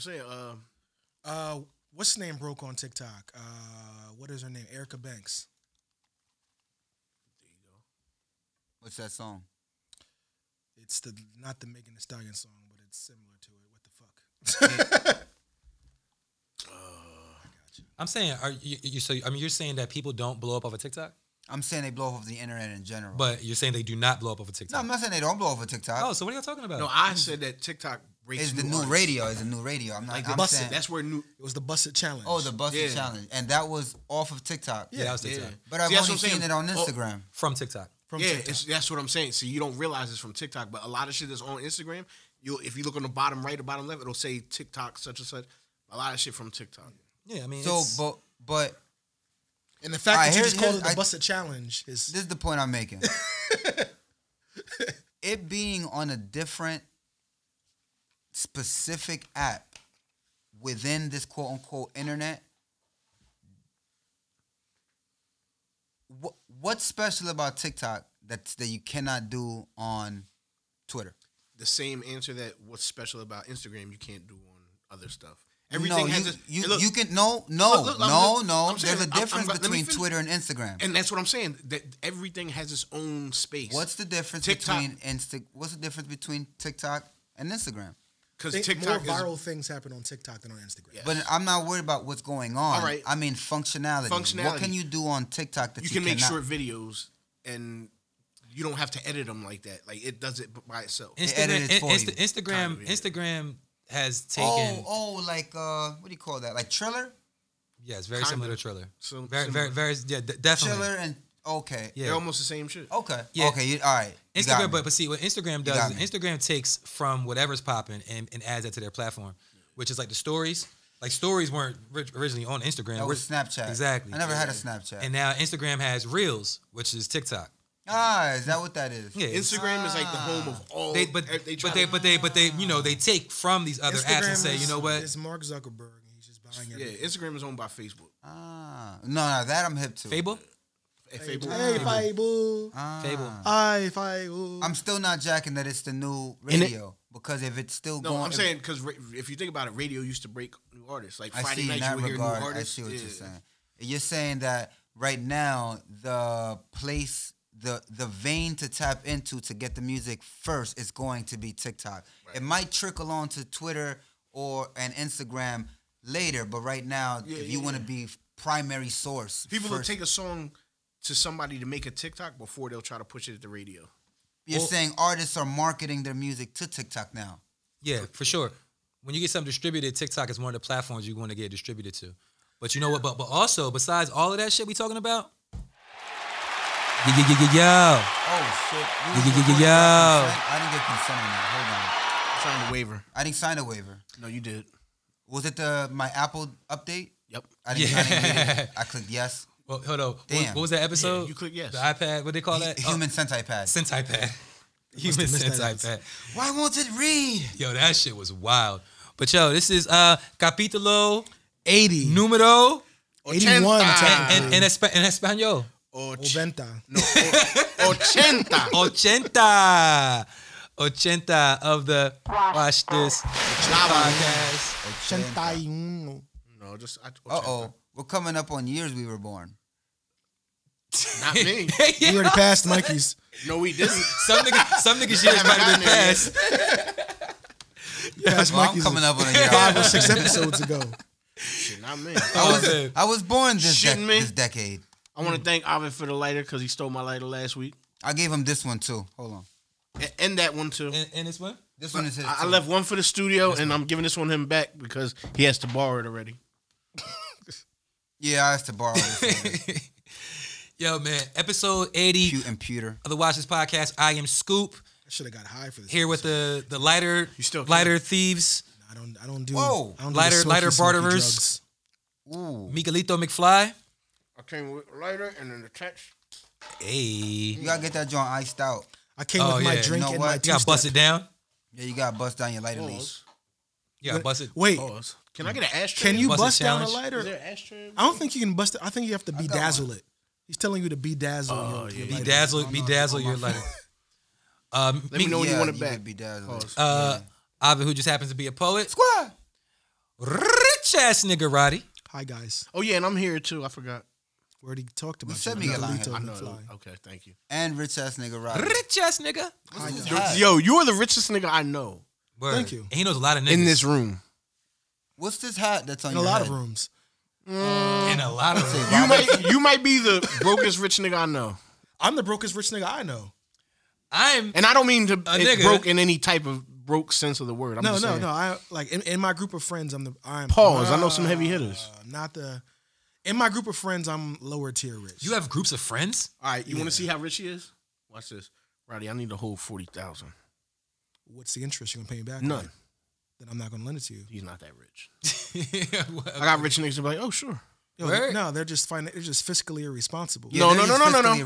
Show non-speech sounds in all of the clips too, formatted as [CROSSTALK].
saying. Uh, Uh, what's her name broke on TikTok? Uh, what is her name? Erica Banks. there you go. What's that song? It's the not the Megan Thee Stallion song, but it's similar to it. What the fuck? I got you. I'm saying, are you, you so? I mean, you're saying that people don't blow up off of TikTok, I'm saying they blow off the internet in general. but you're saying they do not blow up off of no, TikTok. I'm not saying they don't blow off of TikTok. oh, so what are y'all talking about? No, I said that TikTok breaks it's the new artists. radio. It's the new radio. I'm not. Like the I'm bus. saying, That's where new. It was the Busted Challenge. oh, the busted Yeah. challenge, and that was off of TikTok. yeah, that was Yeah. TikTok but I've See, that's only what I'm seen saying. it on Oh, Instagram. from TikTok. from yeah, TikTok. it's, that's what I'm saying. So you don't realize it's from TikTok, but a lot of shit that's on Instagram, you if you look on the bottom right or bottom left, it'll say TikTok such and such. A lot of shit from TikTok. Yeah, I mean, so, it's- but but and the fact I that you hear- just called hear- it the I- Busted Challenge is this is the point I'm making. [LAUGHS] it being on a different specific app within this quote unquote internet. What what's special about TikTok that's that you cannot do on Twitter? The same answer that what's special about Instagram you can't do on other stuff. no, Everything has you, a, you, hey, look, you can no no Look, look, I'm no just- no. I'm saying- There's a I'm- I'm difference about- let me between finish. Twitter and Instagram. and that's what I'm saying. That everything has its own space. what's the difference TikTok- between Insta? What's the difference between TikTok and Instagram? because think TikTok more is viral things happen on TikTok than on Instagram. Yeah. But I'm not worried about what's going on. All right. I mean functionality. What Functionality. can you do on TikTok that you you, can make cannot? short videos and you don't have to edit them like that. Like it does it b- by itself. edited Instagram, it for Insta- you. Kind Instagram, of, yeah. Instagram has Oh, taken. oh, like uh, what do you call that? Like Triller, yeah, it's very kind similar of. to Triller. So very, similar. very, very, yeah, de- definitely. Triller, and okay, Yeah. They're almost the same shit. okay, Yeah. okay. You, all right, You got Instagram, me. but but see what Instagram got does is me. Instagram takes from whatever's popping and, and adds that to their platform, which is like the stories. Like stories weren't ri- originally on Instagram. that We're- was Snapchat. Exactly. I never had a Snapchat. And now Instagram has Reels, which is TikTok. ah, is that what that is? Yeah, it's- Instagram is like the home of all. They but they try but they to- but they but they you know they take from these other apps and say you is- know what It's Mark Zuckerberg. and He's just buying yeah, everything. Instagram is owned by Facebook. Ah, no, no, that I'm hip to. Fable Hey, Facebook. Hey, Fable. Ah. Fable. Hi, Fable. I'm still not jacking that it's the new And it- radio because if it's still No, going, I'm if- saying because if you think about it, radio used to break new artists. Like I Friday see in night, that you would hear new regard. artists. I see what you're yeah. saying. You're saying that right now the place, the the vein to tap into to get the music first is going to be TikTok. It might trickle on to Twitter or and Instagram later, but right now, Yeah, if yeah, you want to be primary source, People will first, take a song to somebody to make a TikTok before they'll try to push it at the radio. You're Well- saying artists are marketing their music to TikTok now. Yeah, for sure. When you get something distributed, TikTok is one of the platforms you want to get distributed to. But you know what? But but also, besides all of that shit we talking about, yo, yo, yo, yo, yo. Oh shit! We was Yo, yo, yo, recording without consent? I yo. didn't get consent on that. Hold on. Signed a waiver. I didn't sign a waiver. No, you did. Was it the my Apple update? Yep. I didn't, I didn't read it. I clicked [LAUGHS] yes. Well, hold on. What- Damn. What, was that episode? you click yes. The iPad. What they call that? Hu- Human Sentai Pad. oh, sense iPad. Human missed sense that iPad. Why won't it read? Yo, that shit was wild. But yo, this is uh capítulo 80. número Eighty-one, Ochenta. technically. en, en, en, espa- en español. Or Oventa. no, or, ochenta. Ochenta. Ochenta of the Watch This podcast. Ochenta No, just uh Uh oh. We're coming up on years we were born. Not [LAUGHS] me. You already passed Mikey's. No, we didn't. some niggas, some niggas years might have been passed. You passed Well, I'm Mikey's coming up on a year. five or six episodes ago. Shit, not me. I Oh, was, man. I was born this, dec- Shitting me? this decade. [LAUGHS] I want to thank Ovid for the lighter because he stole my lighter last week, I gave him this one too. Hold on. A- and that one too. And, and this one, This one is his. I I too. left one for the studio, and I'm giving this one him back because he has to borrow it already. Yeah, I asked to borrow this one. yo man, episode eighty Pew and pewter. of the Watch This podcast. I am Scoop I should have got high for this. here with the the lighter, You still lighter thieves, I don't. I don't do. Whoa. I don't Lighter- do the smoky, lighter smoky barterers. drugs. Ooh. Miguelito McFly. I came with a lighter and an attached. Hey, You gotta get that joint iced out. I came Oh, with my yeah. You drink know and what? my You you got two-step. busted down. Yeah, you gotta bust down your lighter leash. Pause. Oh, You got busted. Wait, Pause. Can I get an ashtray? can you Busted bust down a challenge. Is lighter? there an ashtray? I don't think you can bust it. I think you have to bedazzle it. He's telling you to bedazzle. Oh, your, yeah, your yeah. lighter. Bedazzle, I'm not- bedazzle I'm your not- [LAUGHS] lighter. Uh, Um, Let me know when yeah, you want it you back. could be dazzled. Pause. Uh, Avi, who just happens to be a poet. Squad. Rich ass nigga Roddy. Hi guys. Oh yeah, and I'm here too. I forgot. We already talked about said you. Miguel Miguelito Angel. I and know. Fly. Okay, thank you. and rich ass nigga Roddy. Rich ass nigga. What's his Yo, hat? Yo, you are the richest nigga I know Word. Thank you. And he knows a lot of niggas. in this room. What's this hat that's on In a your lot head? of rooms. In a lot of niggas. You might you might be the brokest rich nigga I know, I'm the brokest rich nigga I know. I'm and I don't mean to it nigga. broke in any type of broke sense of the word. I'm no, just no, saying. no. I like in, in my group of friends. I'm the I'm Pause. I know some heavy hitters. Uh, not the. In my group of friends, I'm lower tier rich. you have groups of friends? [LAUGHS] All right, you want to see how rich he is? Watch this, Roddy. I need a whole forty thousand. What's the interest you're gonna pay me back? None. on? Then I'm not gonna lend it to you. He's not that rich. What- I got rich niggas that be like, oh sure. Yo, Word. no, they're just fin- They're just fiscally irresponsible. Yeah, no, they're no, no, just no, no, fiscally no.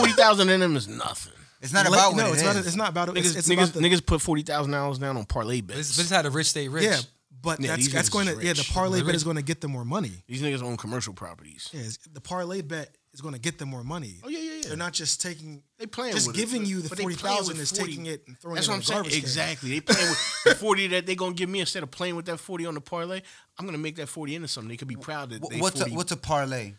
[LAUGHS] Forty thousand in them is nothing. It's not Let- about what no, it it's is. not. It's not about it. Niggas, It's, it's niggas, about the, niggas put forty thousand dollars down on parlay bets. This, this is how the rich stay rich. Yeah, but Yeah, that's these that's niggas going to is yeah. The rich. parlay Really? bet is going to get them more money. These niggas own commercial properties. Yeah, it's- the parlay bet is going to get them more money. Oh yeah, yeah, yeah. They're not just taking. They playing just with it, giving but- you the but they forty playing thousand with is 40. taking it and throwing That's it what in I'm the saying. garbage can. Exactly. They playing with the [LAUGHS] forty that they gonna give me instead of playing with that forty on the parlay. I'm gonna make that forty into something. They could be proud that they Wh- What's a, 40. what's a parlay?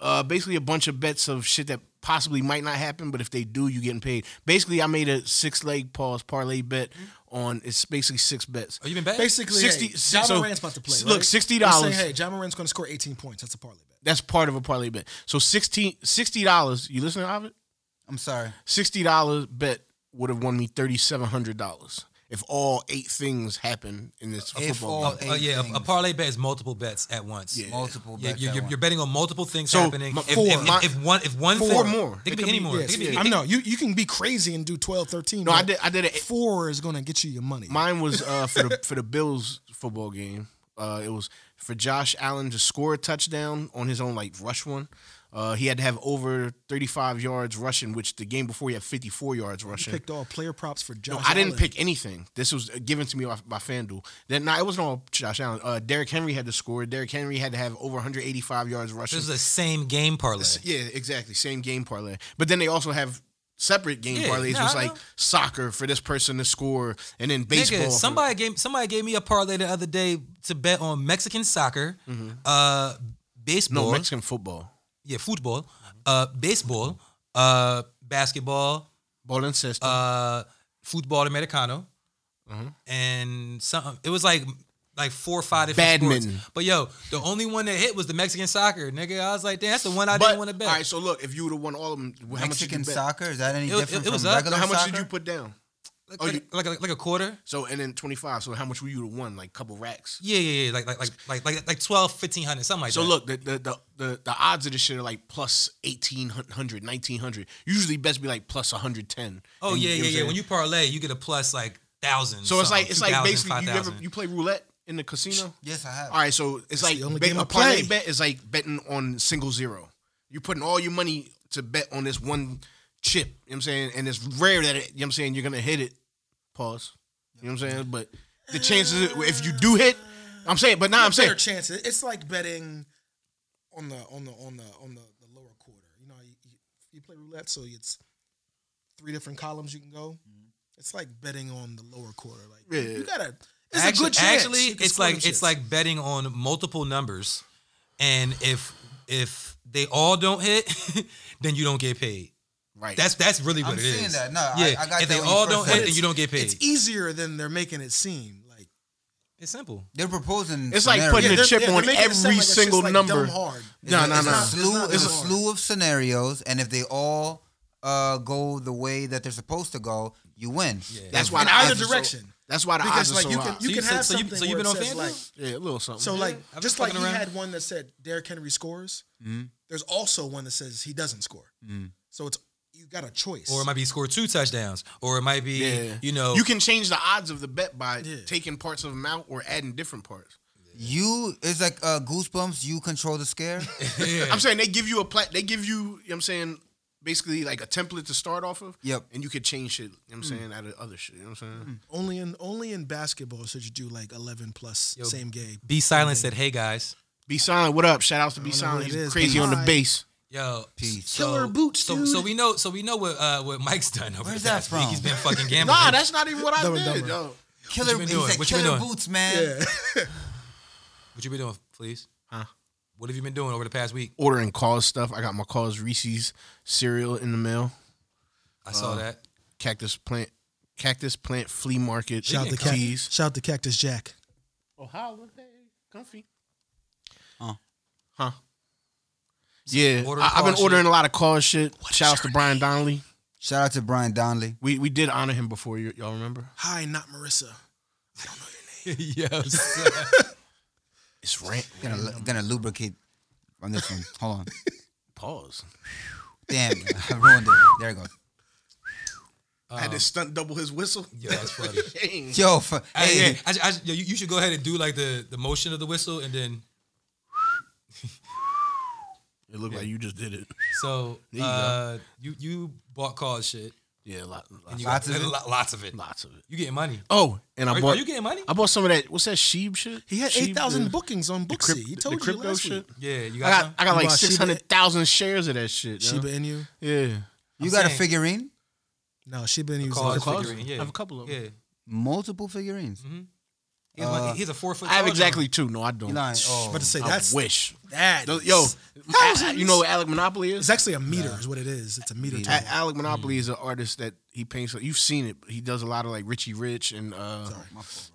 uh, basically a bunch of bets of shit that possibly might not happen, but if they do, you getting paid. Basically, I made a six leg pause parlay bet on. It's basically six bets. Mm-hmm. Oh, you been back? Basically, Sixty- hey, John so- Moran's about to play. s- right? look, $60 They're saying, Hey, John Moran's going to score eighteen points. That's a parlay bet. That's part of a parlay bet. So 16 60 dollars. You listening, Ovid? I'm sorry. Sixty dollars bet would have won me thirty seven hundred dollars if all eight things happen in this If football. all game. eight Uh, yeah, a- a, things, parlay bet is multiple bets at once. Yeah. multiple Yeah, bets you're, at you're, once. you're betting on multiple things So, happening. my- If, four. if- if- My- if one, if one Four thing, more. It could It be could any be- more. Yes, It could be- yeah. it- I'm no. You you can be crazy and do 12, 13. No, I but did. I did it. Four is going to get you your money. Mine was uh, for the for the Bills football game. Uh, it was for Josh Allen to score a touchdown on his own like rush one. Uh, he had to have over 35 yards rushing, which the game before he had 54 yards rushing. picked all player props for Josh. No, I didn't Allen. pick anything. This was uh, given to me by, by FanDuel. Then, no, it wasn't all Josh Allen. Uh, Derrick Henry had to score. Derrick Henry had to have over 185 yards rushing. This is the same game parlay. Yeah, exactly. Same game parlay. But then they also have separate game Yeah, parlays. nah, it's I like know. soccer for this person to score, and then baseball. Nigga, for- somebody gave somebody gave me a parlay the other day to bet on Mexican soccer, uh, baseball, Mm-hmm. no Mexican football. yeah, football, uh, baseball, uh, basketball, Ball and system. uh, football americano, Mm-hmm. and some. It was like like four or five different Badminton. sports. But yo, the only one that hit was the Mexican soccer, nigga. I was like, damn, that's the one I but didn't want to bet. all right, so look, if you would have won all of them, how much did you Mexican bet? soccer is that any It was- different it was from up. regular How much soccer? did you put down? like, oh, like, you- like, like a quarter. So and then twenty five. So how much would you have won? Like couple racks. Yeah, yeah, yeah. Like like like like like, like 12, 1500, something like So that. look, the the, the the the odds of this shit are like plus 1800, 1900. Usually best be like plus 110. Oh And yeah, you know what yeah, I'm yeah. saying? When you parlay, you get a plus like thousand. So it's like it's like 2,000, basically you 5,000. ever you play roulette in the casino? Yes, I have. All right, so it's like the only bet, game a I parlay play. bet is like betting on single zero. You're putting all your money to bet on this one chip. You know what I'm saying? And it's rare that it, you know what I'm saying, you're going to hit it. Pause. You know what I'm saying? But the chances, if you do hit, I'm saying, but now I'm saying, better chance. It's like betting on the on the on the on the, the lower quarter. You know, you, you, you play roulette, so it's three different columns you can go. Mm-hmm. It's like betting on the lower quarter. Like Yeah. you gotta. It's actually, a good chance. actually, You can it's score like them it's shits. like betting on multiple numbers, and if if they all don't hit, [LAUGHS] then you don't get paid. right. That's that's really what I'm it is. seeing that. No, I- yeah. I got that if they when you all first don't said hit, it. then you don't get paid. it's e- It's, easier than they're making it seem. Like simple. They're proposing. It's like scenarios. putting Yeah, the they're- chip yeah, they're on making it sound every like it's just, single like, dumb number. hard. No, It's no, a- no. It's a slew, It's not- it's a it's not. slew of scenarios, and if they all uh, go the way that they're supposed to go, you win. That's why In the either odds are so- direction. that's why the because odds are like so you can high. you So can you said- have so you- something. so you've where been it on says, FanDuel? like, Yeah, a little something. So like I've been just like fucking he around. had one that said Derrick Henry scores. Mm-hmm. There's also one that says he doesn't score. So it's you got a choice. Or it might be score two touchdowns, or it might be yeah. you know you can change the odds of the bet by Yeah. taking parts of them out or adding different parts. You it's like uh, goosebumps. You control [LAUGHS] the scare. I'm saying they give you a plat. They give you. You know what I'm saying basically like a template to start off of. Yep. And you could change shit. You know what I'm saying out of other shit. You know what I'm saying. only in only in basketball should you do like 11 plus same game. be silent. Said hey guys, Be silent. What up? Shout outs to Be know silent. what it He's is, crazy but on the hi. bass. yo, Peace. so- Killer boots, So dude. so we know so we know what uh, what Mike's [LAUGHS] done over Where's the that past week. from? He's been fucking gambling. Nah, that's not even what I Dumber, did. dumber. yo. Killer. been He doing? said What you been killer doing? boots, man. What you been doing, please? Huh? What have you been doing over the past week? Ordering cause stuff. I got my cause Reese's cereal in the mail. I saw that. Cactus plant, cactus plant flea market. [LAUGHS] Oh, Shout out to Cactus. teas. Shout out to Cactus Jack. Ohio, hey, comfy. Huh. Huh. Yeah, ordering I, I've been cause ordering a lot of cause shit. Shout out to Brian Donnelly. Shout out to Brian Donnelly. We we did honor him before. You, y'all remember? Hi, not Marissa. I don't know your name. yes. It's rant. Gonna lu- gonna lubricate on this one. Hold on. [LAUGHS] Pause. Damn, I ruined it. There it goes. I had to stunt double his whistle. Yo, that's [LAUGHS] funny. Dang. Yo, for, Hey, hey, yeah, I, I, yo, you, you should go ahead and do like the, the motion of the whistle and then It looked like you just did it. so you go. uh, you, you bought cause shit Yeah, lot, lots, and you Lots got, of it. lo- lots of it. lots of it. You getting money? Oh, and I Are, bought. are you getting money? I bought some of that. What's that Sheeb shit? He had Sheeb, eight thousand the- bookings on the Booksy. crypt- he the told you crypto last shit. week. Yeah, you I got. got some? I got You like bought Shiba- six hundred thousand shares of that shit. yo. Shiba Inu. Yeah. you I'm got a saying- figurine? No, Shiba Inu. was Cause a- cause? figurine. Yeah, I have a couple of them. Yeah, Multiple figurines. Mm-hmm. he has, one, he has a four foot. Uh, I have cause exactly two. No, I You don't. lying? Oh, About to say I that's wish. that. Those- is- Yo, Thousands. A- you know what Alec Monopoly is? it's actually a meter. Is what it is. It's a meter. A- total. Alec Monopoly is an artist that he paints. You've seen it. He does a lot of like Richie Rich and uh,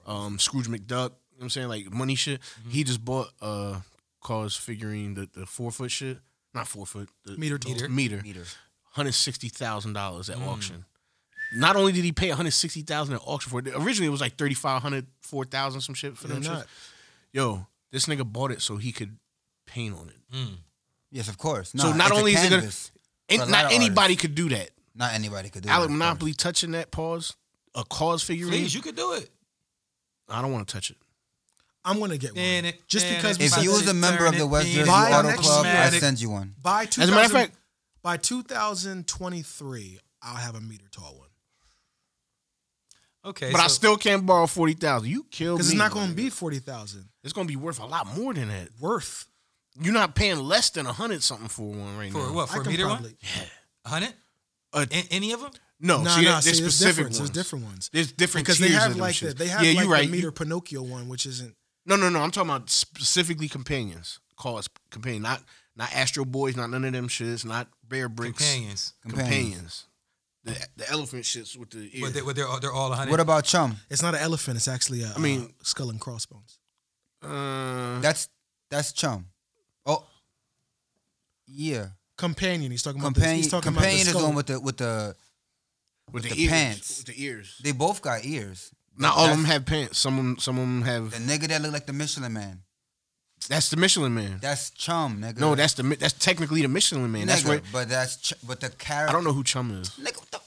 um, Scrooge McDuck. You know what I'm saying like money shit. He just bought uh, cause figurine the, the four foot shit. Not four foot. The Oh, Meter total. Meter. meter. hundred sixty thousand dollars at auction. Not only did he pay one hundred sixty thousand at auction for it, originally it was like thirty five hundred, four thousand, some shit for They're them. shits. not. Yo, this nigga bought it so he could paint on it. Yes, of course. So Nah, not it's a only is it gonna- canvas. And For a lot not of anybody could do that. not anybody could do Alec that, of Monopoly touching that pause, a cause figurine. Please, you could do it. I don't want to touch it. I'm gonna get Then one. it- Just then because it- we If said you was that a member of the West Turn it Jersey in. Auto Buy Club, an I Xmatic. send you one. by two As a matter of fact- by 2023, I'll have a meter tall one Okay, But I so- still can't borrow forty thousand. You killed me. because it's not going man. to be forty thousand It's gonna be worth a lot more than that. worth. You're not paying less than a hundred something for one right for now. what Oh, for I a can meter probably. one hundred. Uh, any of them? No, No, see, no, there's see, there's specific different. There's ones. different ones There's different because they tiers have of them like the, shits. they have yeah, like you right. the You- meter Pinocchio one, which isn't. No, no, no. I'm talking about specifically companions. Cause companion, not not Astro Boys, not none of them shits, not Bear Bricks. Companions. Companions. The the elephant shits with the ear. But they, but they're all- they're all hundred. What about Chum? It's not an elephant. It's actually a. I mean, mean- skull and crossbones. uh, That's that's Chum. Oh, yeah. Companion. He's talking about. This. Companion. He's talking Companion about is the the skull. one with the with the. with the, the ears. pants. With the ears. They both got ears. Not all of them That's- have pants. Some of them, some of them The have. nigga that look like the Michelin Man. That's the Michelin Man. That's Chum, nigga. No, that's the Mi- that's technically the Michelin Man. That's Nigga, where But that's ch- but the character. I don't know who Chum is. Nigga, what the,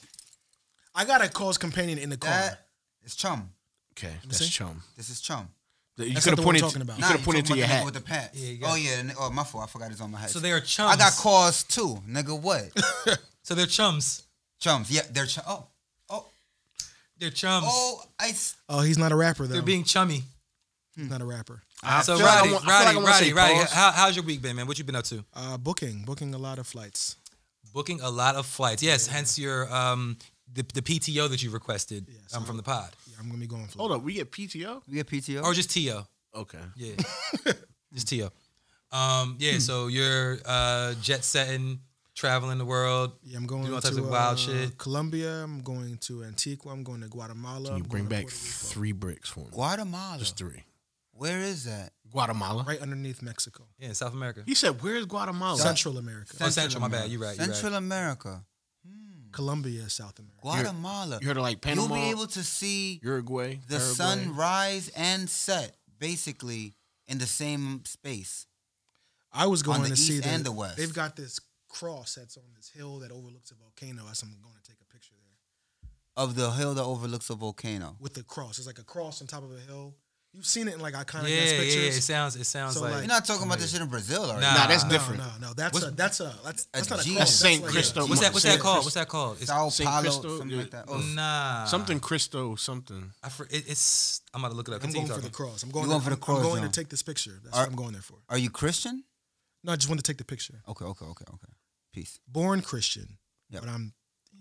I got a cause companion in the car. that is Chum. Okay, that's see. Chum. This is Chum. The- You That's could not have the one pointed. I'm to- talking about. You Nah, could have you pointed talking to your about the nigga hat. With the pants. Yeah, you got oh it. yeah. the ni- Oh my fault. I forgot it's on my head. So they are chums. I got calls too, nigga. What? [LAUGHS] So they're chums. Chums. Yeah, they're chum. Oh, oh, They're chums. oh. I. s- Oh, he's not a rapper though. they're being chummy. he's not a rapper. so feel like I Roddy, want- I feel like I Roddy, wanna Roddy, say Roddy, pause. how, how's your week been, man? What you been up to? Uh, booking, booking a lot of flights. Booking a lot of flights. Yes, hence your um the, the PTO that you requested Yes, um, from the pod, Yeah, I'm gonna be going. Hold up, we get PTO. We get PTO. or just TO. Okay. [LAUGHS] Yeah, just TO. Um, Hmm. yeah. So you're uh, jet setting, traveling the world. Yeah, I'm going doing all to types of wild uh, shit. Colombia. I'm going to Antigua. I'm going to Guatemala. You I'm bring back going to Puerto Rico. three bricks for me. Guatemala. Just three. Where is that? Guatemala. right underneath Mexico, Yeah, in South America. He said, "Where's Guatemala?" Central America, Oh, Central. My bad. You're right. You're Central right. America. Colombia, South America. Guatemala. You heard of like You'll Panama, be able to see Uruguay, the Paraguay. sun rise and set basically in the same space. I was going the to east see that and the west. They've got this cross that's on this hill that overlooks a volcano. That's- I'm going to take a picture there of the hill that overlooks a volcano. with the cross. It's like a cross on top of a hill. You've seen it in like iconic Yeah, ass yeah. It pictures. sounds. It sounds So, like. You're like- not talking about this shit in Brazil, already. Nah. Nah, that's Nah. different. No, no, no. That's a that's a that's, that's not a G- cross. That's that's Saint like a- Christo- what's that? What's that Saint called? Christ- What's that called? It's, Sao Saint Paulo, Cristo, something yeah. like that. Oh, nah. Something Cristo, something. I for, it, it's. I'm about to look it up. I'm Continue going for the talking. cross. I'm going. You going to- for the I'm- cross, I'm going to huh? take this picture. That's Are- what I'm going there for. Are you Christian? No, I just wanted to take the picture. Okay, okay, okay, okay. Peace. Born Christian, Yep. but I'm.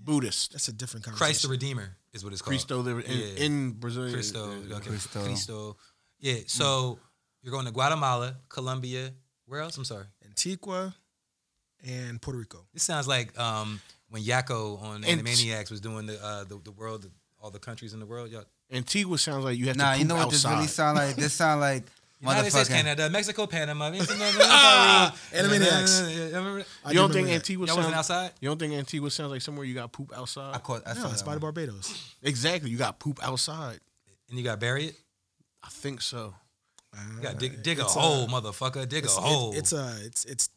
Buddhist. That's a different conversation. Christ the Redeemer is what it's called. Mm, Cristo, they were in, Yeah. in Brazil. Cristo. Okay. Cristo. Cristo. Yeah. So You're going to Guatemala, Colombia. Where else? I'm sorry. Antigua and Puerto Rico. This sounds like um, when Yakko on And- Animaniacs was doing the, uh, the the world, all the countries in the world. Y'all, Antigua sounds like you have Nah, to you poop know what this outside. really sound like? This sound like United motherfucking. States, Canada, Mexico, Panama. Animaniacs. Animaniacs. I you don't do remember think that. Antigua Y'all sounds wasn't outside? You don't think Antigua sounds like somewhere you got poop I outside? caught. I saw No, it's that by the one. Barbados. Exactly, you got poop outside. And you got buried. I think so. You got dig, dig a It's hole, motherfucker. Dig a It's, it- hole. it's a it's it's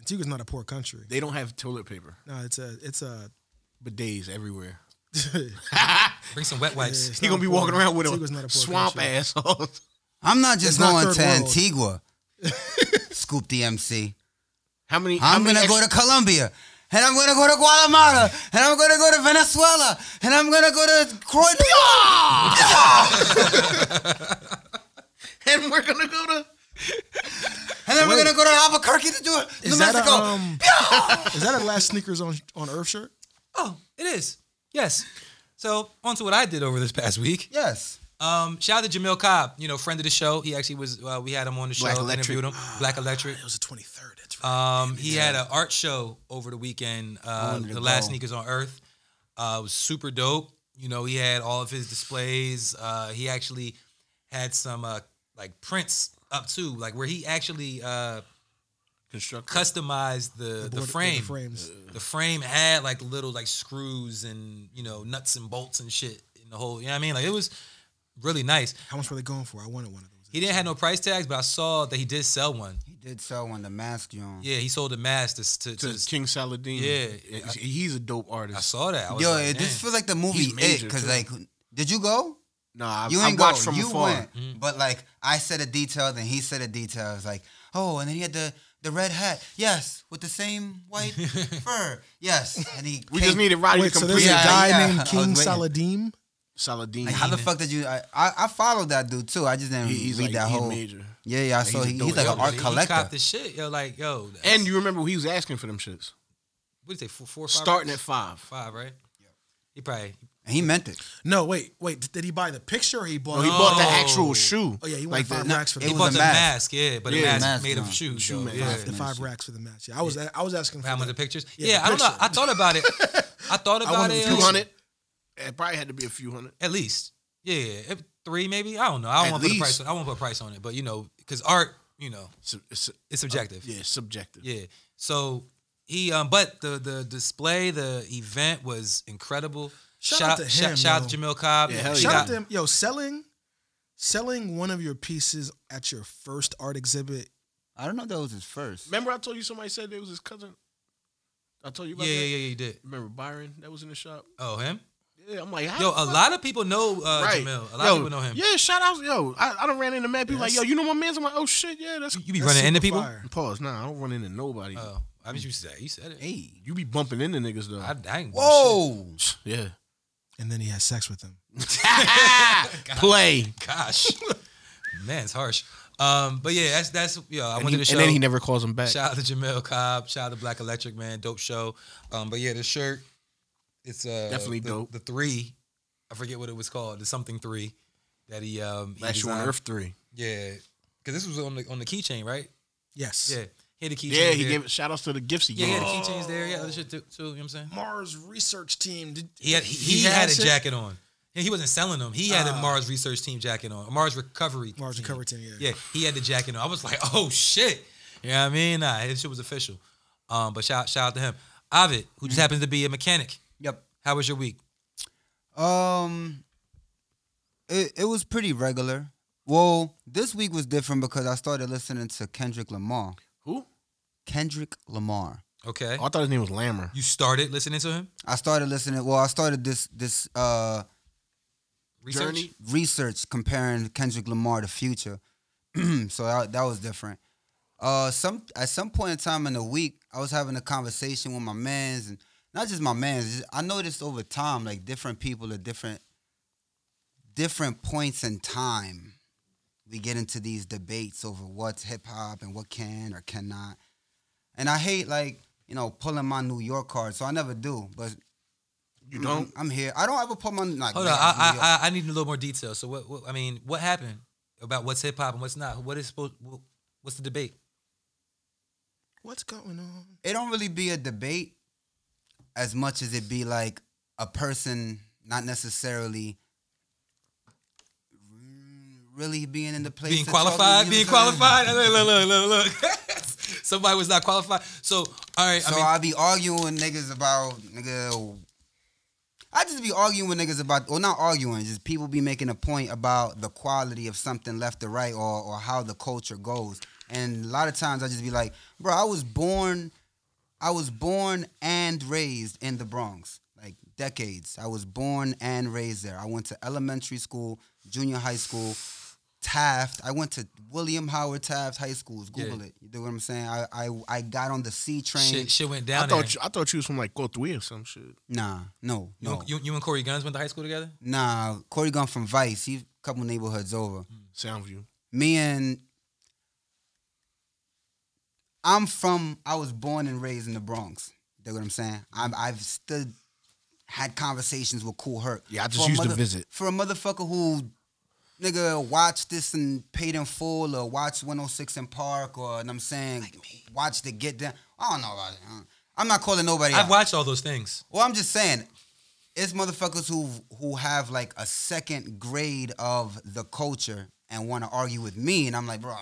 Antigua's not a poor country. They don't have toilet paper, No, it's a it's a. [LAUGHS] bidets everywhere. Bring some wet wipes. It's He not gonna be a poor- walking around with Antigua's not a, a poor swamp country. ass. on. I'm not just It's not third going to world. Antigua. Scoop the MC. how many? how I'm many gonna extra- go to Colombia, and I'm gonna go to Guatemala, and I'm gonna go to Venezuela, and I'm gonna go to Croatia. [LAUGHS] and we're gonna go to. And then we're gonna go to Albuquerque to do it. New Is that a, Mexico. um, is that a last sneakers on on Earth shirt? Oh, it is. Yes. So on to what I did over this past week. yes. Um, shout out to Jamil Cobb, you know, friend of the show. He actually was. Uh, we had him on the show. Black Electric. Interviewed him. Black Electric. It was the twenty third. That's right. Um, he had an art show over the weekend. Uh, wanted to the last go. sneakers on Earth. Uh, it was super dope. You know, he had all of his displays. Uh, he actually had some uh, like prints up too, like where he actually uh, Construct. customized the, the, Board- frame. frames. the frame had like little like screws and you know nuts and bolts and shit in the whole. You know what I mean? Like it was really nice. How much were they going for? I wanted one of those. He didn't have no price tags, but I saw that he did sell one. He did sell one the mask you on. Yeah, he sold a mask to, to, to to- King Saladin. Yeah, He's- he's a dope I artist. saw that. I was Yo, like, it just "Damn." feels like the movie He's it major, because too. like, did you go? Nah, I, You I ain't watched go. from you afar. went, but like I said a detail, then he said a detail. It's like, oh, and then he had the the red hat. Yes, with the same [LAUGHS] white fur. Yes, and he. [LAUGHS] We came- just needed Roddy Wait, to so there's complete Yeah, a guy yeah, I named was King waiting. Saladim. Saladin. Like, how the fuck did you? I, I I followed that dude too. I just didn't He- he's read like that he whole. major. Yeah, yeah. I saw he's a he, dope he's like Yo, an art he collector. copped the shit. Yo, like yo, that's- And you remember he was asking for them shits. what do you say? Four, four, five, Starting at five. five, right? He probably And he meant it. No, wait, wait. Did he buy the picture? or He bought. No, Oh, he No. bought the actual shoe. Oh yeah, he like went the, five no, racks for it the he was bought a the mask. mask. yeah, but Yeah, the mask, mask, made of no. shoes. Shoe though, mask. yeah. the five racks for the match. Yeah, I was I was asking for How much the- the pictures? Yeah, Yeah, the I don't know. picture. I thought about it. I thought about wanted the it. few picture. yo. hundred. It probably had to be a few hundred. At least. Yeah. if- Three maybe. I don't know. I At don't want to put a price least. on I won't put a price on it, but you know, because art, you know, It's, it's, it's subjective. yeah, it's subjective. yeah. So he um but the the display, the event was incredible. Shout out to him, shout, shout out to yo. Jamil Cobb. Yeah, hell yeah. He Shout got- out to him. Yo, selling selling one of your pieces at your first art exhibit. I don't know if that was his first. Remember, I told you somebody said it was his cousin. I told you Yeah, about yeah, that. yeah, yeah, he did. Remember Byron that was in the shop? Oh, him? Yeah, I'm like, how Yo, the a fuck- lot of people know uh, Right. Jamil. A lot Yo, of people know him. Yeah, shout outs. Yo, I, I done ran into mad people like, yo, Yes. you know my man's? I'm like, oh shit, yeah, that's. You, you be That's running into super people? fire. [LAUGHS] Pause. Nah, I don't run into nobody. Oh, I mean, you said you said it. Hey. you be bumping into niggas though. I, I ain't Whoa. [LAUGHS] [LAUGHS] yeah. And then he has sex with him. Play. Gosh, [LAUGHS] man, it's harsh. Um, but yeah, that's that's yo. I And, wanted he- to show. and then he never calls him back. Shout out to Jamel Cobb. Shout out to Black Electric, man. Dope show. Um, but yeah, the shirt, it's uh Definitely the, dope. The three, I forget what it was called. The something three that he um he Last year on designed. Earth three. Yeah, because this was on the on the keychain, right? Yes. Yeah, he had the keychain. Yeah, he there. gave it Oh. shout outs to the gifts he Yeah, he gave. had the keychains there. Yeah, other shit too. too you know what I'm saying? Mars research team. Did, He had he, he had a shit? jacket on. And he wasn't selling them. He had Ah. a Mars research team jacket on. A Mars recovery. Mars team. recovery team, yeah. Yeah, he had the jacket on. I was like, oh shit. You know what I mean? Nah, his shit was official. Um, but shout shout out to him. Ovid, who just happens to be a mechanic. Mm-hmm. Yep. How was your week? Um, it it was pretty regular. Well, this week was different because I started listening to Kendrick Lamar. Who? Kendrick Lamar. Okay. Oh, I thought his name was Lammer. You started listening to him? I started listening. Well, I started this this uh Research? Journey? research comparing Kendrick Lamar to Future. [CLEARS THROAT] so that, that was different. Uh, some at some point in time in the week, I was having a conversation with my man's, and not just my man's. just- I noticed over time, like different people at different different points in time, we get into these debates over what's hip hop and what can or cannot. And I hate like you know pulling my New York card, so I never do. But You I'm- don't? I'm, here. I don't ever pull my. Like, Hold yeah, on. New York. I, I I I need a little more detail. So what, what I mean, what happened? about what's hip hop and what's not. What is supposed? wh- What's the debate? What's going on? it don't really be a debate as much as it be like a person not necessarily really being in the place being to talk to qualified, you. being qualified. Look, look, look, look, look. [LAUGHS] Somebody was not qualified. So all right, So I I mean, will be arguing with niggas about nigga. I just be arguing with niggas about, or not arguing, just people be making a point about the quality of something left or right or, or how the culture goes. And a lot of times I just be like, bro, I was born, I was born and raised in the Bronx, like decades. I was born and raised there. I went to elementary school, junior high school, Taft. I went to William Howard Taft High Schools. Google Yeah. it. You know what I'm saying? I, I, I got on the C train. shit, shit went I down. there. thought you, I thought you was from like Guthrie or some shit. Nah, no, You, no. you, you and Corey Guns went to high school together. nah, Corey gone from Vice. He couple neighborhoods over. Mm. Soundview. Me and I'm from. I was born and raised in the Bronx. You know what I'm saying? I'm, I've stood, had conversations with Cool Herc. Yeah, I For just a used to visit. for a motherfucker who. Nigga, watch this and paid in full, or watch 106 in Park, or and I'm saying, watch the Get Down. I don't know about it. I don't- I'm not calling nobody. out. I've watched all those things. Well, I'm just saying, it's motherfuckers who who have like a second grade of the culture and want to argue with me, and I'm like, bro,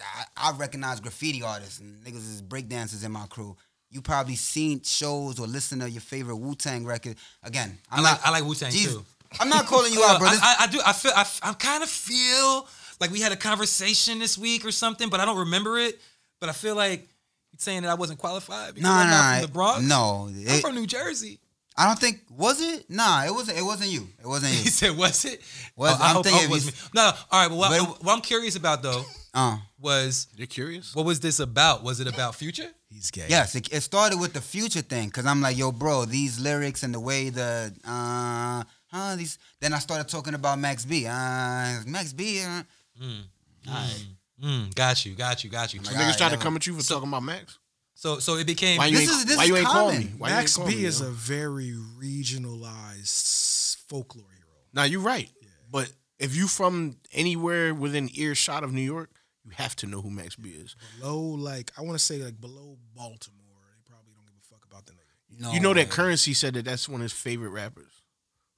I, I recognize graffiti artists and niggas is breakdancers in my crew. You probably seen shows or listened to your favorite Wu Tang record. Again, I'm I like not- I like Wu Tang Jesus. too. I'm not calling you out, Look, bro. This- [LAUGHS] I, I, I do. I feel. I, kind of feel like we had a conversation this week or something, but I don't remember it. But I feel like you're saying that I wasn't qualified. Because nah, I'm nah, not from the Bronx. no. I'm it- from New Jersey. [LAUGHS] I don't think was it. Nah, it wasn't. It wasn't you. It wasn't [LAUGHS] He you. said, "Was it?" Was- oh, I I'm hope, thinking if hope it was you- me. No, no. All right, but what, But- what I'm curious about though Uh, was You're curious? what was this about? Was it about future? He's gay. Yes, it, it started with the future thing because I'm like, yo, bro, these lyrics and the way the uh, huh, these. Then I started talking about Max B. Uh, Max B. Uh, Mm, got you, got you, got you. my So God, niggas tried to yeah. come at you for talking about Max. So so it became Why you This ain't, is- this why is you ain't call me? common. Why Max you ain't call B me, is yo? a very regionalized folklore hero. Now you're right, but if you from anywhere within earshot of New York, you have to know who Max B is. Below, like I want to say, like below Baltimore, they probably don't give a fuck about the nigga. no, you know that Currency said that that's one of his favorite rappers.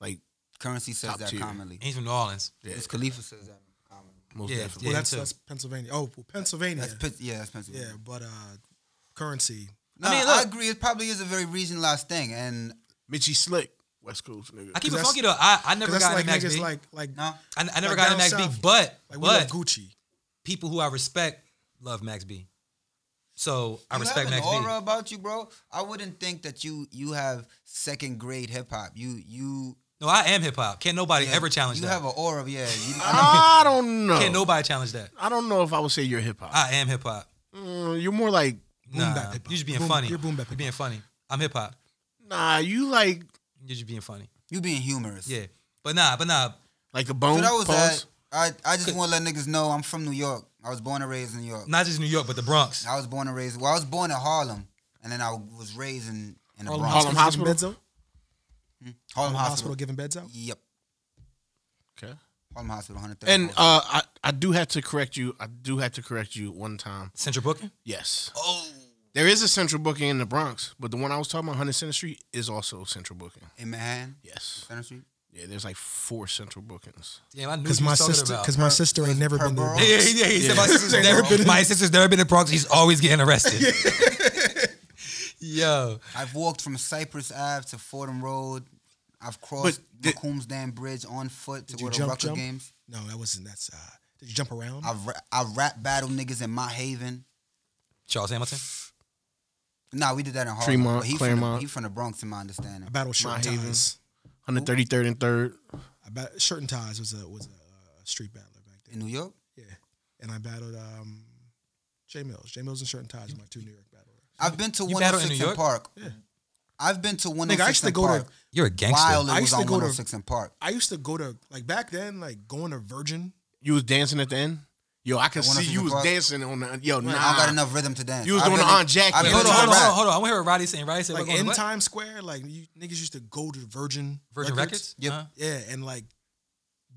Like, currency says Top that tier. commonly. he's from New Orleans. It's Khalifa says that commonly. most Yeah, definitely. Well, yeah, that's too. that's Pennsylvania. Oh, well, Pennsylvania. That's Pit- yeah, that's Pennsylvania. yeah, but uh, currency. No, I, mean, I look- agree. It probably is a very regionalized thing, and Mitchie Slick, West Coast nigga. I keep it Cause funky though. I, I never Because that's got like into Max niggas B. like like no, I, I never like got into down Max B. south, But like we love but Gucci. people who I respect love Max B. So I you respect have an Max aura B. about you, bro. I wouldn't think that you you have second grade hip hop. You you No, I am hip hop. Can't nobody ever challenge you that. have an aura. of- Yeah, you, [LAUGHS] I don't know. Can't nobody challenge that. I don't know if I would say you're hip hop. I am hip hop. Mm, you're more like Nah, bap hip hop. you just being Boom- funny. you're boom bap being funny. I'm hip hop. nah. You like You're just being funny. you being humorous. Yeah, but nah, but nah. like the bone. So that was pause. that. I, I just want to let niggas know I'm from New York. I was born and raised in New York. Not just New York, but the Bronx. I was born and raised. Well, I was born in Harlem, and then I was raised in in the Bronx. Harlem Hospital? giving beds out. Harlem Harlem Hospital. Hospital giving beds out. Yep. Okay. Harlem Hospital. 130. And uh, I I do have to correct you. I do have to correct you one time. Central Booking. Yes. Oh. There is a central booking in the Bronx, but the one I was talking about, Hundred Center Street, is also central booking. in Manhattan, Yes. Center Street. Yeah. There's like four central bookings. Damn, I knew Because you my was talking sister, about. because my sister ain't never been to. borough? a- [LAUGHS] Yeah, yeah, yeah. He said Yeah. my sister's never been. My sister's never been in Bronx. He's always getting arrested. [LAUGHS] Yo, I've walked from Cypress Ave to Fordham Road. I've crossed the did- Coombs Dam Bridge on foot to Did you go to jump, Rucker jump? games. No, that wasn't. That's uh. Did you jump around? I ra- I rap battle niggas in Mount Haven. Charles Hamilton. Nah, we did that in Harlem. Tremont, but he From the, Claremont. he from the Bronx, in my understanding. I battled shirt My and Haven. ties. 133rd and third. I bat- shirt and ties was a was a uh, street battler back In then. New York, Yeah, and I battled um, J Mills. J Mills and shirt and ties were my two New York battlers. I've been to You battled in 106 New in York? Park. I've been to 106 Nigga, I used to in go Park. to You're a gangster. While it I was used on to go to- 106 in Park. I used to go to like back then like going to Virgin. You was dancing at the end. Yo, I can wanna see see you the was Bronx. dancing on the yo. Nah, I don't got enough rhythm to dance. You was I doing really, the Aunt Jackie. I Yeah, really Hold on, wanna hold on, rap. hold on, hold on. I want to hear what Roddy saying. Roddy saying, Like we're going in to what? Times Square, like you niggas used to go to Virgin Virgin Records. Yep. Uh, Yeah, and like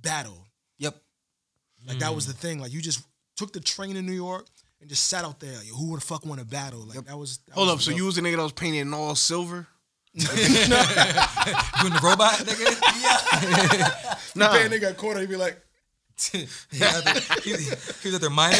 battle. Yep. Like that Mm. was the thing. Like you just took the train in New York and just sat out there. Yo, who would the fuck want to battle? Like that was. That Hold was up, so dope. you was the nigga that was painted in all silver? Doing the robot, [LAUGHS] nigga. [LAUGHS] [LAUGHS] Nah, pay a nigga a quarter, he'd be like, he, was out there- he was- he was out there mining.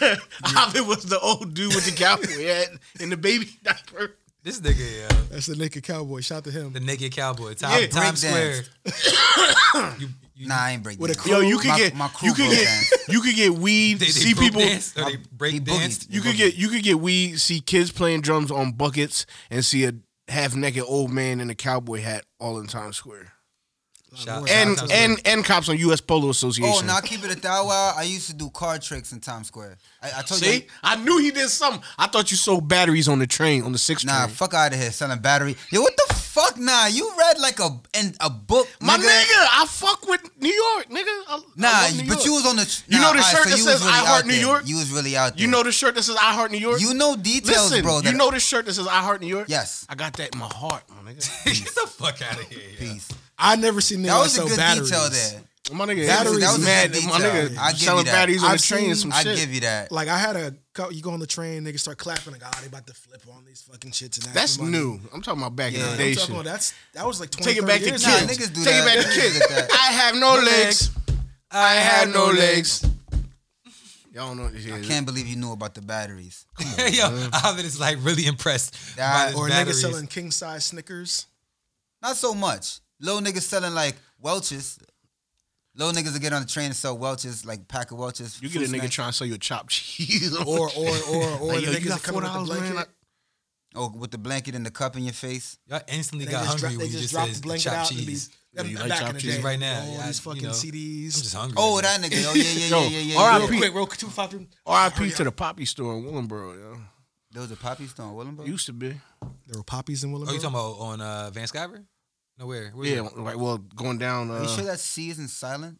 it was the old dude [LAUGHS] with the cowboy hat and the baby [LAUGHS] diaper. This nigga, yeah, "That's the naked cowboy." Shout to him. the naked cowboy, Time, Yeah, Times Square. breakdance. you, you, Nah, I ain't break With a dance. crew. Yo, you could My- get my you crew could broke get [LAUGHS] dance. you could get weed, [LAUGHS] they, they see people dance, or they I- he break boogied. dance. you could get you could get weed, see kids playing drums on buckets and see a half naked old man in a cowboy hat all in Times Square. Shout- shout out And Times Square. and and cops on US Polo Association. Oh, now keep it a thou wow. I used to do card tricks in Times Square. I, I told you. See? I knew he did something. I thought you sold batteries on the train on the six Nah, train. fuck out of here selling battery. Yo, what the fuck? Nah, you read like a in a book, My nigga. nigga, I fuck with New York, nigga. I, Nah, I love New but York. you was on the. You know the all shirt that you says was really I Heart out New there. York? You was really out there. You know the shirt that says I Heart New York? You know details, Listen, bro. you that- know this shirt that says I Heart New York? Yes. I got that in my heart, my nigga. [LAUGHS] [LAUGHS] Get the fuck out of here. Yeah. Peace. I never seen niggas That was a sell good batteries. detail there. My nigga, That batteries was- that was mad. a good My detail. nigga, I'll give you selling that. batteries on I've the train and some I shit. give you that. Like I had a, cou- you go on the train, niggas start clapping like, "Ah, they about to flip on these fucking shits." And that That's money." new. I'm talking about back in Yeah. the I'm day I'm shit. talking about that's that was like 20, Take it 30 back to years kids. Nah, ago. niggas Take do that. it back to Niggas kids. get that. I have no legs. I had no legs. Y'all don't know this shit. Can't believe you knew about the batteries. [LAUGHS] Yo, Ivan is like really impressed by That- this Or a nigga batteries. selling king [LAUGHS] size Snickers. Not so much. Little niggas selling like Welch's. Little niggas will get on the train and sell Welch's, like pack of Welch's. You get a fruit nigga snacks. trying to sell you a chopped [LAUGHS] cheese. Or or or or Like, the yo, you niggas got that come in with the $4, man, blanket. like- Oh, with the blanket and the cup in your face. Y'all instantly They got just, hungry drop, they when you just just drop said the the blanket out chopped and be cheese. Yeah, you that- like back chopped in the cheese day, right now. All Yeah, these you fucking know, CDs. I'm just hungry. Oh, right now. that nigga. Oh yeah, yeah, Yo, yeah, yeah, yeah. yeah. R.I.P. real quick, real quick, two five three. R.I.P. to the poppy store in Willenboro. Yo. There was a poppy store in Willenboro. Used to be. There were poppies in Willow. Oh, you talking about on uh, Van Skyver? No, where? Where is Yeah, it? like well, going down. Are Uh, you sure that C isn't silent?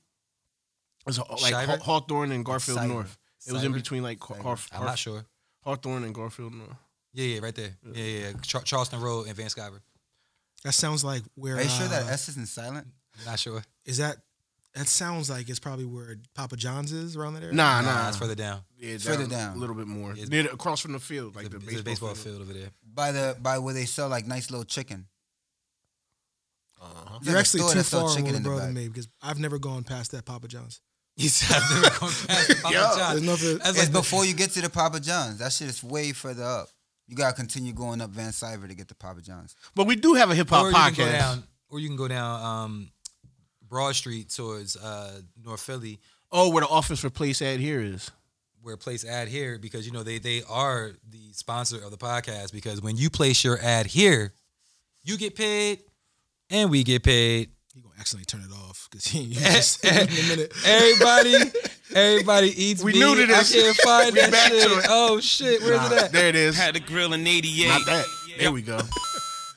it's a- like Haw- Shiver? Hawthorne and Garfield Shiver. North. It was in Shiver? between like Har- Har- I'm not sure. Hawthorne and Garfield North. Yeah, yeah, right there. Yeah, yeah, yeah. Char- Charleston Road and Van Skyver. That sounds like where. Are you sure that uh, S isn't silent? Not sure. is that? That sounds like it's probably where Papa John's is around that area. Nah, Nah, nah. it's further down. yeah, further down. a little bit more. Yeah, it's- Near the- across from the field, like It's a, the it's a baseball, baseball field. field over there. [LAUGHS] By the by, where they sell like nice little chicken. There's You're like a actually store too that sell far in chicken in the Willowboro back. than me because I've never gone past that Papa John's. He said, I've never gone [LAUGHS] past Papa Yeah. John's. There's nothing- That's It's like the- before you get to the Papa John's. That shit is way further up. You gotta continue going up Van Civer to get to Papa John's. But we do have a hip hop or You can go podcast. down, or you can go down um, Broad Street towards uh, North Philly, Oh, where the office for place at here [LAUGHS] is. where place ad here because you know they they are the sponsor of the podcast because when you place your ad here, you get paid and we [LAUGHS] get paid. He gonna accidentally turn it off because he ain't [LAUGHS] used it in a minute. Everybody, [LAUGHS] everybody eats. We meat. knew that I it's- can't find we that back to shit. it. Oh shit, where's it at? There it is. Had a grill in 88. Not that. There we go.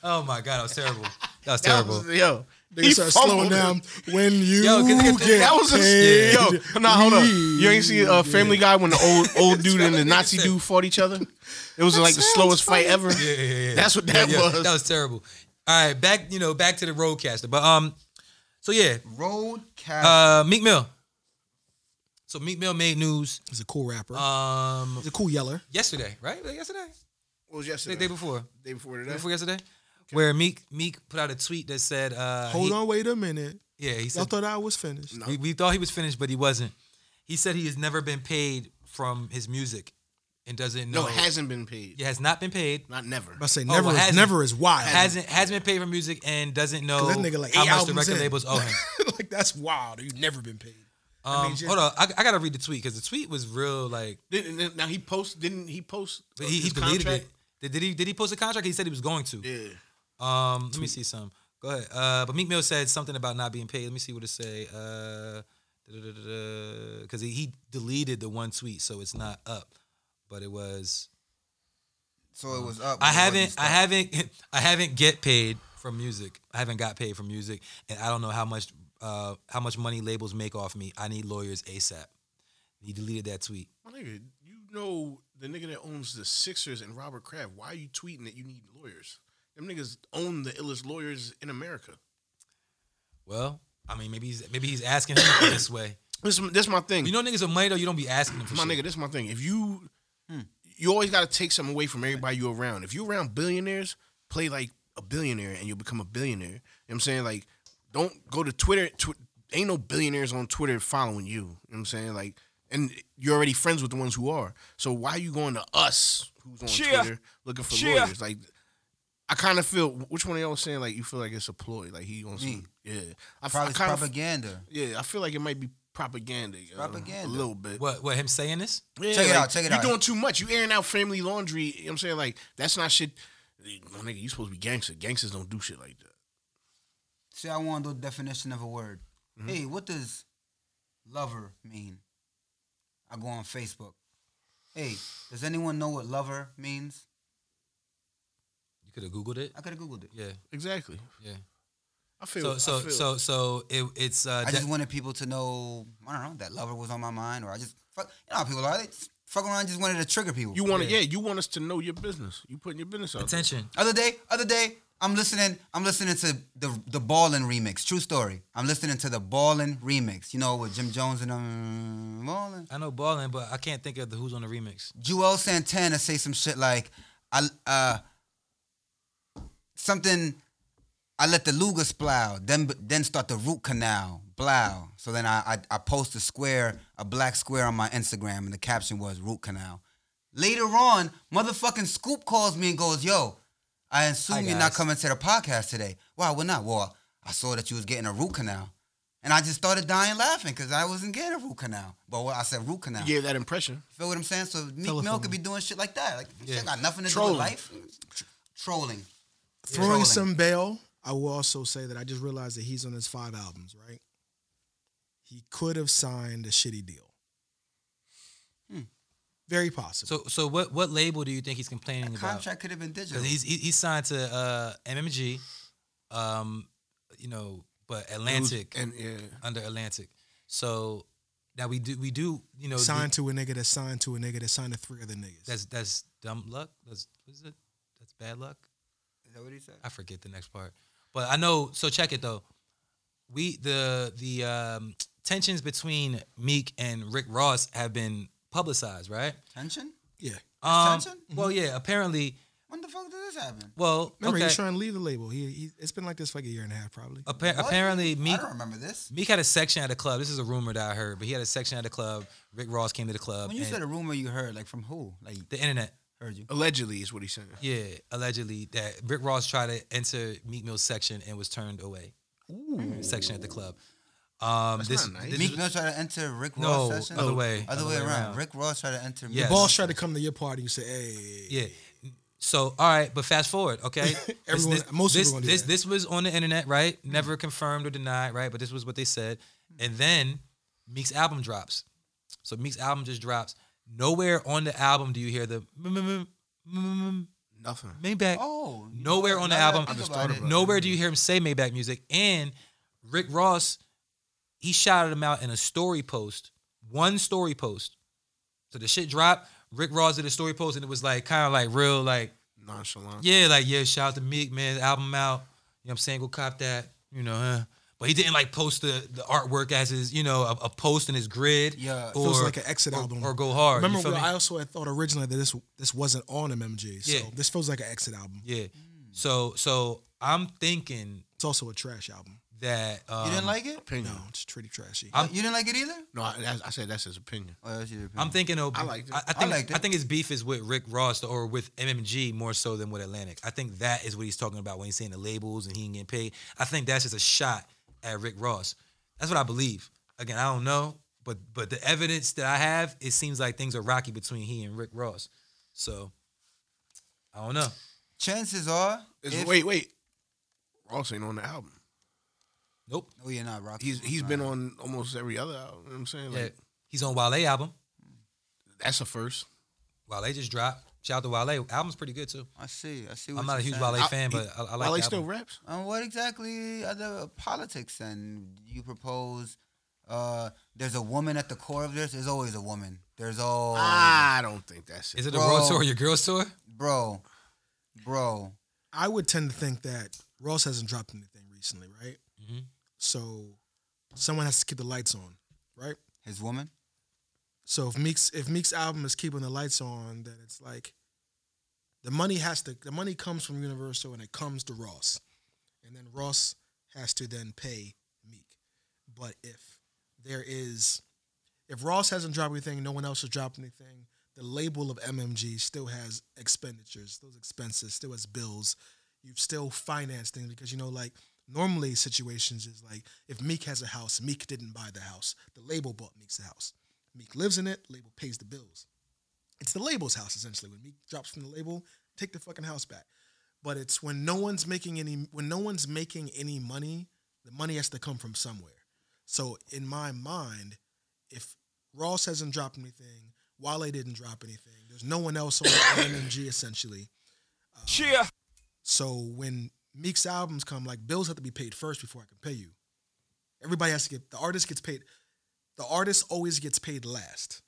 Oh my god, that was terrible. That was terrible. That was- yo, Nigga start slowing fumbled it. down when you Yo, 'cause nigga, get That was a paid. yo. Nah, hold up. You ain't see uh, Family Guy when the [LAUGHS] old old dude and the Nazi dude fought each other. It was like the slowest fight ever. Yeah, yeah, yeah, [LAUGHS] yeah. That's what that Yeah, yeah, was. That was terrible. All right, back you know back to the roadcaster. But um, so yeah, Road Cap. uh, Meek Mill. So Meek Mill made news He's a cool rapper. um He's a cool yeller. yesterday, right? Was it Yesterday, What was the yesterday? day before, day before day before yesterday, where Meek Meek put out a tweet that said, uh, Hold he- on, wait a minute. yeah, he Y'all said thought I was finished. we, we thought he was finished, but he wasn't. He said he has never been paid from his music and doesn't know. No, it hasn't been paid. He has not been paid. Not never. I say well, never, is, hasn't. never is wild. Hasn't hasn't been paid for music and doesn't know 'Cause that nigga like how eight much the albums record in. labels [LAUGHS] owe him. [LAUGHS] like that's wild. You've never been paid. Um, just- hold on, I, I gotta read the tweet because the tweet was real. Like Didn't- didn't- now he post didn't he post he, he Oh, his deleted contract? it. Did, did he did he post a contract? He said he was going to. Yeah. Um, let me see some. Go ahead. Uh, but Meek Mill said something about not being paid. Let me see what it say. Uh, because he, he deleted the one tweet, so it's not up. But it was. so it was up. but it I wasn't haven't. I stopped. haven't. [LAUGHS] I haven't get paid from music. I haven't got paid from music, and I don't know how much. Uh, how much money labels make off me? I need lawyers ASAP. He deleted that tweet. My nigga, you know the nigga that owns the Sixers and Robert Kraft. Why are you tweeting that you need lawyers? Them niggas own the illest lawyers in America. Well, I mean, maybe he's maybe he's asking him [COUGHS] this way. This this my thing. You know niggas with money though, you don't be asking them for my shit. nigga, this is my thing. If you Hmm. you always gotta take something away from everybody you're around. If you're around billionaires, play like a billionaire and you'll become a billionaire. You know what I'm saying? Like, don't go to Twitter. Tw- ain't no billionaires on Twitter following you. You know what I'm saying? Like, and you're already friends with the ones who are. So why are you going to us who's on Twitter looking for lawyers? Like I kind of feel which one of y'all was saying like you feel like it's a ploy, like he on some yeah. I, f- I Hmm. Probably it's kind of propaganda. yeah. I feel like it might be propaganda, yo, Propaganda. a little bit. What what him saying this? Yeah, Check it like, out, check it you're out. doing too much. You airing out family laundry. You know what I'm saying? Like, that's not shit. My nigga, you supposed to be gangster. Gangsters don't do shit like that. See, I want the definition of a word. Hey, what does lover mean? I go on Facebook. Hey, does anyone know what lover means? You could have googled it. I could have googled it. Yeah, Exactly. yeah. I So feel so I feel. so so it, it's uh I de- just wanted people to know. I don't know that lover was on my mind, or I just fuck. You know, how people are they just fuck around. Just wanted to trigger people. you want to yeah. yeah. you want us to know your business. You putting your business out. there. attention. Other day, other day, I'm listening. I'm listening to the the Ballin remix. True story. I'm listening to the Ballin remix. You know, with Jim Jones and um, Ballin. I know balling, but I can't think of the who's on the remix. Joel Santana say some shit like, I uh, something. I let the Lugas plow, then then start the root canal blow. So then I, I I post a square, a black square on my Instagram, and the caption was root canal. Later on, motherfucking Scoop calls me and goes, "Yo, I assume Hi, you're not guys. coming to the podcast today. Why? Well, not. Well, I saw that you was getting a root canal, and I just started dying laughing because I wasn't getting a root canal. But well, I said root canal. You gave that impression. Feel what I'm saying? So Meek Mill Telephone. could be doing shit like that. Like Yeah. shit got nothing to Trolling. do with life. Tr- trolling. Throwing Trolling. some bail. I will also say that I just realized that he's on his five albums, right? He could have signed a shitty deal. Very possible. Hmm. So so what what label do you think he's complaining That about? contract could have been digital. 'Cause he's he- he's signed to uh, MMG, um, you know, but Atlantic And yeah, under Atlantic. So now we do we do you know the- signed to a nigga that signed to a nigga that signed to three other niggas. that's that's dumb luck. That's what is it? That's bad luck. Is that what he said? I forget the next part, but I know. So check it though. We the the um, tensions between Meek and Rick Ross have been publicized, right? Tension? yeah. Um, tension? Mm-hmm. Well, yeah. Apparently, When the fuck did this happen? well, Remember, okay. he's trying to leave the label. He, he it's been like this for like a year and a half, probably. Appa- What? apparently, I Meek don't remember this. Meek had a section at a club. This is a rumor that I heard, but he had a section at a club. Rick Ross came to the club. When you and said a rumor you heard, like from who? Like the internet, heard you. allegedly is what he's saying. yeah, allegedly that Rick Ross tried to enter Meek Mill's section and was turned away. Section at the club. Um, this, not nice. this- Meek Mill tried to enter Rick No, Ross session. other way. Other way around. Rick Ross tried to enter. Meek Yes. Mill. Boss tried to come to your party. You say, "Hey, Yeah. So all right, but fast forward, okay? This- Everyone- this, most this, people gonna do this, that. this was on the internet, right? Never confirmed or denied, right? But this was what they said. And then Meek's album drops. So Meek's album just drops. Nowhere on the album do you hear the mm, mm, mm, mm, Nothing. Maybach. Oh. Nowhere on the now that I album. think just about thought it, about it. Nowhere do you hear him say Maybach music. And Rick Ross, he shouted him out in a story post, one story post. So the shit dropped. Rick Ross did a story post, and it was like kind of like real, like Nonchalant. yeah, like yeah, shout out to Meek, man, album out. You know what I'm saying? Go cop that, you know, huh? But he didn't like post the, the artwork as his, you know, a, a post in his grid. Yeah. or, feels like an exit or- album." Or go hard. you Remember, feel well, me? I also had thought originally that this this wasn't on MMG. So Yeah. this feels like an exit album. yeah. Mm. So so I'm thinking It's also a trash album. that um, You didn't like it? No, Opinion. it's pretty trashy. I'm- you didn't like it either? No, I, that's- I said that's his opinion. Oh, that's your I'm opinion. thinking of I liked it. I, I think I, liked it. think his beef is with Rick Ross or with MMG more so than with Atlantic. I think that is what he's talking about when he's saying the labels and he ain't getting paid. I think that's just a shot at Rick Ross. That's what I believe. Again, I don't know, but but the evidence that I have, it seems like things are rocky between he and Rick Ross. So I don't know. Chances are. It's- if- wait, wait. Ross ain't on the album. Nope. Oh, you're not rocking. He's he's been on almost every other album. You know what I'm saying? Like Yeah. He's on Wale album. that's a first. Wale just dropped. Shout out to Wale. Album's pretty good too. I see. I see. What I'm not a you're huge saying. Wale I- fan, he- but I, I like While the he still album. raps. And what exactly are the politics and you propose? Uh, there's a woman at the core of this. There's always a woman. There's all Ah. I don't think that's Is it. it a world Bro. tour or your girls tour? bro, bro. I would tend to think that Ross hasn't dropped anything recently, right? Mhm. So someone has to keep the lights on, right? his woman. So if Meek's if Meek's album is keeping the lights on, then it's like the money has to the money comes from Universal and it comes to Ross. And then Ross has to then pay Meek. But if there is if Ross hasn't dropped anything, no one else has dropped anything, the label of MMG still has expenditures, those expenses, still has bills. You've still financed things because you know, like normally situations is like if Meek has a house, Meek didn't buy the house. The label bought Meek's house. Meek lives in it, label pays the bills. It's the label's house essentially. When Meek drops from the label, take the fucking house back. But it's when no one's making any when no one's making any money, the money has to come from somewhere. So in my mind, if Ross hasn't dropped anything, Wale didn't drop anything, there's no one else on MMG essentially. Um, Cheer. So when Meek's albums come, like bills have to be paid first before I can pay you. Everybody has to get the artist gets paid. The artist always gets paid last.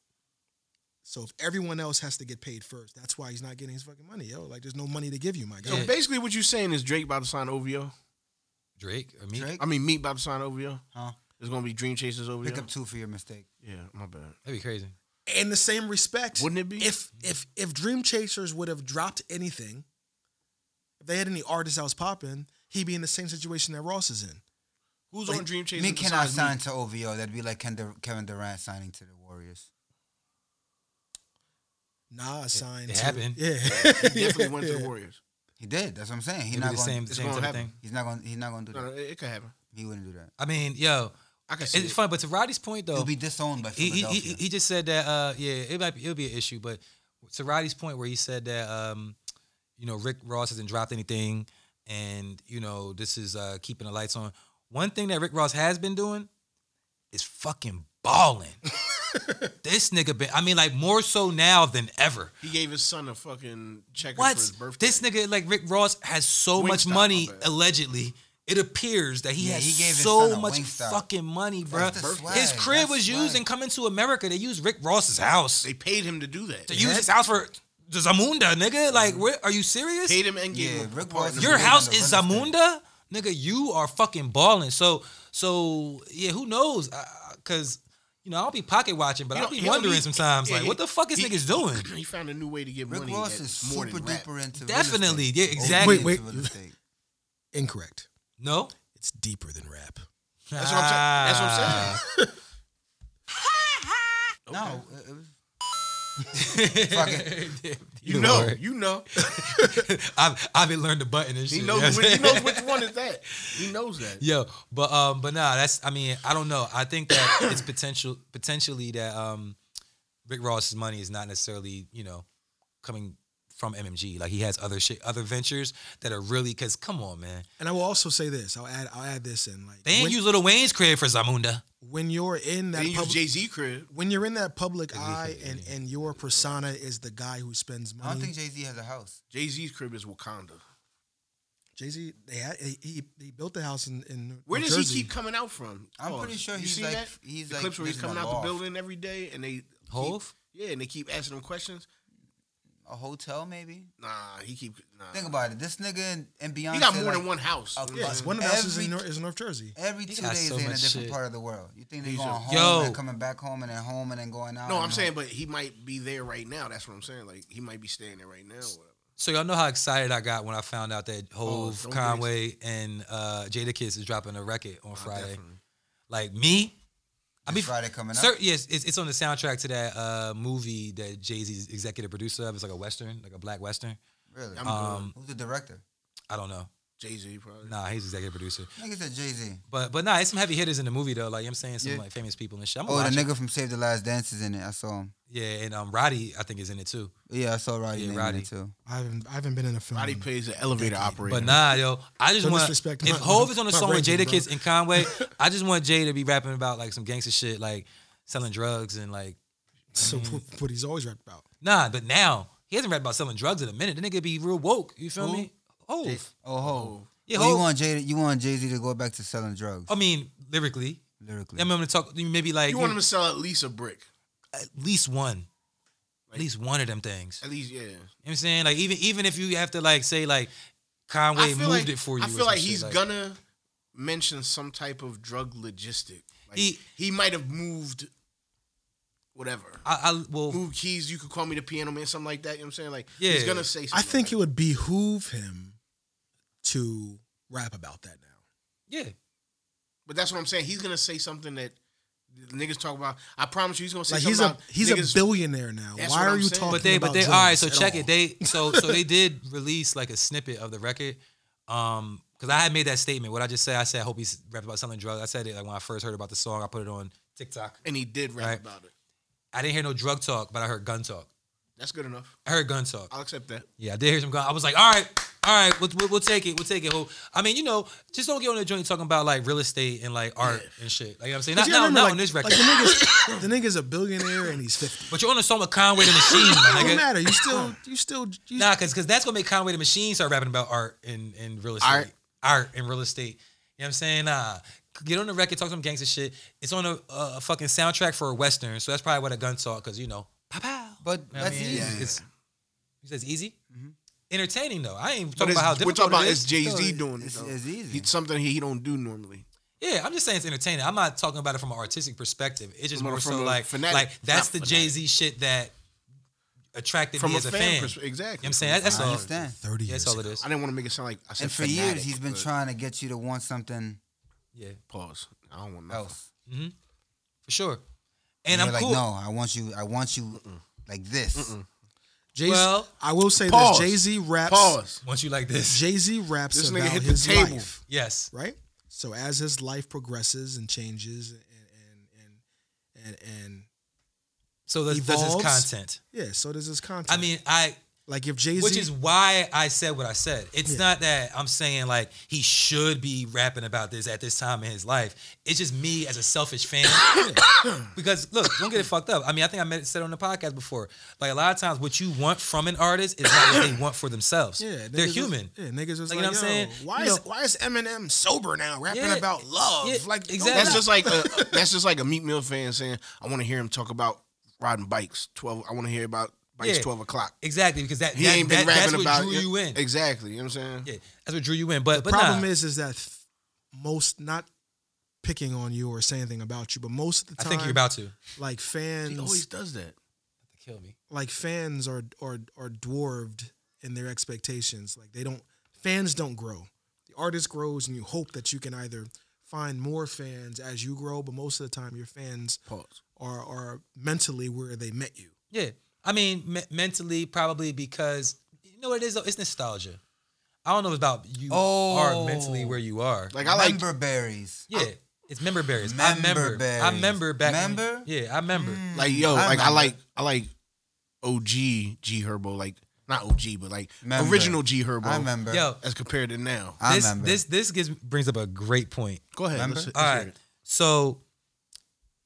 So if everyone else has to get paid first, that's why he's not getting his fucking money, yo. Like there's no money to give you, my So guy. Yeah. [LAUGHS] basically, what you're saying is Drake about to sign OVO. Drake or Meek? Drake, I mean, Meek about to sign OVO. Oh, huh? It's gonna be Dream Chasers OVO. Pick up two for your mistake. yeah, my bad. That'd be crazy. In the same respect, Wouldn't it be? if if if Dream Chasers would have dropped anything, if they had any artists that was popping, he'd be in the same situation that Ross is in. Who's But on Dream Chasers? Meek cannot besides Meek? [LAUGHS] sign to OVO. That'd be like Ken Dur- Kevin Durant signing to the Warriors. Nah, signed. it to- happened. Yeah, [LAUGHS] He definitely went to the Warriors. He did. That's what I'm saying. He's It'd be not the going. same, it's same gonna type of happen. thing. He's not going. He's not going to do No, no, that. it, it could happen. He wouldn't do that. I mean, yo, I can see it's it. fun. But to Roddy's point, though, He'll be disowned by he, he, Philadelphia. he he just said that uh yeah it might be, it'll be an issue but to Roddy's point where he said that um you know Rick Ross hasn't dropped anything and you know this is uh keeping the lights on one thing that Rick Ross has been doing is fucking balling this nigga been I mean like more so now than ever He gave his son a fucking check for what his birthday. this nigga like Rick Ross has so much Wingstop, my money bad. allegedly it appears that he Yeah, has he gave his son so a much Wingstop. fucking money bro That's the swag. his crib That's was used swag. in coming to America they used Rick Ross's house They paid him to do that. to use his house for the Zamunda, nigga. Like, where are you serious? paid him and gave Yeah, him a Rick part Ross- in the Your movie. Zamunda house under is real estate. Zamunda, nigga. You are fucking balling. So, so yeah, who knows? I- I- Cause you know I'll be pocket watching, but You I'll know, be you know, wondering he- sometimes, yeah, like, he- what the fuck is he- niggas doing? [CLEARS THROAT] He found a new way to get Rick money. Ross that is more super than rap. duper into Definitely, Real yeah, estate. exactly. Overly into Wait, wait. real estate. incorrect. No, It's deeper than rap. That's what I'm saying. That's what I'm saying. No, it- it was- fuck it. You know, you know. [LAUGHS] I've I've been learned the button and shit. [LAUGHS] He you know what I'm knows. Which, he saying? knows which one is that. He knows that. [LAUGHS] Yo, but um, but nah, that's I mean, I don't know. I think that it's potential potentially that um, Rick Ross's money is not necessarily you know coming from MMG. Like he has other shit, other ventures that are really because come on, man, And I will also say this. I'll add. I'll add this in. Like they ain't when, use Little Wayne's crib for Zamunda. when you're in that They use public, Jay Z crib. when you're in that public least eye, they- and and your persona is the guy who spends I don't think money. Jay Z has a house. Jay Z's crib is Wakanda. Jay Z, they had, he, he he built the house in in Where New does Jersey. he keep coming out from? I'm Pause. pretty sure You he's seen like- that? he's the like clips where he's living coming in a out the loft. building every day, and they Hove? Keep, yeah, and they keep asking him questions. A hotel, maybe. Nah, he keep. Nah. Think about it. This nigga and, and Beyonce. He got more like, than one house. a Yeah. Yes, one of the houses is in, Every- Nor- is North Jersey. Every two got days so they in a much different shit. part of the world. You think they're He's going a- home Yo. and coming back home and then home and then going out? No, and I'm home. saying, but he might be there right now. That's what I'm saying. Like he might be staying there right now. or whatever. So y'all know how excited I got when I found out that Oh, Hove, don't get Oh, Conway, and uh, Jada Kiss is dropping a record on Friday. Like me, I This mean, Friday coming Sir, up. yes, it's, it's on the soundtrack to that uh, movie that Jay Z's executive producer of. It's like a western, like a black western. Really? I'm Um, Who's the director? I don't know. Jay Z probably. Nah, he's executive producer. Nigga said Jay Z. But but nah, it's some heavy hitters in the movie though. Like you know what I'm saying, some Yeah. like famous people and shit. I'm Oh, watch the it. nigga from Save the Last Dance is in it. I saw him. Yeah, and um, Roddy I think is in it too. Yeah, I saw Roddy Yeah, name in Roddy. it too. I haven't I haven't been in a film. Roddy plays an elevator operator. But nah, yo, I just Don't want disrespect if my- Hove is on a my song with ranking, Jada bro. Kiss and Conway, [LAUGHS] I just want Jay to be rapping about like some gangster shit, like selling drugs and like so what- what he's always rapped about. nah. But now he hasn't rapped about selling drugs in a minute. The nigga be real woke. You feel me? Hove. Oh, ho. Yeah, Oh, Well, you Hov- want Jay? You want Jay Z to go back to selling drugs I mean, lyrically, lyrically? I mean, I'm gonna talk maybe like you want him to sell at least a brick. at least one. At least one of them things. You know At least, yeah. what I'm saying? Like even even if you have to like say like Conway moved like, it for you. I or feel some like shit, he's gonna mention some type of drug logistic. Like, He- he might have moved whatever. I, I well, Move keys, you could call me the piano man, something like that. You know what I'm saying? Like he's Yeah. gonna say something. I think it would behoove him to rap about that now. yeah, But that's what I'm saying. He's gonna say something that the niggas talk about. I promise you, he's gonna say Like something he's a about he's niggas- a billionaire now. That's Why what are I'm you saying. talking? But but they about but they all drugs right. So at check all? it. They so so [LAUGHS] they did release like a snippet of the record. Um, because I had made that statement. What I just said, I said I hope he's rapping about selling drugs. I said it like when I first heard about the song. I put it on TikTok. and he did rap Right. about it. I didn't hear no drug talk, but I heard gun talk. That's good enough. I heard gun talk. I'll accept that. Yeah, I did hear some gun. I was like, all right, all right, we'll, we'll, we'll take it, we'll take it. Ho. I mean, you know, just don't get on the joint talking about like real estate and like art and shit. Like you know what I'm saying, But not, you not, remember, not like- on this record. Like the [LAUGHS] niggas, the nigga's a billionaire and he's fifty. but you're on a song with Conway the Machine, my It don't nigga. matter. You still you still you, Nah, cause, cause that's gonna make Conway the Machine start rapping about art and, and real estate. Art. Art and real estate. You know what I'm saying? Nah. Get on the record, talk some gangster shit. It's on a, a fucking soundtrack for a Western, so that's probably what a gun talk, cause you know, pow pow. But You know what that's I mean? easy. It's, it's, you said it's easy? Mm-hmm. Entertaining though. I ain't But talking about how it's, we're talking difficult about it is. it's Jay Z No, doing it. it's- though. it's easy. It's something he, he don't do normally. Yeah, I'm just saying it's entertaining. I'm not talking about it from an artistic perspective. It's just From a- more from so a like fanatic- like that's not the fanatic. Jay Z shit that attracted From me a as a fan, fan. persp- You know exactly. what I'm saying That- that's I all. understand. thirty Yeah, years. that's all it ago. is. I didn't want to make it sound like I said And for fanatic, years, he's been but- trying to get you to want something Yeah, Pause. I don't want nothing. else. for sure. And I'm you're cool. like, no, I want you. I want you like this. Jay-Z, Well- I will say Pause. this: Jay Z raps. Pause. Once you like [LAUGHS] this, Jay Z raps This nigga about hit the his table. life, yes. right? So as his life progresses and changes, and and and and, and So that's, that's his Evolves. content. yeah, so does his content. I mean, I like if Jay Z, which is why I said what I said. It's not that I'm saying like he should be rapping about this at this time in his life. It's just me as a [COUGHS] selfish fan. [COUGHS] because look, don't get it fucked up. I mean, I think I met, said on the podcast before. Like a lot of times, what you want from an artist is not what they want for [COUGHS] themselves. yeah, they're niggas was- human. yeah, niggas was like, Like, you know what I'm Yo, saying? why You is know- why is Eminem sober now, rapping Yeah. about love? Yeah, Oh, like no, exactly. That's just like a, that's just like a Meat Mill fan saying, "I want to hear him talk about riding bikes. Twelve. I want to hear about bikes. Yeah. Twelve o'clock. Exactly, because that, He that- ain't been that- that's rapping what about drew it. you in. Exactly. You know what I'm saying? Yeah, that's what drew you in. But but problem nah. is is that th- most not picking on you or saying anything about you, but most of the I time, think you're about to like He fans, always does that. kill me. like fans are are are dwarfed in their expectations. Like they don't fans don't grow. The artist grows, and you hope that you can either find more fans as you grow, but most of the time your fans Pause. are are mentally where they met you. Yeah, I mean, me- mentally probably because you know what it is though. It's nostalgia. I don't know about you are Oh. mentally where you are. Like I like. Member berries. yeah, it's member berries. I Member remember. I berries. remember back. when- Member? Mm. yeah, I remember. Like yo, I like I remember. like I like OG G Herbo, like not OG, but like Member. original G Herbo. I remember. Yo, as compared to now. I this remember. this this gives brings up a great point. Go ahead. Remember? Let's, let's All hear right. it. So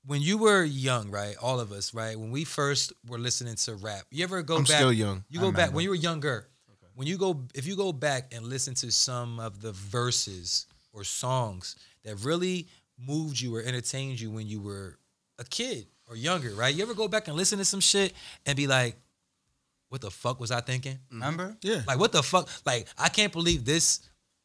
when you were young, right? All of us, right? When we first were listening to rap, you ever go I'm back? still young. You go back when you were younger. When you go, if you go back and listen to some of the verses or songs that really moved you or entertained you when you were a kid or younger, right? You ever go back and listen to some shit and be like, "What the fuck was I thinking?" Remember? Yeah, Like, what the fuck? Like, I can't believe this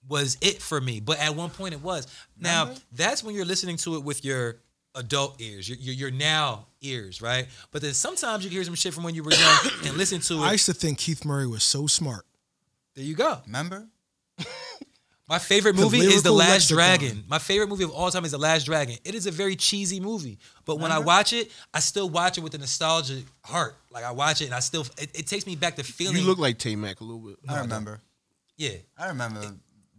was it for me. But at one point, it was. Now, Mm-hmm. that's when you're listening to it with your adult ears, your, your, your now ears, right? But then sometimes you can hear some shit from when you [COUGHS] were young and listen to I it. used to think Keith Murray was so smart. There you go. Remember? My favorite movie is The lyrical Last lexicon. Dragon. My favorite movie of all time is The Last Dragon. It is a very cheesy movie, but when I Uh-huh. watch it, I still watch it with a nostalgic heart. Like I watch it and I still, it, it takes me back to feeling. You look like Tay Mac a little bit. I remember. yeah, I remember.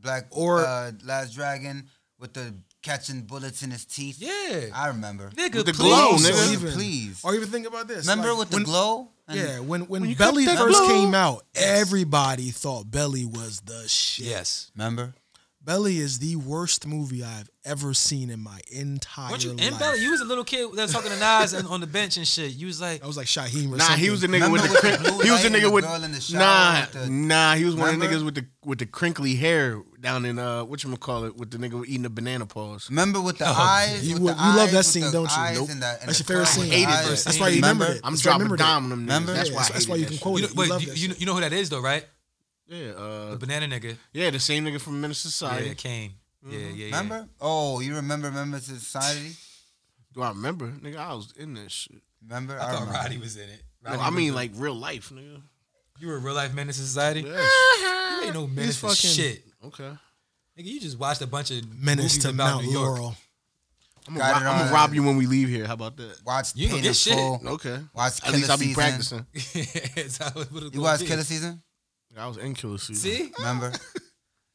Black Or- uh, Last Dragon with the catching bullets in his teeth. yeah. I remember. Oh, nigga, With the please. glow, So nigga. even- Please. Or even think about this. Remember like, with the when- glow? And Yeah, when when, you cut Belly that first glow? came out, everybody thought Belly was the shit. Yes. Remember? Belly is the worst movie I've ever seen in my entire Weren't you life. in Belly? You was a little kid that was talking to Nas and on the bench and shit. You was like, I was like Shaheem or Nah, something. he was the nigga Remember with the, with the crink- blue he was light the and nigga the with girl in the shower nah with the- nah he was one of the Remember? niggas with the with the crinkly hair down in uh what you call it with the nigga eating the banana paws. Remember with the eyes? You, with would- the you love eyes, that with scene, the don't you? eyes Nope. and the- and That's the your favorite club scene. with the Hated eyes. that That's scene. why you remember, Remember? it. I'm That's why you dropping remembered dime on them niggas. Remember? That's it. why That's, I that's why you hated can that quote you know, it. You wait, love you, that you, know, you know who that is though, right? shit. Yeah, uh, The banana nigga. yeah, the same nigga from Menace Society. Yeah, Kane. Yeah, yeah, yeah. Remember? Oh, you remember Remember Society? Do I remember? Nigga, I was in that shit. Remember? I I thought remember. Roddy was in it. No, Roddy I was mean the- like real life, [LAUGHS] nigga. you were a real life menace to society. Yes. You ain't no menace to fucking- shit. Okay. Nigga, you just watched a bunch of Menace movies to about Mount New York. Laurel. I'm Got gonna, rob, it I'm on. gonna rob you when we leave here. How about that? Watch You ain't Pain gonna in get shit. Full. Okay. Watch At Killer least I'll be practicing. Season. [LAUGHS] That's how it would've You gonna watch be. Killer Season? I was in Killer Season. See, Remember?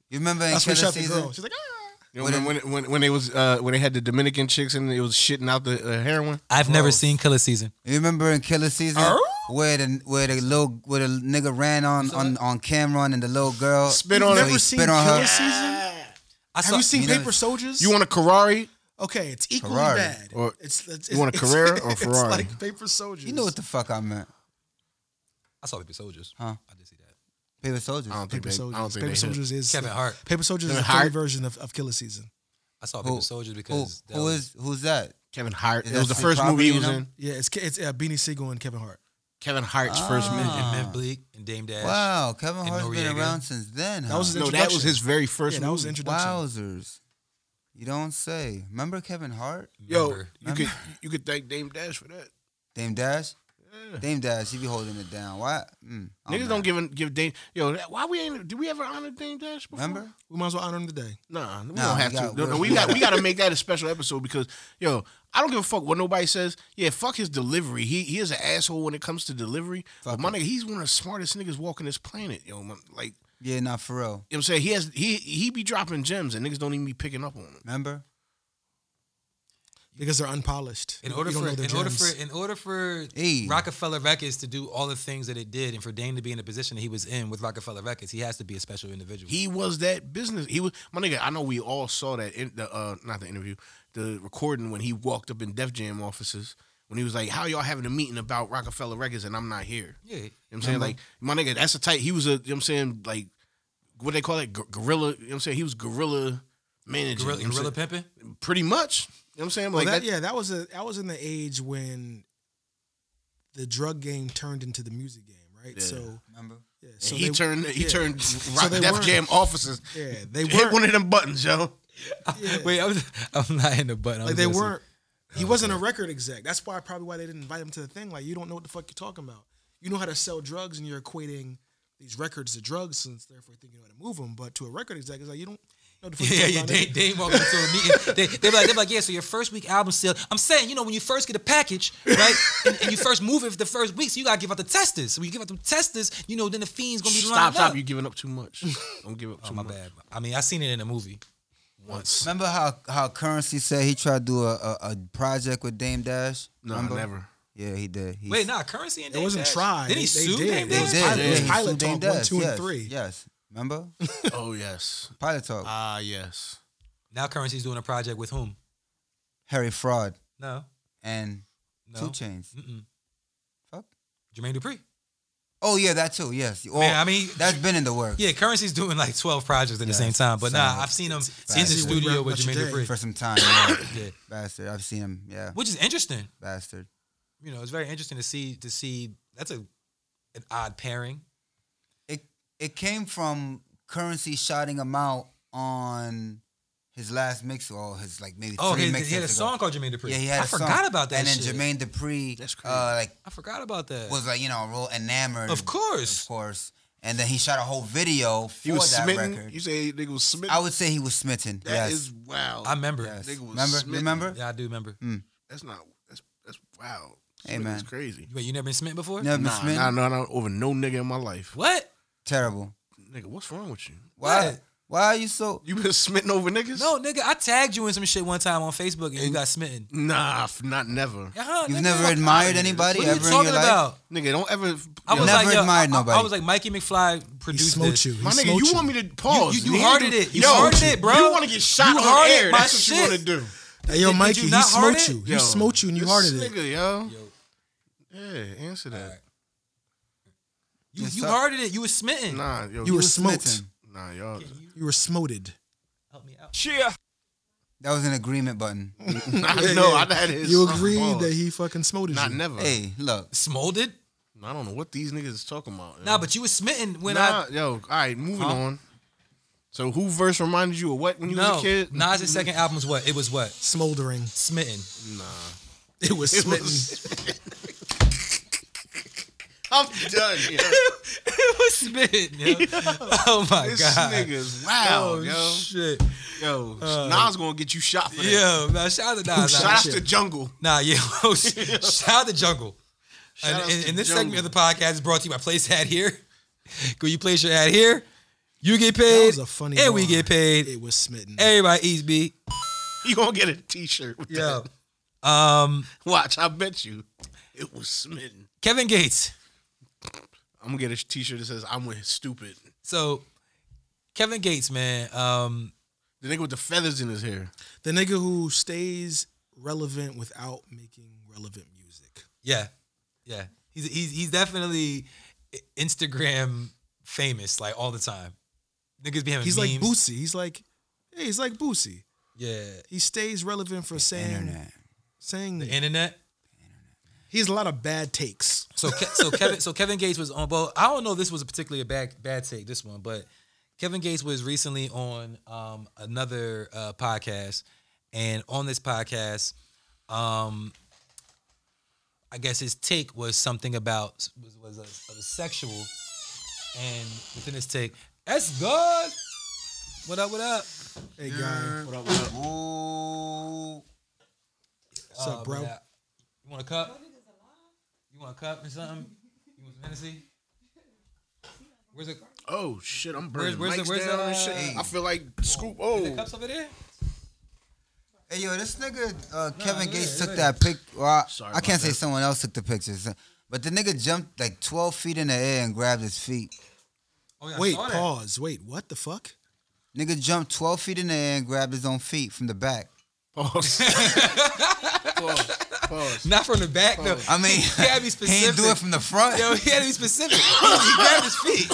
You remember in That's when she Killer shot the Season? girl. She's like, ah. You know, when, when, when, when they was uh, when they had the Dominican chicks and it was shitting out the uh, heroin. I've never seen Killer Season. You remember in Killer Season Oh. where the where the little where the nigga ran on on on Cameron and the little girl Spit so on he her. Never seen spit on her. Killer Season? I Have you seen you know, Paper Soldiers? You want a Ferrari? okay, it's equally Ferrari. bad. Or- it's, it's, you want a it's- Carrera or Ferrari? It's like Paper Soldiers. You know what the fuck I meant? I saw Paper Soldiers. Huh? I did see that. Paper Soldiers. I don't think Paper they, Soldiers. I don't think Paper they hit. Soldiers is Kevin Hart. Paper Soldiers is Kevin a Philly Hart? version of, of Killer Season. I saw Who- Paper Soldiers Who, because that who was- is who's that? Kevin Hart. Is It was the that Street first movie Property he was now? in. Yeah, it's Ke- it's uh, Beanie Siegel and Kevin Hart. Kevin Hart's first and, movie. and Matt Bleak and Dame Dash. Wow, Kevin And Hart's been Noriega. around since then. Huh? That was his No, that introduction. was his very first Yeah, that was the movie. introduction. Wowzers. You don't say. Remember Kevin Hart? Yo, Remember. you could you could thank Dame Dash for that. Dame Dash? Yeah. Dame Dash, he be holding it down. Why? Mm, I Niggas know. don't give give Dame. Yo, that- why we ain't? Did we ever honor Dame Dash before? Remember? We might as well honor him today. Nah, we Nah, don't we have got- to. No, no, we we're- got we got to make that a special episode because yo, I don't give a fuck what nobody says. Yeah, fuck his delivery. He he is an asshole when it comes to delivery. but my nigga, he's one of the smartest niggas walking this planet. Yo, my, like Yeah, not for real. you know what I'm saying, he has he he be dropping gems and niggas don't even be picking up on him. Remember? Because they're unpolished. In You order don't for know their in order gems. for in order for Hey. Rockefeller Records to do all the things that it did, and for Dame to be in the position that he was in with Rockefeller Records, he has to be a special individual. He was that business. He was my nigga. I know we all saw that in the uh not the interview, the recording when he walked up in Def Jam offices when he was like, "How y'all having a meeting about Rockefeller Records and I'm not here?" yeah, You know what I'm saying? Like, my nigga, that's a type. He was a, you know what I'm saying? Like, what they call that? Gu- Gorilla, you know what I'm saying? He was gorilla manager. gorilla, you know what I'm gorilla pimping. saying? Pretty much. You know what I'm saying? Well, Like, that, that, yeah, that was a that was in the age when the drug game turned into the music game, right? Yeah. So Remember? yeah, so he they, turned, he yeah. turned So Rock they Def weren't- Jam offices. Yeah, they [LAUGHS] Hit weren't one of them buttons, yo. yeah. Wait, I was I'm not in the button. I like was they listening. weren't. Oh, He wasn't a record exec. That's why probably why they didn't invite him to the thing. Like you don't know what the fuck you're talking about. You know how to sell drugs, and you're equating these records to drugs, since therefore you think you know how to move them. But to a record exec, it's like you don't know what the [LAUGHS] fuck. [LAUGHS] Yeah, you're yeah, talking they, about. they walk into a meeting. They, they're like, they're like, yeah. So your first week album sale. I'm saying, you know, when you first get a package, right, and, and you first move it for the first week, so you gotta give out the testers. So when you give out the testers, you know, then the fiends gonna be Stop, lined stop. up. you giving up too much. Don't give up too oh my much. bad. I mean, I seen it in a movie once. Remember how how Currency said he tried to do a, a, a project with Dame Dash? No, Remember? never. Yeah, he did. He Wait, nah, currency and It wasn't Dash. tried. Did he They- they sue did. Dame They He Dash? did. Pilot- yeah, he Pilot sued Dame Talk one, Dash, two, and yes, three. Yes. [LAUGHS] Remember? Oh, yes. Pilot Talk. Uh, Ah, yes. Now currency's doing a project with whom? Harry Fraud No, and no. Two Chains. Mm-mm. Fuck. Jermaine Dupri. Oh yeah, that too. Yes. Oh, Man, I mean- that's been in the works [LAUGHS] Yeah, currency's doing like 12 projects at the Yeah, same time. But nah, so- I've seen him in the Bastard. studio with What you Jermaine did. Dupri, for some time. [LAUGHS] Yeah. [COUGHS] Yeah. Bastard. I've seen him. Yeah. which is interesting. Bastard. you know, it's very interesting to see to see that's a an odd pairing. It it came from currency shouting him out on his last mix or his like maybe Oh, three he, mixes he had a ago. song called Jermaine Dupri. Yeah, he had. I a song. forgot about that. And then shit. Jermaine Dupri, That's crazy. uh, like I forgot about that. was like you know real enamored. of course, of course. And then he shot a whole video for He was that smitten. record. You say nigga was smitten. I would say he was smitten. That yes. is wow. I remember. yes. nigga was Remember? smitten. Remember? Yeah, I do remember. That's not, that's, that's wow. Hey, Smitten is man. crazy. Wait, you never been smitten before? Never been Nah, smitten. nah, nah, nah, over no nigga in my life. What? Terrible. Nigga, what's wrong with you? Why? Yeah. Why are you so? You been [LAUGHS] smitten over niggas? No, nigga, I tagged you in some shit one time on Facebook and you got smitten. Nah, f- not never. Uh-huh, You've nigga. never What admired anybody are you ever in talking your life. about? Nigga, don't ever. I yo, was Never like, yo, admired I- I- I, nobody. was like, Mikey McFly He produced smoked this. you. He my nigga, smoked you want me to pause? You- you nigga? hearted it. You Yo, hearted it, bro. You want to get shot You on hearted air? my That's what you shit. want to do? Hey, yo, Did you Mikey, he not heart smoked it? Yo, you. He smoked you, and you this hearted it. nigga, yo. Yo. Yeah, answer that. You, Yes, you sir. hearted it. You were smitten. Nah, yo, You were was smoked. smitten. nah, y'all. You were smoted. Help me out. That was an agreement button. [LAUGHS] I know. I had his. You son agreed balls. that he fucking smoted Not you. never. hey, look. Smolded? I don't know what these niggas is talking about. yo. Nah, but you were smitten when I nah, yo, all right, moving on. So, who verse reminded you of what when you was no. a kid? Nas' second album was what? It was what? [LAUGHS] Smoldering. Smitten. It [LAUGHS] was It smitten. was- I'm done. Yo. it was spitting, yo. [LAUGHS] Oh my This god. nigga's wild, oh, uh, yo. shit. Yo, Nas gonna get you shot for that. Yo, man, shout out to Nas. Shout out shit. to Jungle. Nah, [LAUGHS] yeah. [LAUGHS] Shout out to Jungle. Shout and, outs and- to and this Jungle. segment of the podcast is brought to you by Place Ad Here. [LAUGHS] Go you place your ad here. You get That paid. was a funny. and we line. get paid. It was smitten. Everybody [LAUGHS] eats B. You gonna get a T-shirt? With Yo. that. Um, Watch, I bet you, it was smitten. Kevin Gates. I'm gonna get a T-shirt that says "I'm with stupid." So Kevin Gates, man. Um, The nigga with the feathers in his hair. The nigga who stays relevant without making relevant music. yeah. Yeah. He's he's he's definitely Instagram famous, like all the time. Niggas be having He's memes. like Boosie. He's like, yeah, he's like Boosie. Yeah. He stays relevant for saying Internet. saying. The internet. he has a lot of bad takes. So Ke- so Kevin so Kevin Gates was on. Well, I don't know. if This was a particularly a bad bad take. This one, but Kevin Gates was recently on um, another uh, podcast, and on this podcast, um, I guess his take was something about was was a, of a sexual, and within his take, that's good. What up? What up? Hey guy, What up? What up? Ooh. what's up, bro? man, I- Uh, You want a cup? You want a cup or something? You want some Hennessy? Where's it? Oh shit, I'm burning Where's- where's the- mics where's down the, and shit. uh, I feel like scoop. The Oh, cups over there? Hey yo, this nigga uh, Kevin look Gates at it, took look at that pic. Well, I, Sorry I can't about say that. someone else took the pictures, uh, but the nigga jumped like twelve feet in the air and grabbed his feet. Oh, yeah, I Wait, saw that. pause. Wait, what the fuck? Nigga jumped twelve feet in the air and grabbed his own feet from the back. pause. pause. Pause. Not from the back though. I mean, he had to [LAUGHS] be he specific. ain't do it from the front. Yo, he had to be specific. he grabbed his feet.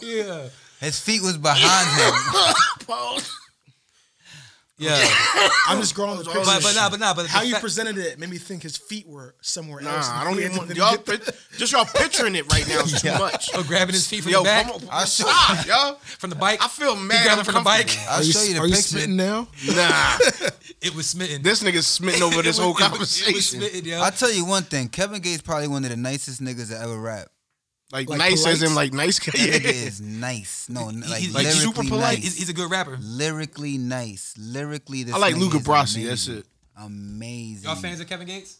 yeah, His feet was behind him. [LAUGHS] Pause. yeah. I'm just growing the picture. But but nah, but nah, but How the you fact- presented it made me think his feet were somewhere Nah, else. I don't He even want didn't y'all. get the- pic- just y'all picturing it right now is too Yeah. much. oh, grabbing his feet from Yo, the back, come on, I'll show, stop, yo. from the bike. I feel He mad. grabbed him from the bike. I'll Are you, show you the are you picture. spitting now? Nah, [LAUGHS] It was smitten. this nigga's smitten over this [LAUGHS] It whole was- it was- conversation. It was, smitten, yo. I'll tell you one thing. Kevin Gates probably one of the nicest niggas to ever rap. like, Like nice as polite. in like nice [LAUGHS] guy. That nigga is nice. No, n- like, He- he's like lyrically super polite. Nice. He's, he's a good rapper. lyrically nice. Lyrically, this I like nigga Luca is Brasi, that's amazing. it. Amazing. Y'all fans of Kevin Gates?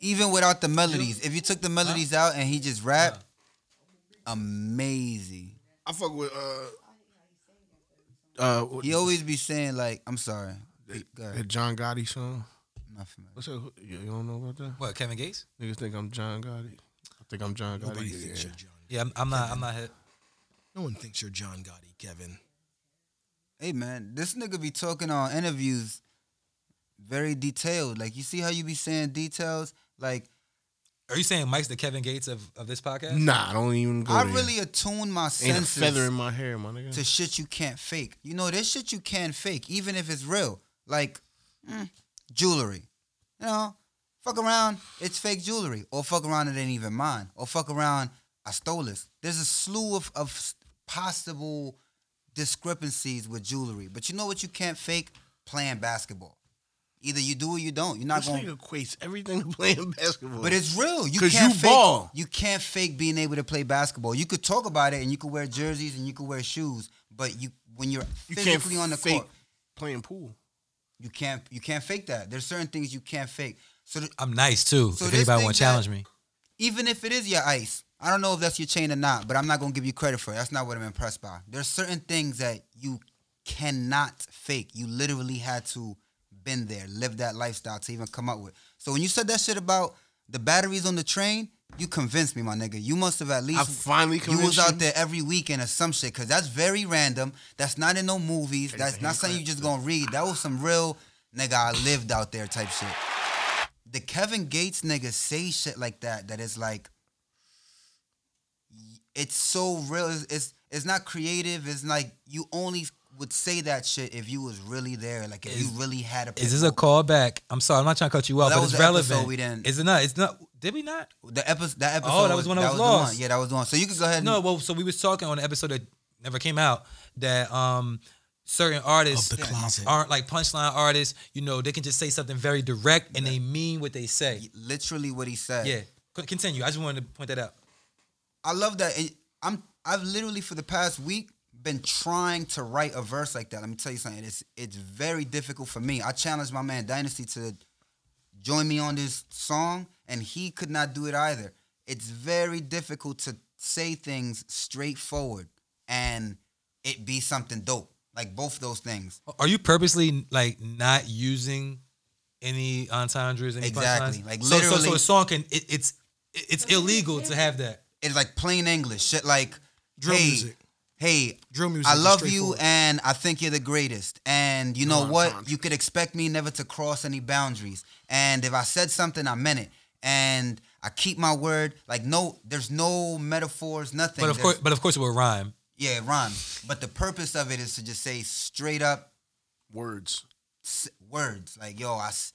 Even without the melodies, if you took the melodies out and he just rapped, amazing. I fuck with uh uh what- He always be saying like, "I'm sorry." Go ahead. that John Gotti song. I'm not familiar. What's that? Who- You you don't know about that? What Kevin Gates? Niggas think I'm John Gotti. I think I'm John Nobody Gotti. thinks Yeah. you're John. Yeah, I'm, I'm not. I'm not hit. No one thinks you're John Gotti, Kevin. Hey man, this nigga be talking on interviews, very detailed. Like you see how you be saying details. Like Are you saying Mike's the Kevin Gates of, of this podcast? Nah, I don't even go. I there. really attune my ain't a feather in senses my hair, my nigga. to shit you can't fake. You know, there's shit you can fake, even if it's real. Like mm, jewelry. You know, fuck around, it's fake jewelry. Or fuck around, it ain't even mine. Or fuck around, I stole this. There's a slew of, of s- possible discrepancies with jewelry. But you know what you can't fake? Playing basketball. Either you do or you don't. You're not This going to nigga equates everything to playing basketball. But it's real. You 'Cause can't you fake, ball. You can't fake being able to play basketball. You could talk about it, and you could wear jerseys and you could wear shoes, but you when you're you can't physically on the fake court, playing pool. you can't you can't fake that. There's certain things you can't fake. So th- I'm nice too. So if this anybody thing want to challenge that- me, even if it is your ice, I don't know if that's your chain or not, but I'm not gonna give you credit for it. That's not what I'm impressed by. There's certain things that you cannot fake. You literally had to been there, live that lifestyle to even come up with. So when you said that shit about the batteries on the train, you convinced me, my nigga. You must have at least I finally you was convinced out there every weekend or some shit, cause that's very random. That's not in no movies. That's not something you just gonna read. That was some real nigga I lived out there type shit. The Kevin Gates nigga say shit like that that is like it's so real. It's it's, it's not creative. It's like you only would say that shit if you was really there. Like if Is- you really had a is this a pit bull. callback? I'm sorry, I'm not trying to cut you Well, off, that but was it's the episode relevant. we didn't- Is it not? It's not. Did we not? The episode that episode. Oh, that was when I was the one. lost. Yeah, that was the one. So you can go ahead. And, No, well, so we was talking on the episode that never came out that um certain Of artists the closet. aren't like punchline artists. You know, they can just say something very direct and they mean what they say. Literally what he said. Yeah. Co- Continue. I just wanted to point that out. I love that. And I'm I've literally for the past week been trying to write a verse like that. Let me tell you something. It's it's very difficult for me. I challenged my man Dynasty to join me on this song, and he could not do it either. It's very difficult to say things straightforward and it be something dope. Like both those things. Are you purposely like not using any entendres? Any Exactly. punchlines? Like, So- so, so, literally- a song can it, it's it- it's illegal to have that. It's like plain English. Shit like Drill hey, music. hey, Drill music I is love you straightforward. and I think you're the greatest. And you know No what? entendre. You could expect me never to cross any boundaries. And if I said something, I meant it. And I keep my word. Like no, there's no metaphors, nothing. But of There's- course, but of course, it will rhyme. yeah, it rhymes. But the purpose of it is to just say straight up Words. s- words. Like yo, I s-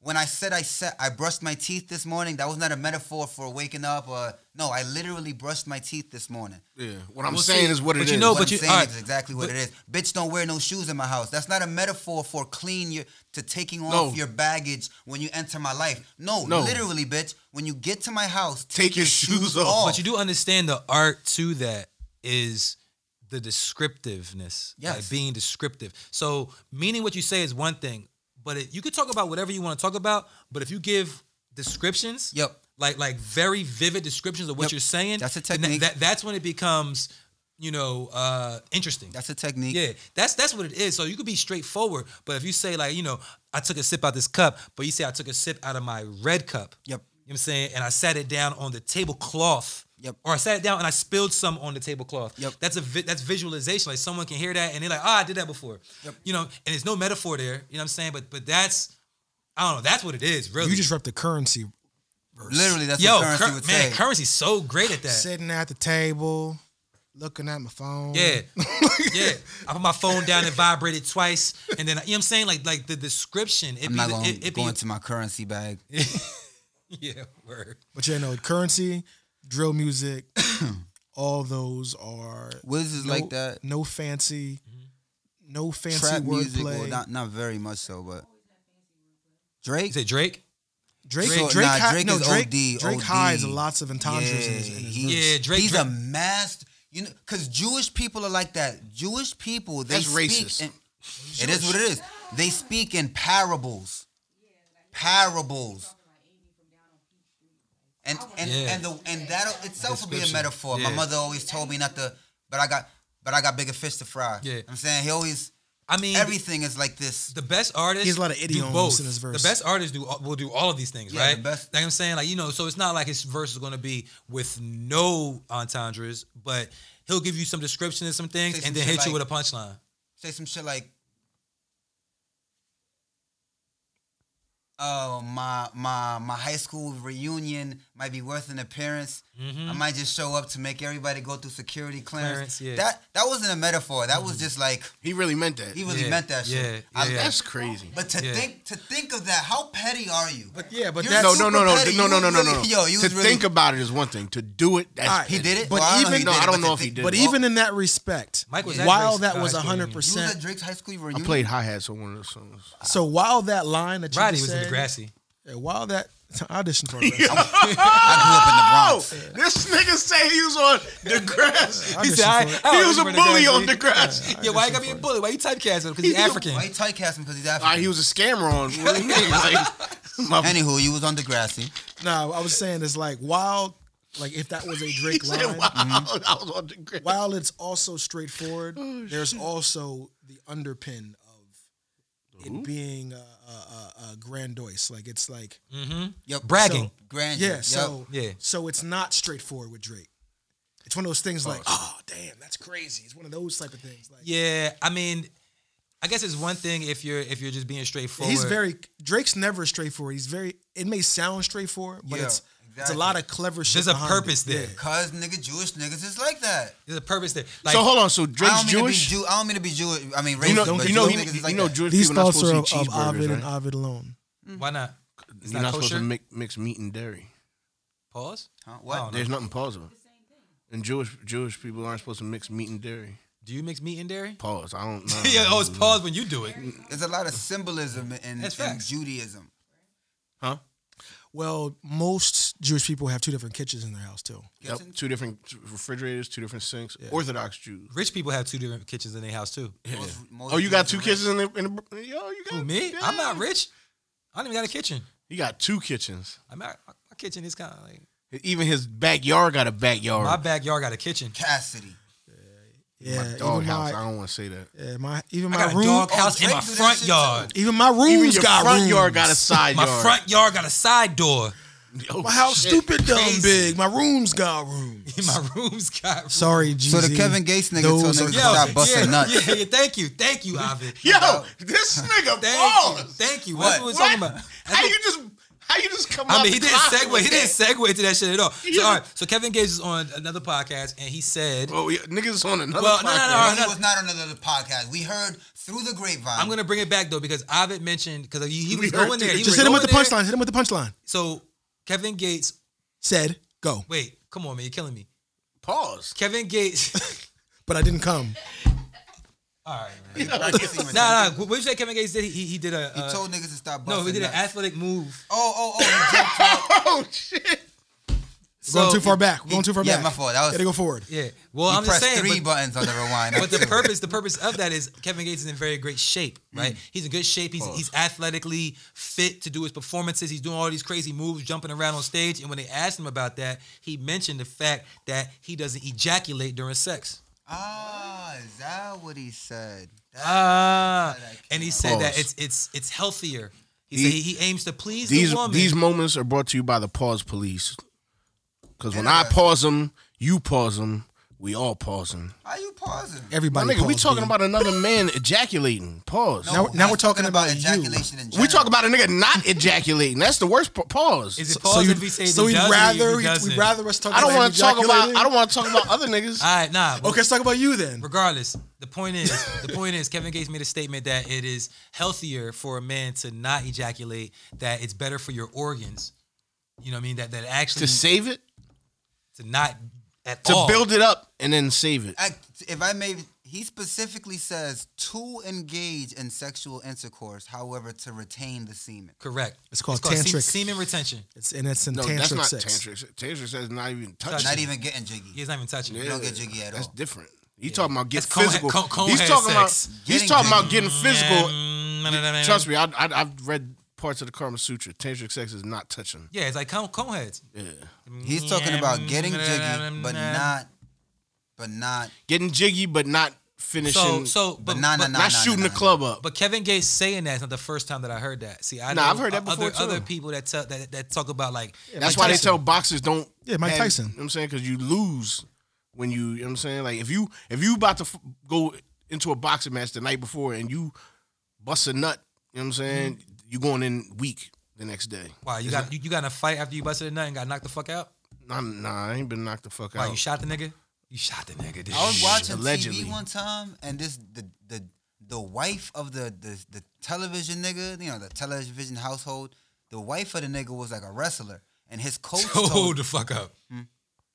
when I said I said I brushed my teeth this morning, that was not a metaphor for waking up. Or no, I literally brushed my teeth this morning. Yeah. What I'm Well, saying see, is what it but is. you know- what I'm you- saying alright, is exactly what but- it is. Bitch, don't wear no shoes in my house. That's not a metaphor for clean your to taking off No. your baggage when you enter my life. No, No. literally, bitch. When you get to my house, Take your shoes off. off. But you do understand the art to that is the descriptiveness. Yes. Like being descriptive. So meaning what you say is one thing, but it, you could talk about whatever you want to talk about, but if you give descriptions, Yep. like like very vivid descriptions of what Yep. you're saying, That's a then that- technique. That, that's when it becomes, you know, uh interesting. That's a technique. Yeah, that's that's what it is. So you could be straightforward, but if you say like, you know, I took a sip out this cup, but you say I took a sip out of my red cup. Yep. You know what I'm saying? And I sat it down on the tablecloth. Yep. Or I sat it down and I spilled some on the tablecloth. Yep. That's a vi- that's visualization. Like someone can hear that and they're like, ah, I did that before. Yep. You know, and there's no metaphor there. You know what I'm saying? But but that's I don't know. That's what it is, really. You just rep the currency. Verse. Literally, that's yo, what currency cur- would say. man, currency's so great at that. sitting at the table, looking at my phone. [LAUGHS] Yeah. yeah. I put my phone down and vibrated twice. And then, you know what I'm saying? Like, like the description. It I'm not going the- it, to it go into my currency bag. [LAUGHS] Yeah, word. But you know, currency, drill music, all those are Wiz is no- like that. No fancy, no fancy Trap music, well, wordplay. not not very much so, but Drake. Is it Drake? Drake, So, Drake, nah, hi- Drake no, is Drake, OD, Drake OD. hides lots of entendres in his, in his he- lyrics. Yeah, Drake- He's Drake- a master. You know, because Jewish people are like that. Jewish people, they That's speak racist. in- it is what it is. They speak in parables. Parables. And and Yeah. and the and that itself would be a Description. metaphor. Yeah. My mother always told me not to, but I got but I got bigger fish to fry. Yeah. I'm saying he always I mean, everything is like this. the best artists He has a lot of idioms do both. in his verse. The best artists do will do all of these things, Yeah, right? the best- Like I'm saying, like you know, so it's not like his verse is going to be with no entendres, but he'll give you some description and some things, Say some and then shit hit you like- with a punchline. Say some shit like Oh, my my my high school reunion might be worth an appearance. I might just show up to make everybody go through security clearance. Mm-hmm. Clearance, yeah. Mm-hmm. That that wasn't a metaphor. That was just like he really meant that. he really Yeah, meant that shit. yeah, I- yeah. That's crazy. But to Yeah. think to think of that, how petty are you? But yeah, but You're that's no, super no, no, no, petty. no, You no, no, was no, really- no. Yo, you to was really- think about it is one thing. To do it, that's All right, he did it. But Well, I don't know even- No, did I it, don't but know to if he think- did. but it. even in that respect, Mike was at while Drake's that was high school reunion. hundred You was at percent, Drake's high school I reunion. played hi hats on one of those songs. so while that line that you Roddy just was in said, the grassy. yeah, while that [LAUGHS] I auditioned for it, I grew up in the Bronx. Oh, this nigga say he was on the [LAUGHS] grass. I auditioned for Oh, it. He was a bully on the grass. Yeah, why you gotta be a bully? Why you typecasting him? [LAUGHS] Because he's African. Why you typecast him because he's African? All right, he was a scammer on. What [LAUGHS] do you mean? Like, my Anywho, you was on Degrassi. No, I was saying it's like while, like if that was a Drake said, line, wow, I was Mm-hmm. on the grass. while it's also straightforward, there's also the underpin of it being a, a, a, a grandiose. Like it's like Yep. Bragging. So- Grand. yeah, so Yeah. so it's not straightforward with Drake. It's one of those things like oh damn that's crazy. It's one of those type of things. Like Yeah, I mean, I guess it's one thing if you're if you're just being straightforward. he's very Drake's never straightforward. He's very it may sound straightforward, but Yeah, it's it's a exactly. lot of clever shit. There's a behind it. purpose there. Yeah. Cause nigga, Jewish niggas is like that. There's a purpose there. Like, so hold on. So I Drake's don't mean Jewish. to be Jew. I don't mean to be Jewish. I mean racist. you know, but you know, Jewish he, niggas is you like know, that. Jewish These people not thoughts are supposed of, to eat of Ovid cheeseburgers, and right? Ovid alone. why not? It's You're not not supposed to kosher. mix, mix meat and dairy. Pause. Huh? What? I don't know. There's nothing plausible. And Jewish Jewish people aren't supposed to mix meat and dairy. Do you mix meat and dairy? [LAUGHS] Pause. I don't know. [LAUGHS] yeah, oh, it's pause when you do it. There's a lot of symbolism in, That's in facts. Judaism. Huh? Well, most Jewish people have two different kitchens in their house too. Yep. Kitchen? Two different refrigerators, two different sinks. Orthodox Jews. Rich people have two different kitchens in their house too. Most- most Oh, you got Jews two are rich. kitchens in the, in the yo. You got Who, me? yeah. I'm not rich. I don't even got a kitchen. You got two kitchens. I mean, I- my, my kitchen is kind of like Even his backyard got a backyard. my backyard got a kitchen. Cassidy. Yeah, my dog even house. my I don't want to say that. yeah, my even I my got a room dog house Oh, in my Drake do that front shit, yard. even my rooms Even your got front rooms. yard [LAUGHS] got a side My yard. [LAUGHS] front yard got a side door. [LAUGHS] Oh, My house shit. stupid dumb Crazy. big. My rooms got rooms. my room's got. Sorry, G. So the Kevin Gates nigga told Those are- niggas to Yo, stop busting yeah, nuts. Yeah, yeah, thank you, thank you, Ovid. Yo, [LAUGHS] this nigga Thank you, balls. thank you. That's what, we're What? talking about. How you just how you just come I out mean, he the didn't closet segue. with He that? didn't segue into that shit at all. So, Yeah. all right. So Kevin Gage is on another podcast, and he said, Well, we, niggas on another. Well, no, no, no, podcast. no, He was not on another podcast. We heard through the grapevine. "I'm gonna bring it back though," because Ovid mentioned because he, he was heard going you. there. He was Just hit him with going the there. punchline. Hit him with the punchline. So Kevin Gates, Said go, wait, come on, man, you're killing me. [LAUGHS] Pause. Kevin [LAUGHS] Gates. but I didn't come. all right, [LAUGHS] man. See what Nah, nah. What you say Kevin Gates did? He, he, he did a. He uh, told niggas to stop busting no, he did an nuts. athletic move. Oh, oh, [LAUGHS] oh. He jumped Oh shit. So, We're going too far back. We're going too far yeah, back. my fault. That was- Gotta go forward. Yeah. Well, I'm he just pressed saying. three but- buttons on the rewind. [LAUGHS] [LAUGHS] But the purpose, the purpose of that is Kevin Gates is in very great shape, Mm. right? He's in good shape. He's he's athletically fit to do his performances. He's doing all these crazy moves, jumping around on stage. And when they asked him about that, he mentioned the fact that he doesn't ejaculate during sex. Ah, is that what he said? Ah, and he said that Pause. it's it's it's healthier. He These- said he, he aims to please These the woman. these moments are brought to you by the pause police. Because when I pause them, you pause them, we all pause them. Why are you pausing? My Everybody, nigga, we pause, talking B. about another man ejaculating. Pause. Now- I'm we're talking about you. ejaculation in general. we talk about a nigga not ejaculating. That's the worst. pa- Pause. is it So pause you, if he says so we'd he does rather or we, he doesn't? would rather us talk. I don't about want to talk about. ejaculating? I don't want to talk about other niggas. All right, nah. but Okay, let's talk about you then. Regardless, the point is, the point is, Kevin Gates made a statement that it is healthier for a man to not ejaculate. That it's better for your organs. You know what I mean? That that actually to save it, to not at to all. build it up, and then save it. I, if I may, he specifically says to engage in sexual intercourse, however, to retain the semen. Correct. It's called se- tantric. semen retention. It's and it's in No, tantric that's not sex. tantric. sex. Tantric says not even touching. Not even getting jiggy. He's not even touching. it. Yeah, don't get jiggy at That's all. different. He's talking about getting That's cone- physical. cone- cone he's head talking sex. about. He's Getting talking about jiggy. getting physical. Mm, no, no, no, no, no. Trust me, I, I, I've read parts of the Karma Sutra. Tantric sex is not touching. Yeah, it's like cone, cone heads. Yeah. He's talking about getting jiggy, but not, but not, Getting jiggy, but not finishing. So so, but, nah, nah, but- nah. not shooting the nah. club up. But Kevin Gates saying that's not the first time that I heard that. See, I Nah, know I've heard that before, other, too. other people that, tell, that that talk about like That's Mike why they Tyson. tell boxers don't. Yeah, Mike Tyson. You know what I'm saying because you lose when you. You know what I'm saying like if you if you about to f- go into a boxing match the night before and you bust a nut. You know what I'm saying you going in weak the next day. wow, you got you, you got in a fight after you busted a nut and got knocked the fuck out. Nah, nah, I ain't been knocked the fuck Wow, out. you shot the nigga? You shot the nigga. Dude. I was watching Allegedly. TV one time, and this the the the wife of the, the the television nigga, you know, the television household. The wife of the nigga was like a wrestler, and [LAUGHS] his coach [LAUGHS] Hold told the fuck up.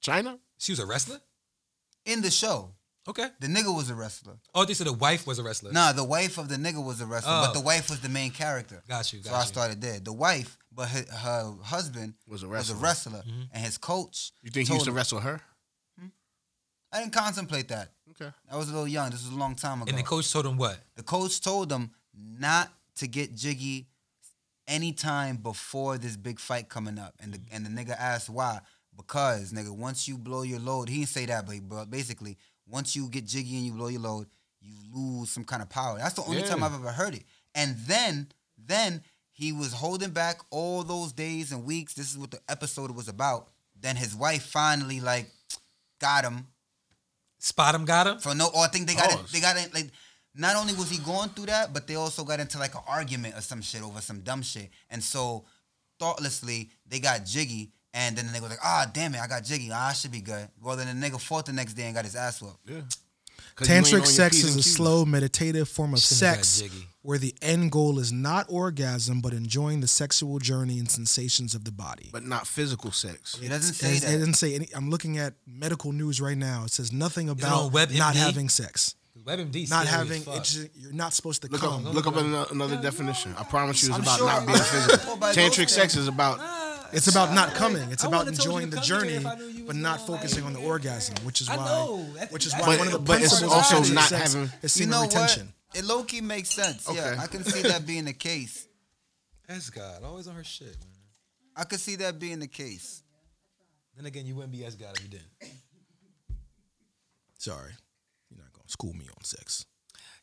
China. She was a wrestler? in the show Okay. the nigga was a wrestler. Oh, they said the wife was a wrestler. Nah, the wife of the nigga was a wrestler, Oh. but the wife was the main character. Got you, got so I you. started there. The wife, but her, her husband Was a was wrestler. a wrestler, Mm-hmm. and his coach. You think he told used to him- wrestle her? I didn't contemplate that. Okay. I was a little young. This was a long time ago. And the coach told him what? The coach told them not to get jiggy anytime before this big fight coming up. And the, and the nigga asked why. Because, nigga, once you blow your load, he didn't say that, but, he- but basically, once you get jiggy and you blow your load, you lose some kind of power. That's the only Yeah. time I've ever heard it. And then, then he was holding back all those days and weeks. This is what the episode was about. Then his wife finally, like, got him Spot him, got him? for no. Or I think they got Pause. it. They got it. Like, not only was he going through that, but they also got into like an argument or some shit over some dumb shit. And so, thoughtlessly, they got jiggy. And then the nigga was like, "Ah, damn it, I got jiggy. Ah, I should be good." Well, then the nigga fought the next day and got his ass whooped. Yeah. 'Cause you ain't on your Tantric sex P's is and a Q's. slow meditative form of Shouldn't have got sex jiggy. where the end goal is not orgasm but enjoying the sexual journey and sensations of the body. but not physical sex. It doesn't It say is- it that. didn't say any. I'm looking at medical news right now. It says nothing on about WebMD? not having sex. WebMD. not scary as having fuck. it's just, you're not supposed to Look come. up, look up ano- another definition. I promise you, it's I'm about sure not I'm [LAUGHS] being not physical. told by Tantric those sex things. is about it's about not coming. It's I about wouldn't have told you enjoying to the come today journey, if I knew you but was not gonna focusing like on the it. orgasm, which is I why, know. That's- which is that's why the one of the But- but it's principles also of not sex having- is You semen know retention. what? It low key makes sense. Okay. Yeah, I can see that being the case. That's God. Always on her shit, man. I could see that being the case. Then again, you wouldn't be as God if you didn't. Sorry, you're not gonna school me on sex.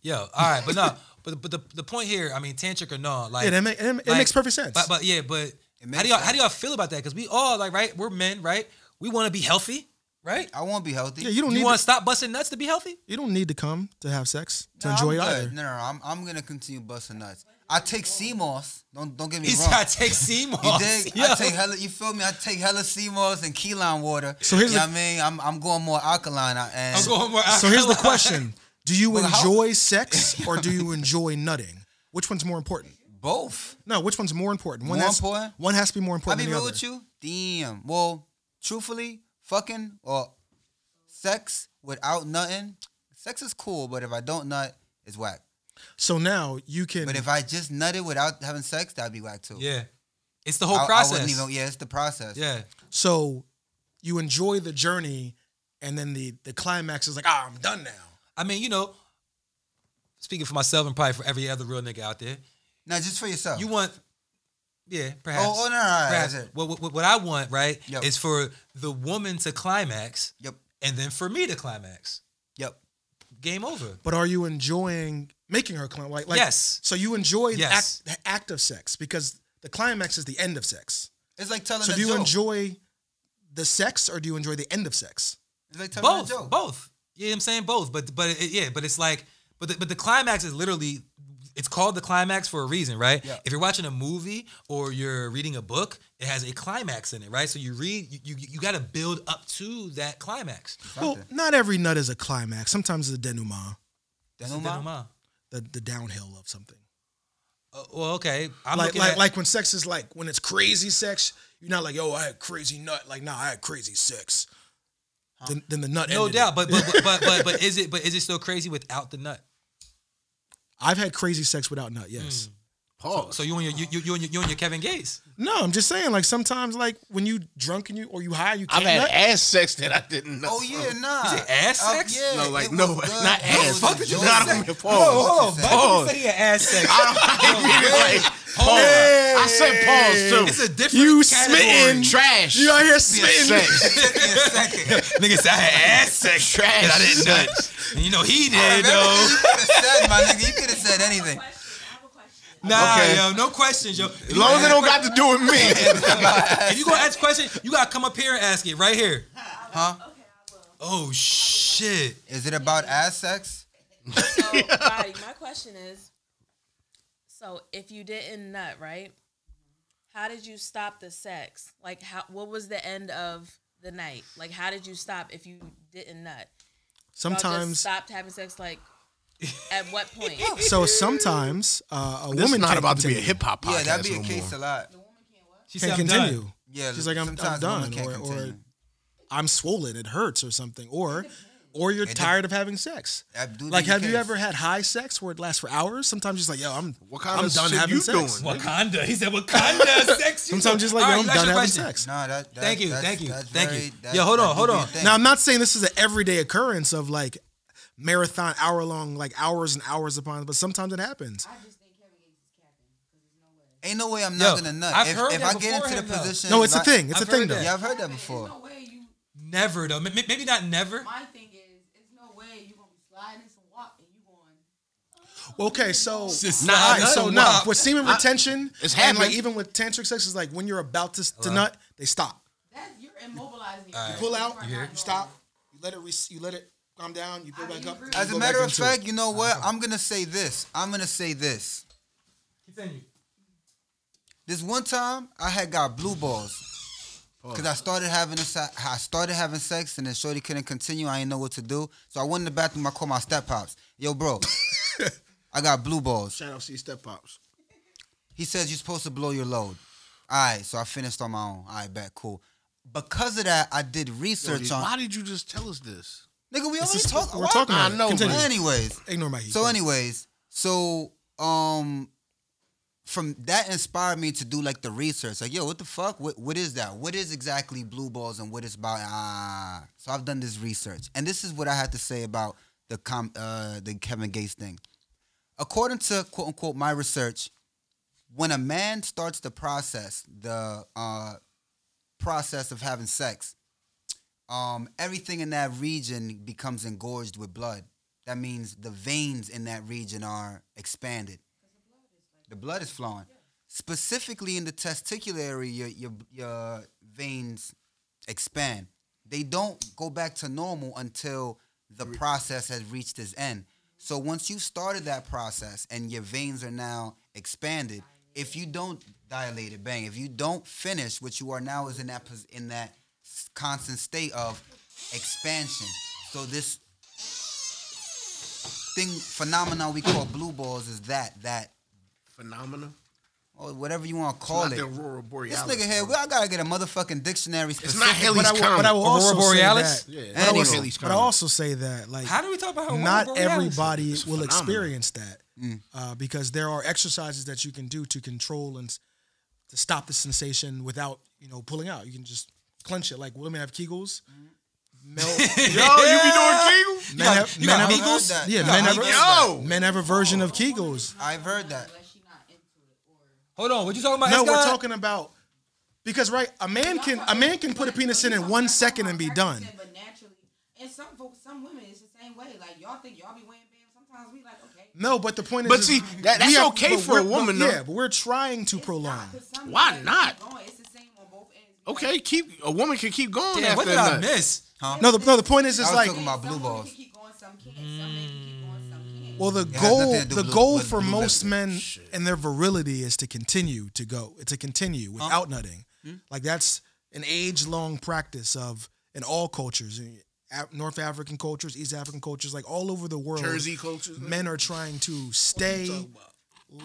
Yo, all right, but no, [LAUGHS] but but the, the point here, I mean, tantric or no, like Yeah, that ma- it- it makes perfect sense. But, but yeah, but how makes do y'all how do y'all feel about that? Because we all like right, we're men, right? We want to be healthy, right? I won't be healthy. Yeah, you don't You need want to, to stop busting nuts to be healthy? you don't need to come to have sex to No, enjoy it I'm good. either. No, no, no, I'm, I'm gonna continue busting nuts. I take sea moss. Don't don't get me He said, wrong. "I take Seymour." You dig? I take hella. You feel me? I take hella sea moss and key lime water. So here's you know the- what I mean. I'm I'm going more alkaline. I- And I'm going more So [LAUGHS] here's the alkaline. question: Do you Well, how- enjoy [LAUGHS] sex or do you enjoy nutting? Which one's more important? both. No, which one's more important? One More has, important? One has to be more I'll important be than the real other. with you. Damn. Well, truthfully, fucking or sex without nutting, sex is cool. But if I don't nut, it's whack. So now you can. But if I just nutted without having sex, that'd be whack too. [LAUGHS] Yeah, it's the I, whole I process. wouldn't even. Yeah, it's the process. yeah, So you enjoy the journey, and then the the climax is like, ah, I'm done now. I mean, you know, speaking for myself and probably for every other real nigga out there, Now just for yourself. you want, yeah, perhaps. Oh, oh, no, no, no, perhaps. that's it. What, what what I want, right, Yep. is for the woman to climax, Yep. and then for me to climax. Yep. Game over. But are you enjoying making her climb? Like, like Yes. So you enjoy Yes. the, act, the act of sex because the climax is the end of sex. It's like telling So a do you joke. enjoy the sex or do you enjoy the end of sex? It's like telling a both, joke. both. You know what I'm saying? Both. But but it, yeah, but it's like but the, but the climax is literally it's called the climax for a reason, right? Yeah. If you're watching a movie or you're reading a book, it has a climax in it, right? So you read you you, you got to build up to that climax. Well, Something. not every nut is a climax. Sometimes it's a denouement, Denouement? Denouement. the, the downhill of something. Uh, well, okay. I'm like looking like at, like when sex is like when it's crazy sex, you're not like, yo, I had crazy nut. Like, nah, I had crazy sex. Then, then the nut. no ended it. doubt, but but, but but [LAUGHS] but but is it but is it still crazy without the nut? I've had crazy sex without nut. Yes. pause. So you on your you you, you on your, you on your Kevin Gates? Hmm. No, I'm just saying. Like sometimes, like when you drunk and you or you high, you I've had can't. nut. ass sex that I didn't know. Oh yeah, nah. You say ass Uh, sex? yeah, No, like, it was no, good. not It ass. was Fuck did you good not sex. [LAUGHS] even pause. Oh, Whoa, Pause. You said he had ass sex. [LAUGHS] I said pause too. It's a different You category. smitten. trash. You out here [LAUGHS] spitting. sex. Nigga said I had ass sex. trash. And I didn't nut. And you know he did though. You could have said, my nigga. You could have said anything. Nah, Okay. yo, no questions, yo. As long as it don't got to do [LAUGHS] with me. If you gonna ask questions, you gotta come up here and ask it right here. Huh? Oh shit. Is it about ass sex? So, Roddy, my question is: So, if you didn't nut, right? How did you stop the sex? Like, how? What was the end of the night? Like, how did you stop if you didn't nut? Y'all just Sometimes. stopped having sex. Like, at what point? So sometimes uh, a This is woman not can't about to be a continue. hip hop podcast yeah, that'd be a no case more. a lot. She Can't I'm continue. done. Yeah, She's like, I'm, I'm sometimes a woman done, can't or, or continue. I'm swollen. It hurts, or something, or or you're It de- tired of having sex. I do Like, think have it you case. ever had high sex where it lasts for hours? Sometimes you're just like, yo, I'm What kind I'm of done shit having you sex. doing? Wakanda. He said [LAUGHS] Wakanda sex. you sometimes just like, All yo, right, I'm you ask done having your question. sex. No, that, that Thank you, that's- thank you, that's thank you. very- that- Yo, hold that on, do hold be a on. thing. Now I'm not saying this is an everyday occurrence of like marathon hour long like hours and hours upon but sometimes it happens ain't no way I'm Yo, not gonna nut. I've if heard if that I get into beforehand, the though. position, no it's if a I- thing it's a I've thing heard though that. Yeah, I've heard that There's before. no way you. Never though. M- Maybe not never. My thing is, there's no way you gonna be sliding some walk and you going. okay so Just Nah, all slide right, so some now wop. with semen retention it's and like happening. even with tantric sex is like when you're about to, to Hello? nut they stop That's you're immobilizing. All right. pull out are you not stop you let it re- you let it calm down you go back up As you As go a back matter of into fact, it. you know what? I'm gonna say this. I'm gonna say this. Continue. This one time, I had got blue balls Oh. because I started having a se- I started having sex, and then Shorty couldn't continue. I didn't know what to do, so I went in the bathroom. I called my step pops. Yo, [LAUGHS] bro, I got blue balls. Shout out to your step pops. He says you're supposed to blow your load. All right, so I finished on my own. All right, back cool. Because of that, I did research on. Why did you just tell us this? Nigga, we This already is- talked. we're why- talking about I it. know, Continue. but- Anyways, Ignore my heat. so anyways, so um, from that inspired me to do like the research. Like, yo, what the fuck? What what is that? What is exactly blue balls and what it's about? Ah, so I've done this research, and this is what I had to say about the com uh the Kevin Gates thing. According to quote unquote my research, when a man starts the process, the uh process of having sex, um, everything in that region becomes engorged with blood. That means the veins in that region are expanded. The blood is flowing. Specifically in the testicular area, your, your, your veins expand. They don't go back to normal until the process has reached its end. So once you've started that process and your veins are now expanded, if you don't dilate it, bang, if you don't finish, what you are now is in that pos- in that s- constant state of expansion. So this thing phenomenon we call blue balls is that that Phenomenal. or whatever you want to It's call not it. the Aurora This Borealis. nigga here, bro. we, I gotta get a motherfucking dictionary. It's Specific. not Haley's But I, will- Comet. but I will also Aurora Borealis? say that. yeah, it's I not don't know. Haley's But I Comet. also say that like How do we talk about how not Aurora Borealis? everybody It's will phenomenal. experience that uh, because there are exercises that you can do to control and s- to stop the sensation without you know pulling out. You can just clench it like women have Kegels. Mel- Yo, you be doing Kegel? men got- have, you men got have- Kegels? That. Yeah, You got men have, Kegels? Yo! men have a version of Kegels. I've heard that. Unless she not into it or Hold on, what you talking about? No, Escott? we're talking about because right, a man can a man can put a penis in in one second and be done. But naturally, and some folks, some women, it's the same way. Like y'all think y'all be weighing bam. Sometimes we like okay. No, but the point is, But is see, that- we that's have- okay but for a we're- but- woman, though. Yeah, but we're trying to It's prolong. not, 'cause some Why women not? keep going. It's the same on both ends. Okay, keep a woman can keep going Damn, after what did I that. miss? No, the, no, the point is, is Oh, was like talking about Some blue women balls. can keep going, some can't. Some men can keep going, some can't. Well, the has goal, nothing to do the with- goal with for blue most vessel. men and their virility is to continue to go, to continue Uh-huh. without nutting. Hmm? Like that's an age-long practice of in all cultures, in Af- North African cultures, East African cultures, like all over the world. Jersey cultures. men are trying to stay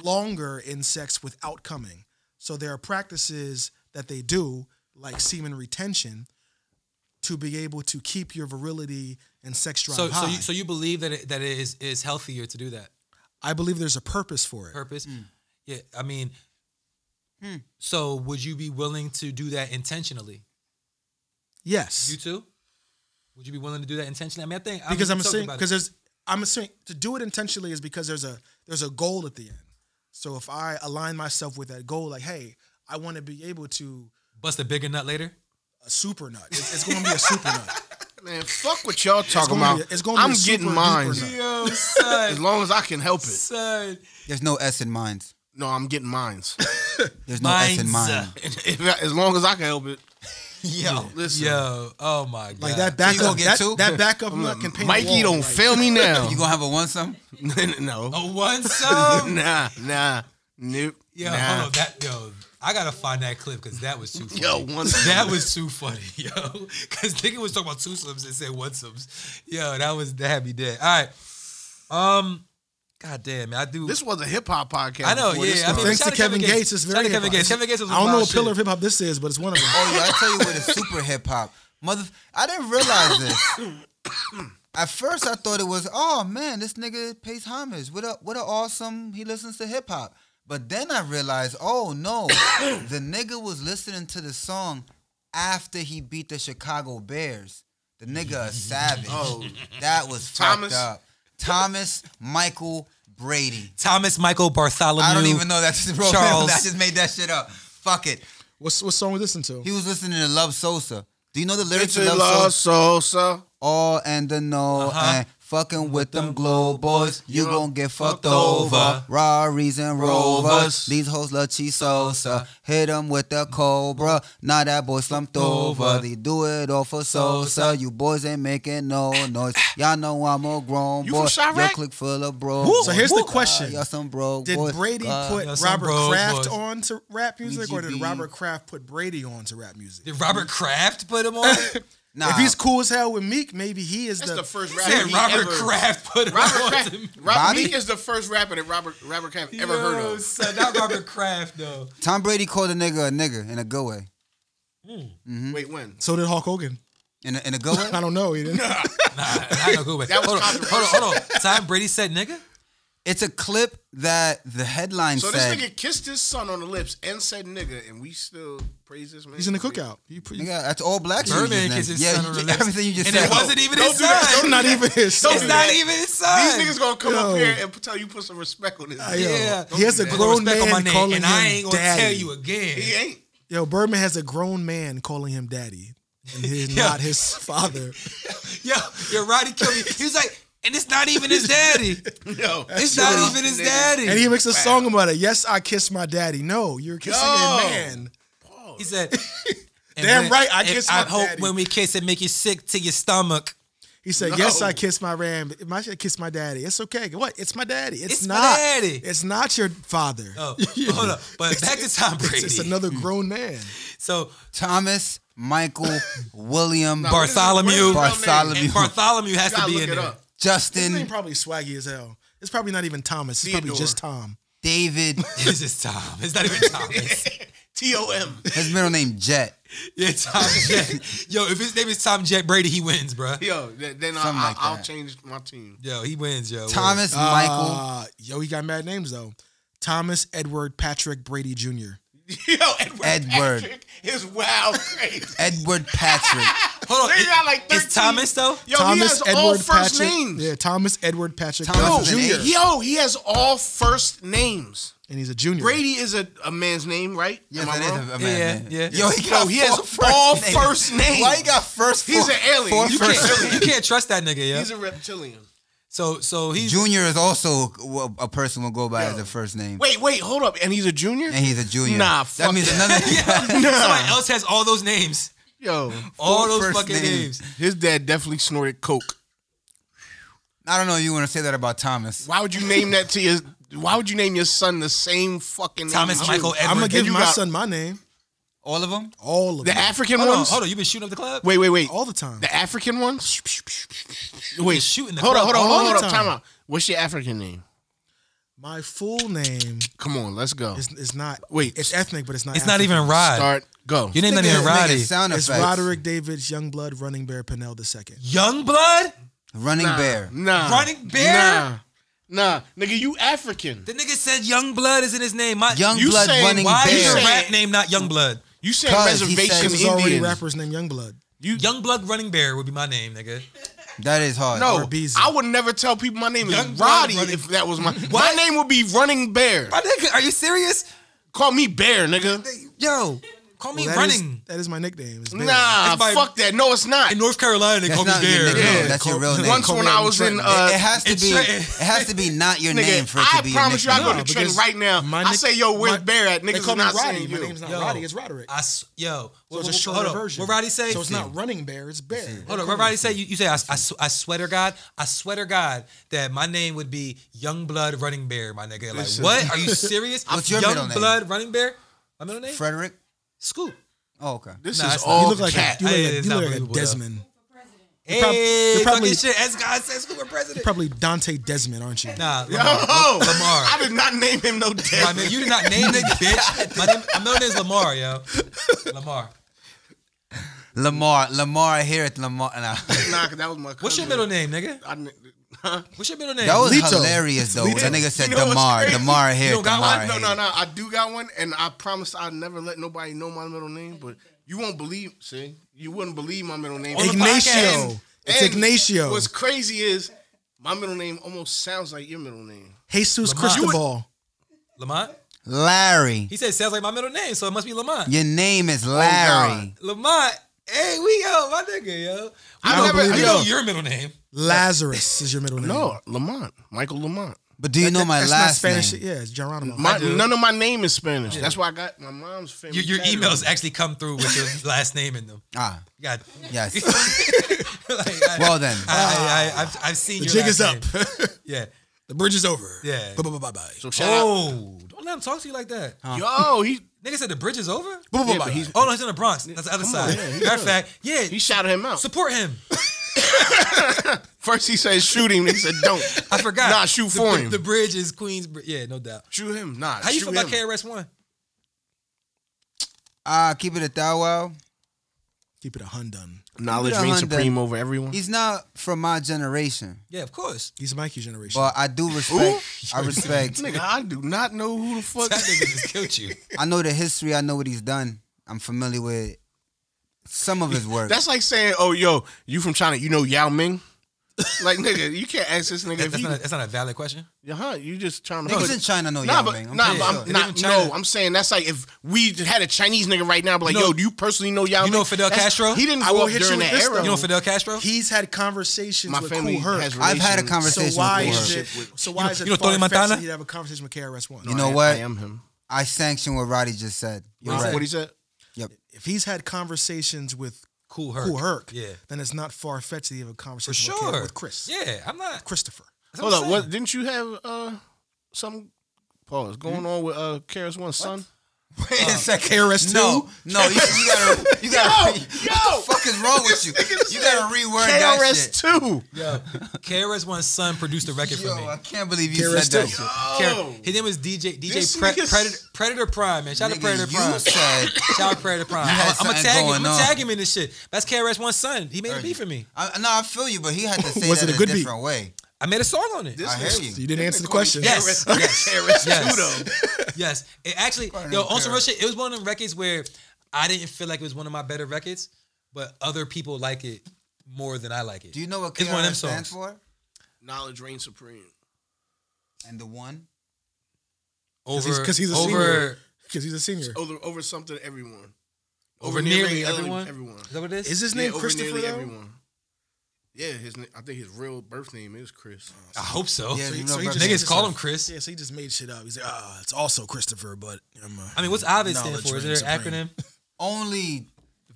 longer in sex without coming. So there are practices that they do, like semen retention, to be able to keep your virility and sex drive So, so high. you, so you believe that it, that it is is healthier to do that I believe there's a purpose for it. purpose? Yeah, I mean, Hmm. so would you be willing to do that intentionally? Yes. You too? Would you be willing to do that intentionally? I mean, I think I because mean, I'm we talked assuming about it. because there's I'm assuming to do it intentionally is because there's a there's a goal at the end. So if I align myself with that goal, like hey, I want to be able to bust a bigger nut later. a super nut. It's, it's going to be a super [LAUGHS] nut. Man, fuck what y'all talking gonna about. be- it's gonna be I'm a super getting duper mine nut. [LAUGHS] Yo, as son, long as I can help it. [LAUGHS] son, There's no S in mines. No, I'm getting mines. There's no S in Mines. mine. If I- as long as I can help it. Yo. Listen, yo, oh my god, Like that gonna backup get that, two? that backup I'm nut like, can paint a Mikey, wall, don't like, fail me now. [LAUGHS] [LAUGHS] Oh, You gonna have a one some? no, a [LAUGHS] one [LAUGHS] sub. nah, nah, nope. Yo, nah. hold on, [LAUGHS] that yo, I gotta find that clip because that was too [LAUGHS] funny. Yo, [LAUGHS] one that was too funny, [LAUGHS] yo. Because nigga was talking about two subs and said one subs. Yo, that was that had me dead. All right, um, god damn, man, I do. This was a hip hop podcast. I know, before yeah, this I mean, started. Thanks Shout to out Kevin Gates, it's Shout very out Kevin hip-hop. Gates. Kevin Gates was I don't know wild what pillar shit. of hip hop this is, but it's one of them. [LAUGHS] Oh yeah, I tell you what, it's super hip hop. Mother, I didn't realize this. [COUGHS] At first, I thought it was, oh man, this nigga pays homage. What a what a awesome. He listens to hip hop. But then I realized, oh [COUGHS] no, the nigga was listening to the song after he beat the Chicago Bears. The nigga a savage. Oh. that was Thomas? fucked up. Thomas Michael Brady. Thomas Michael Bartholomew. I don't even know that's his real name. Charles. I just made that shit up. Fuck it. What's what song we listen to? He was listening to Love Sosa. Do you know the lyrics It's a to Love love Sosa? salsa. All and the no Uh-huh. and fucking with them glow boys, you Yeah. gon' get fucked Fucked over. over. Raries and rovers. Rovers. these hoes love cheese Sosa. Hit 'em with the cobra, now that boy slumped Over. over. They do it all for Sosa. Sosa. You boys ain't making no noise. Y'all know I'm a grown You boy. from Chirac? Your clique full of bros. So here's the question. Uh, Y'all some bro Did boys. Uh, Brady God. put yeah, Uh, some Robert bros, Kraft boys. on to rap music, or did BGB. Robert Kraft put Brady on to rap music? Did Robert Kraft [LAUGHS] put him on? Nah. If he's cool as hell with Meek, maybe he is That's the, the first rapper Said he Robert ever. Kraft put him on. Robert to me. Kraft. Robert Bobby? Meek is the first rapper that Robert Robert Kraft ever heard Yo, of. Son, not Robert [LAUGHS] Kraft though. Tom Brady called a nigga a nigga in a good way. Wait, when? So did Hulk Hogan. In a, in a good way? [LAUGHS] I don't know. He didn't. I know who it was. That was hold, on, hold on, hold on. Time Brady said nigga? It's a clip that the headline So this said. [LAUGHS] nigga kissed his son on the lips and said nigga, and we still praise this man. He's in the cookout. You pre- Nigga, that's all black shit. you Birdman kisses just named. his son you on the just- lips. everything you just And said. it wasn't even Don't his do that. son. I'm not even his son. Don't It's do not that. even his These son. niggas gonna come up Yo. Ah, here and tell you put some respect on this. Yo, nigga. Yeah. he has Don't do a that. grown Respect man on my name, calling and him I ain't gonna daddy. tell you again. He ain't. Yo, Birdman has a grown man calling him daddy, and [LAUGHS] he's Yeah. not his father. [LAUGHS] Yo, yo, Roddy killed me. He was like, and it's not even his daddy. Yo, It's not even his Nigga. daddy. [LAUGHS] And he makes a song about it. Yes, I kissed my daddy. No, you're kissing Yo. a man. [LAUGHS] He said, and Damn right, I and kiss I my hope daddy. when we kiss, it make you sick to your stomach. He said, "Yes, I kissed my ram. I should kiss my daddy. It's okay. What? It's my daddy. It's, It's my not. daddy. It's not your father. [LAUGHS] Oh, hold up. But back to Tom It's, Brady. it's another grown man. so Thomas Michael William Nah, Bar- what is his- what is his real name? Bartholomew. and Bartholomew has You to gotta be look in it there. up. His name Justin probably swaggy as hell. It's probably not even Thomas. It's probably Theodore. just Tom. David. This is Tom. [LAUGHS] It's not even Thomas. T O M. His middle name Jet. yeah, Tom Jack. Yo, if his name is Tom Jack Brady, he wins, bruh. Yo, th- then I, Something like I'll that. change my [LAUGHS] team. Yo, he wins, yo. Thomas Michael. Uh, yo, he got mad names though. Thomas Edward Patrick Brady Jr. Yo, Edward, Edward. Patrick is wild crazy. Edward Patrick. Hold on. They got like It's 13. Thomas though. Yo, he Thomas has Edward all first Patrick. names. Yeah, Thomas Edward Patrick Yo, Thomas Thomas Jr. Jr. yo, he has all first names. and he's a junior. Brady is a, a man's name, right? Yes, Am I that is wrong? a, a Yeah, man. yeah. Yo, he, Yo, got he has four [LAUGHS] all names. first names. Why he got first? He's four- an alien. four You You first can't, names? you can't trust that nigga, yo. He's a reptilian. So so he's Junior is also w- a person will go by as a first name, Wait, wait, hold up. And he's a junior? and he's a junior. Nah, that fuck means another. [LAUGHS] somebody else has all those names. Yo, All Four those first fucking names. names. his dad definitely snorted coke. I don't know. You want to say that about Thomas? Why would you name that to your? Why would you name your son the same fucking name Thomas as you? Michael Edward. I'm gonna And give you my got- son my name. All of them? All of The them. African Hold on, ones. hold on. You been shooting up the club? Wait, wait, wait. all the time. The African ones. Wait, shooting the hold on, club hold on, all hold on, the hold on. time. Time out. What's your African name? My full name Come on, let's go. is, is not. Wait. it's ethnic, but it's not. It's not African. even Rod. Start. Go. Your name not even Nigga, Roddy. nigga, sound It's effects. Roderick Davis Youngblood Running Bear Pinnell II. Young blood? Running nah, Bear. Nah. Running Bear? Nah. Nah. Nigga, you African. The nigga said Young Blood isn't his name. My, Young you Blood saying Running why Bear. is your saying- rap name not Young Blood? You said Cuz he said reservation There's already Indian. rappers named Youngblood. You Young Blood Running Bear would be my name, nigga. That is hard. no. or Beezy. I would never tell people my name Young is Blood Roddy Running- if that was [LAUGHS] my. My What? name would be Running Bear. My nigga, are you serious? Call me Bear, nigga. Yo, call me Well, that is- running. that is my nickname. It's Bear. Nah, That's my- fuck that. No, it's not. In North Carolina, they That's call me not your Bear. nickname. Yeah. That's your real name. Once when I was in, uh, it, it has to it's be. tra- It has to be not your nigga, name for it I to be. promise you, your I nickname. go to No, Trent because right now. my I nick- say, yo, where's my- Bear at? They Niggas call is me not Roddy. saying My you. name's not Yo, Roddy. It's Roderick. I s- yo, so what, it's a what, shorter hold on. version. What Roddy say? Hmm. So it's not Running Bear. It's Bear. Hold on, what Roddy say? You, you say I, s- I s- I swear to God, I swear to God that my name would be Young Blood Running Bear, my nigga. Like Listen. what? Are you serious? What's your Young middle name? Blood Running Bear? My middle name? Frederick. Scoop. Oh, okay. This Nah, is it's not. all You look like a, cat. you look Hey, like, a- it's you not uh, look like a believable, though. Desmond. Hey, prob- you're talking probably- shit. As God says, Scoop for president. Probably Dante Desmond, aren't you? nah, [LAUGHS] Lamar. Yo, Lamar. I did not name him no My Desmond. man, you did not name nigga, bitch. My, name, my middle name is Lamar, yo. Lamar. Lamar. Lamar. Here at Lamar. [LAUGHS] Nah. Nah, 'cause that was my. Cousin. What's your middle name, nigga? I, didn't- huh? What's your middle name? That was Lito. hilarious though. When that nigga said You know what's Damar. crazy? Damar You here. don't got one? Damar. I no, no, here. no. I do got one, and I promised I'd never let nobody know my middle name. But you won't believe. See, you wouldn't believe my middle name. On the podcast. Ignacio. It's And Ignacio. What's crazy is my middle name almost sounds like your middle name. Jesus Lamont. Cristobal. Lamont? Larry. He said, sounds like my middle name, so it must be Lamont. Your name Oh, is Larry. Lamont. Hey, we yo, my nigga, yo. I don't never. believe We it. yo, know your middle name. Lazarus is your middle name. no, Lamont, Michael Lamont. But do you know my That's not last Spanish. name? Yeah, it's Geronimo. My, do. none of my name is Spanish. That's why I got my mom's family. Your, your tattoo. emails actually come through with your [LAUGHS] last name in them. Ah, You got yes. [LAUGHS] like, I, Well then, Ah. I, I, I, have I've seen The your jig last is up. name. [LAUGHS] Yeah. the bridge is over. Yeah. Bye bye bye bye. So shout Oh, don't let him talk to you like that. out. Yo, he Nigga said the bridge is over. Bye bye Yeah, bye but bye. he's- Oh no, he's in the Bronx. That's the other side. Matter of fact, yeah, he shouted him out. support him. First he said shoot him. He said don't. [LAUGHS] [LAUGHS] I forgot. Nah, shoot The- for the, him. The bridge is Queens. Bri- Yeah, no doubt. shoot him. Nah. How you shoot feel about him. KRS One? Ah, uh, keep it a thou wow. Keep it a hun done. Knowledge Keep it a reigns hundred. supreme over everyone. He's not from my generation, Yeah, [LAUGHS] of course. He's Mikey generation. but I do respect. I respect. Nigga, I do not know who the fuck. That nigga just killed you. I know the history. I know what he's done. I'm familiar with some of his work. That's like saying, "Oh, yo, you from China? You know Yao Ming?" Like, nigga, you can't ask this nigga if That's he. not, a, that's not a valid question. Yeah, huh? You just trying to. Niggas in China know Nah, Yao but, Ming. I'm nah, pretty but I'm sure. They live in not, China. no, I'm saying that's like if we had a Chinese nigga right now, be like, You know- yo, do you personally know Yao? you know Ming? Fidel That's- Castro? He didn't I grow will up hit you during with that this, era. though. You know Fidel Castro? He's had conversations My with family Cool Herc. has I've had a relations. so conversation why with is Cool Herc. it? So why is it? you know Tony far-fetched Montana? that He'd have a conversation with KRS One. You know I am- what? I am him. I sanction what Roddy just said. You Right. know what he said? if he's had conversations with Cool Herc. Cool Herc, Yeah. then it's not far fetched to have a For conversation with, sure. Kid- with Chris, Yeah, I'm not. Christopher. that's Hold I'm up, what, [LAUGHS] saying. didn't you have uh some pause going on with uh Karis One's son? Wait Uh, a second. KRS No, no, you, you gotta, you [LAUGHS] gotta. Yo, yo. what the fuck is wrong with you? You gotta reword that KRS shit. two. Yo, [LAUGHS] KRS One's son produced a record for Yo, me. I can't believe you KRS too. said that shit. Kara- his name was DJ This DJ Pre- nigga's- Predator, Predator Prime, man. Shout out to Nigga, Predator you Prime. said- Shout out Predator Prime. had I'm gonna something tag him. going I'm gonna on. tag him in this shit. That's KRS One's son. He made a beat for me. I, no, I feel you, but he had to say Was that it a, a good beat? different way. I made a song on it. I hear You you. didn't answer the question. yes. Yes. KRS Yes. two though. yes. It actually, Pardon yo, me, on some Kara. real shit, it was one of them records where I didn't feel like it was one of my better records, but other people like it more than I like it. Do you know what It's one of them KRS stands songs. for? Knowledge reigns supreme. And the one. over Because he's, a over senior. Because he's a senior. Over over something everyone. over nearly everyone. Everyone. Is that what it is? Is his Yeah, name over Christopher? nearly Though? everyone. Yeah, his na- I think his real birth name is Chris. I hope so. Yeah, Oh, So he- you so know. he about just- that. Niggas call him Chris. Yeah, so he just made shit up. He's like, ah, it's also Christopher, but I'm uh, a I mean, what's Ovid stand knowledge for? Is reigns it an supreme." acronym? [LAUGHS] Only.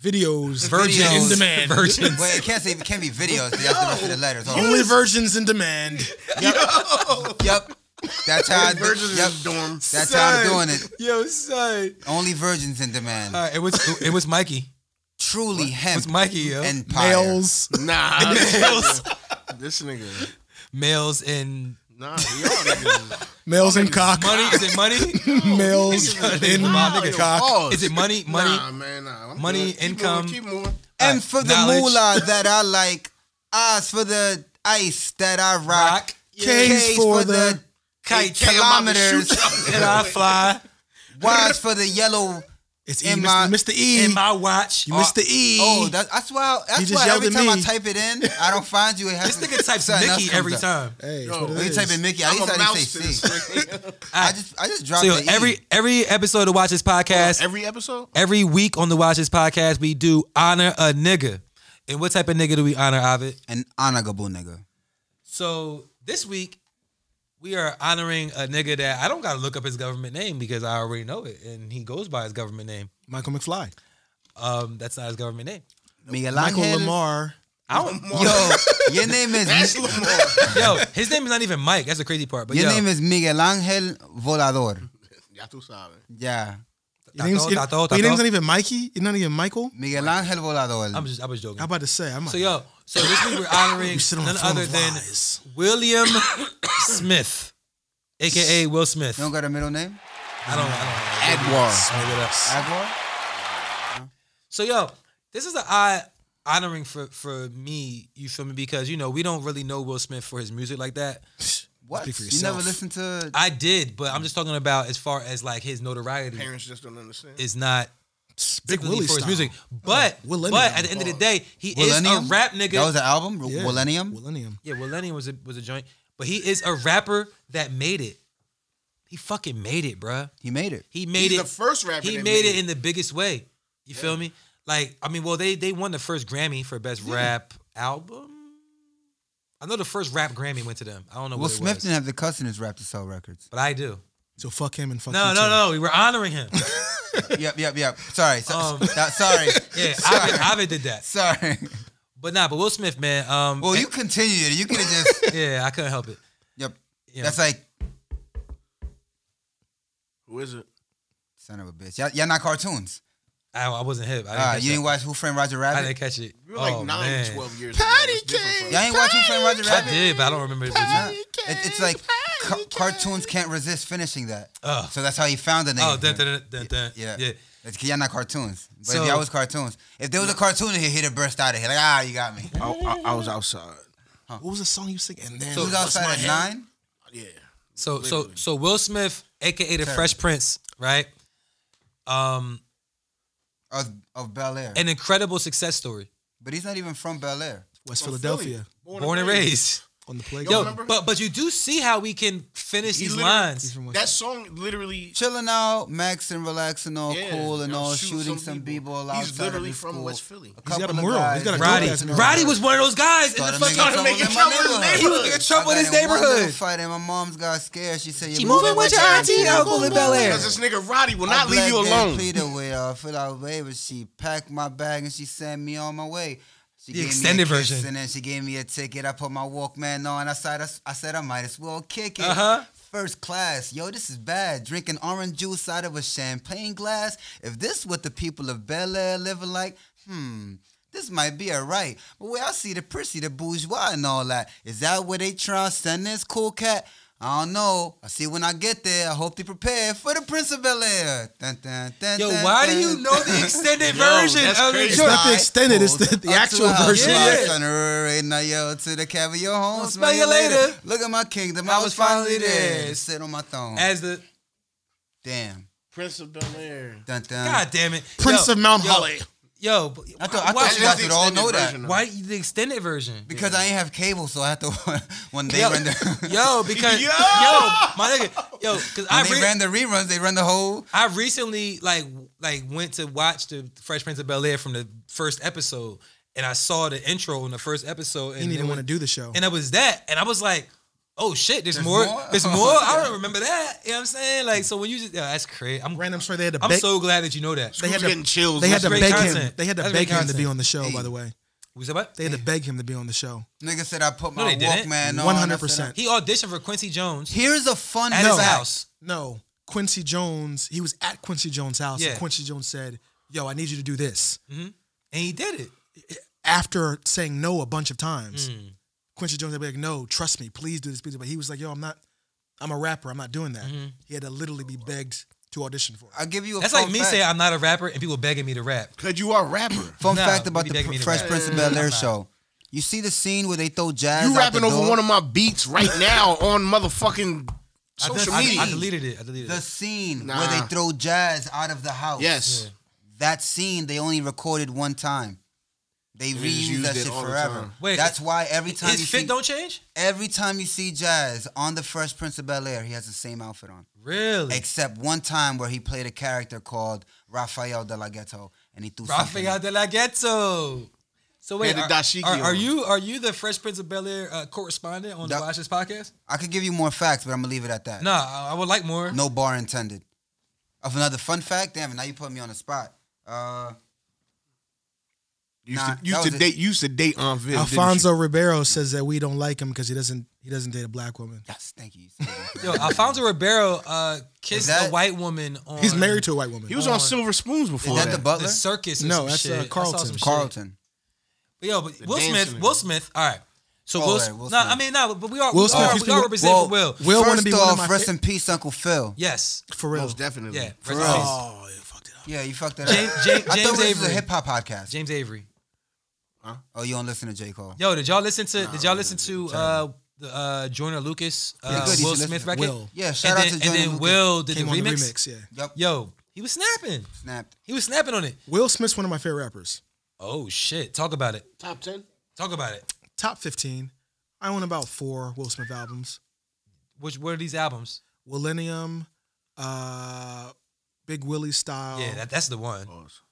Videos, Virgins in demand. [LAUGHS] Virgins. Wait, it can't say. It can't be videos. You have to rest of the letters. Hold on. [LAUGHS] Only virgins in demand. Yep. That's how I do, Virgins yep. is dorm. That's how I'm Son. doing it. [LAUGHS] Yo, son. Only virgins in demand. All right, it was it was Mikey. Truly hemp It's Mikey, yo. And empire. Males. [LAUGHS] [LAUGHS] Nah, this nigga. This nigga. males and Nah, [LAUGHS] y'all niggas. Males in cock. money. Is it [LAUGHS] money? [LAUGHS] Males Oh, in Wow, yo, cock. pause. Is it money? Money. Nah, man, nah. I'm money, good. Keep income. Moving, keep moving. And for the Knowledge. moolah that I like, eyes for the ice that I rock, Rock. K's for the Kite. kilometers, [LAUGHS] And I fly Y's for the yellow. It's E, In my- Mr. Mr. E. in my watch. You Mr. E. Oh, that, that's why. That's just why yelled every at time I me. type it in, I don't find you. It has this nigga types Mickey every time. Hey, it's Yo. what it When you is. type in Mickey, I I'm used a to mouse say to C. this nigga. I just, I just dropped So yo, the E. every every episode of Watch This Podcast, Every episode? every week on the Watch This Podcast, we do honor a nigga. And what type of nigga do we honor, Ovid? an honorable nigga. So this week we are honoring a nigga that I don't gotta look up his government name because I already know it, and he goes by his government name. Michael McFly. Um, that's not his government name. Miguel Michael Angel. Lamar. I don't. Yo, your name is That's Mi- Lamar. [LAUGHS] Yo, his name is not even Mike. That's the crazy part. But your yo, name is Miguel Angel Volador. Ya tú sabes. Yeah, Your name's, Tato, your, Tato, your Tato. name's not even Mikey. You're not even Michael. Miguel Angel Volador. I'm just, I was joking. I'm about to say. I'm So yo, so this week we're honoring [LAUGHS] You sit on none the phone other of than lies. [COUGHS] William Smith, aka Will Smith. You don't got a middle name? I don't. I don't. Edward. I don't know what else. Agua? So yo, this is an odd honoring for for me. You feel me? Because you know we don't really know Will Smith for his music like that. What? Speak for You yourself. never listened to? I did, but I'm just talking about as far as like his notoriety Parents just don't understand. is not Big typically Willie for his style. music. But Willennium. but at the end of the day, he Millennium? is a rap nigga. That was an album. Yeah. Millennium. Millennium. Yeah, Millennium was a was a joint, but he is a rapper that made it. He fucking made it, bruh. He made it. He made He's it. the first rapper He that made made it it. in the biggest way. You feel me? Like I mean, well, they they won the first Grammy for best rap album. I know the first rap Grammy went to them. I don't know Will what it Smith was, didn't have the cuss in his rap to sell records. but I do. So fuck him and fuck No, you no, too. no. We were [LAUGHS] honoring him. yep, yep, yep. Sorry, so, Um, [LAUGHS] that- sorry, [LAUGHS] Yeah, sorry, Ovid, Ovid did that. sorry. But nah, but Will Smith, man. Um, Well, you continued. it. You could have just. [LAUGHS] yeah, I couldn't help it. Yep. Yeah. That's like Who is it? son of a bitch. Y'all, y'all not cartoons. I, I wasn't hip. I didn't, Uh, catch you that. didn't watch Who Framed Roger I Rabbit. didn't catch it. We were like oh, 9, man. 12 years Patty ago. Patty Y'all ain't watch Who Framed Roger I Rabbit. did, but I don't remember. It Nah. [LAUGHS] was It, it's like ca- cartoons can't resist finishing that. Ugh. So that's how he found the name. oh, dun, dun, dun, dun, dun. Yeah. yeah. It's 'cause y'all not cartoons. But So- if y'all was cartoons, if there was a cartoon in here, he'd have burst out of here. Like, ah, you got me. I, I, I was outside. What was the song you sing? And then So was What's My outside at Head? nine. Yeah. So so so Will Smith, aka the Terrible. Fresh Prince, right? Um, Of, of Bel Air. an incredible success story. But he's not even from Bel Air. West From Philadelphia Philly. Born, and raised. on the playground. Yo, remember? but but you do see how we can finish He these literally- lines. From West- That song literally. Chilling out, maxing, relaxing, all Yeah, cool you and know, all, shoot some shooting some b-boy. b-ball outside He's of literally the from school. West Philly. A He's got a couple of mural. He's guys got a started Roddy, That's not Roddy right. was one of those guys in the started fucking making trouble [LAUGHS] making in trouble my in his neighborhood. I got He was making trouble in his neighborhood. One fight and my mom's got scared. She said, She "You're moving with your auntie and uncle in Bel Air. Because this nigga Roddy will I not leave blacked you and alone. Pleaded with her, fill out waiver. She packed my bag and she sent me on my way. She The gave me a extended kiss version. and then she gave me a ticket. I put my Walkman on. I said, I, I said I might as well kick it. Uh-huh. First class, yo, this is bad. Drinking orange juice out of a champagne glass. If this what the people of Bel Air living like, hmm. This might be alright, but where I see the prissy, the bourgeois, and all that, is that where they try to send this cool cat? I don't know. I see when I get there. I hope they prepare for the Prince of Bel Air. Dun, dun, dun, Yo, dun, why do dun, you dun. know the extended Yo, version that's of crazy. it? It's not the extended, Oh, it's the, the Up to actual a house version. Yeah. by Sunray, and I yell to the cab of your home. Don't Smell you later. later. Look at my kingdom. I I was was finally finally there. there. Sit on my throne. As the Damn. Prince of Bel Air. Dun, dun. God damn it, Prince Yo, of Mount yo, Holly. Yo, but I thought, I why, thought you That guys is would the all extended know that. version, though. why the extended version? Because I ain't have cable, so I had to. [LAUGHS] when they Yo, ran the, [LAUGHS] yo, because yo, Yo! my nigga, yo, because when I they re- ran the reruns, they run the whole. I recently like like went to watch the Fresh Prince of Bel Air from the first episode, and I saw the intro in the first He episode, and didn't even then want to when- do the show. and it was that, and I was like, oh shit, there's, more, more? there's more. I [LAUGHS] don't remember that. You know what I'm saying? Like, so when you just, yeah, that's crazy. I'm Random story. They had to I'm beg. so glad that you know that. they had Who's getting to, chills. they had That's to great beg him. content. They had to That's beg great him to be content. on the show. By the way, We said what? they had to beg him to be on the show. Nigga said I put No, my they didn't. Walkman on. One hundred percent. He auditioned for Quincy Jones Here's a fun at his fact. house. No, Quincy Jones. He was at Quincy Jones' house, Yeah. Mm. and Quincy Jones said, "Yo, I need you to do this." And he did it. After saying no a bunch of times, Mm. Quincy Jones would be like, "No, trust me, please do this." Please. do it." But he was like, "Yo, I'm not. I'm a rapper. I'm not doing that." Mm-hmm. He had to literally be begged to audition for it. I'll give you a That's fun like me fact. saying I'm not a rapper and people begging me to rap. Because you are a [CLEARS THROAT] rapper. Fun Nah, fact we about be the begging Pr- me to Fresh rap. Prince of Bel Air show. You see the scene where they throw jazz. You out rapping the over door? one of my beats [LAUGHS] right now on motherfucking I, social I- media. I deleted it. I deleted the it. scene where they Nah. throw jazz out of the house. yes. that scene they only recorded one time. They they just reuse used that it shit all the forever. time. Wait, That's why every time you His fit see, don't change. every time you see Jazz on the Fresh Prince of Bel Air, he has the same outfit on, Really? except one time where he played a character called Rafael de la Ghetto, and he threw something. Rafael de la Ghetto. So wait, Had are, the dashiki are- are on. you are you the Fresh Prince of Bel Air uh, correspondent on That- the Watch This podcast? I could give you more facts, but I'm gonna leave it at that. Nah, I, I would like more. No bar intended. Of another fun fact, damn it! Now you put me on the spot. Uh, You Used Nah, to, that used was to it. date. you Used to date on Viv. didn't you? Alfonso Ribeiro says that we don't like him because he doesn't he doesn't date a black woman. yes, thank [LAUGHS] you. You said it. Yo, Alfonso Ribeiro uh, Is kissed that- a white woman on. He's married to a white woman. He was on Silver Spoons Is before that that. the the Butler? circus. Or No, some that's, shit. uh, I saw Carlton. some shit. Carlton. But yo, but Will dancing Smith. nigga. Will Smith. All right. So Oh, Will. right, Smith. Will No, Smith. I mean no. But we are. Will we Smith are, used we to are be- representing Will. Will wanna first be one of off, my rest fa- in peace, Uncle Phil. Yes. for real. Most definitely. Yeah. For rest real. in peace. Oh, you fucked it up. Yeah, you fucked that James- up. James- I James thought this was Avery. a hip hop podcast. James Avery. Oh, you don't listen to J Cole. Yo, did y'all listen to? did y'all listen to uh, the uh, Joyner Lucas uh, Yeah, good, you Will should Smith listen. record? Will. Yeah, shout And out then, to and Johnny then Lucas. Will did Came the on remix. the remix. Yeah. Yep, Yo, he was snapping. snapped. He was snapping on it. Will Smith's one of my favorite rappers. Oh shit! Talk about it. Top ten. Talk about it. Top 15. I own about four Will Smith albums. Which what are these albums? Millennium, uh, Big Willie Style, Yeah, that, that's the one.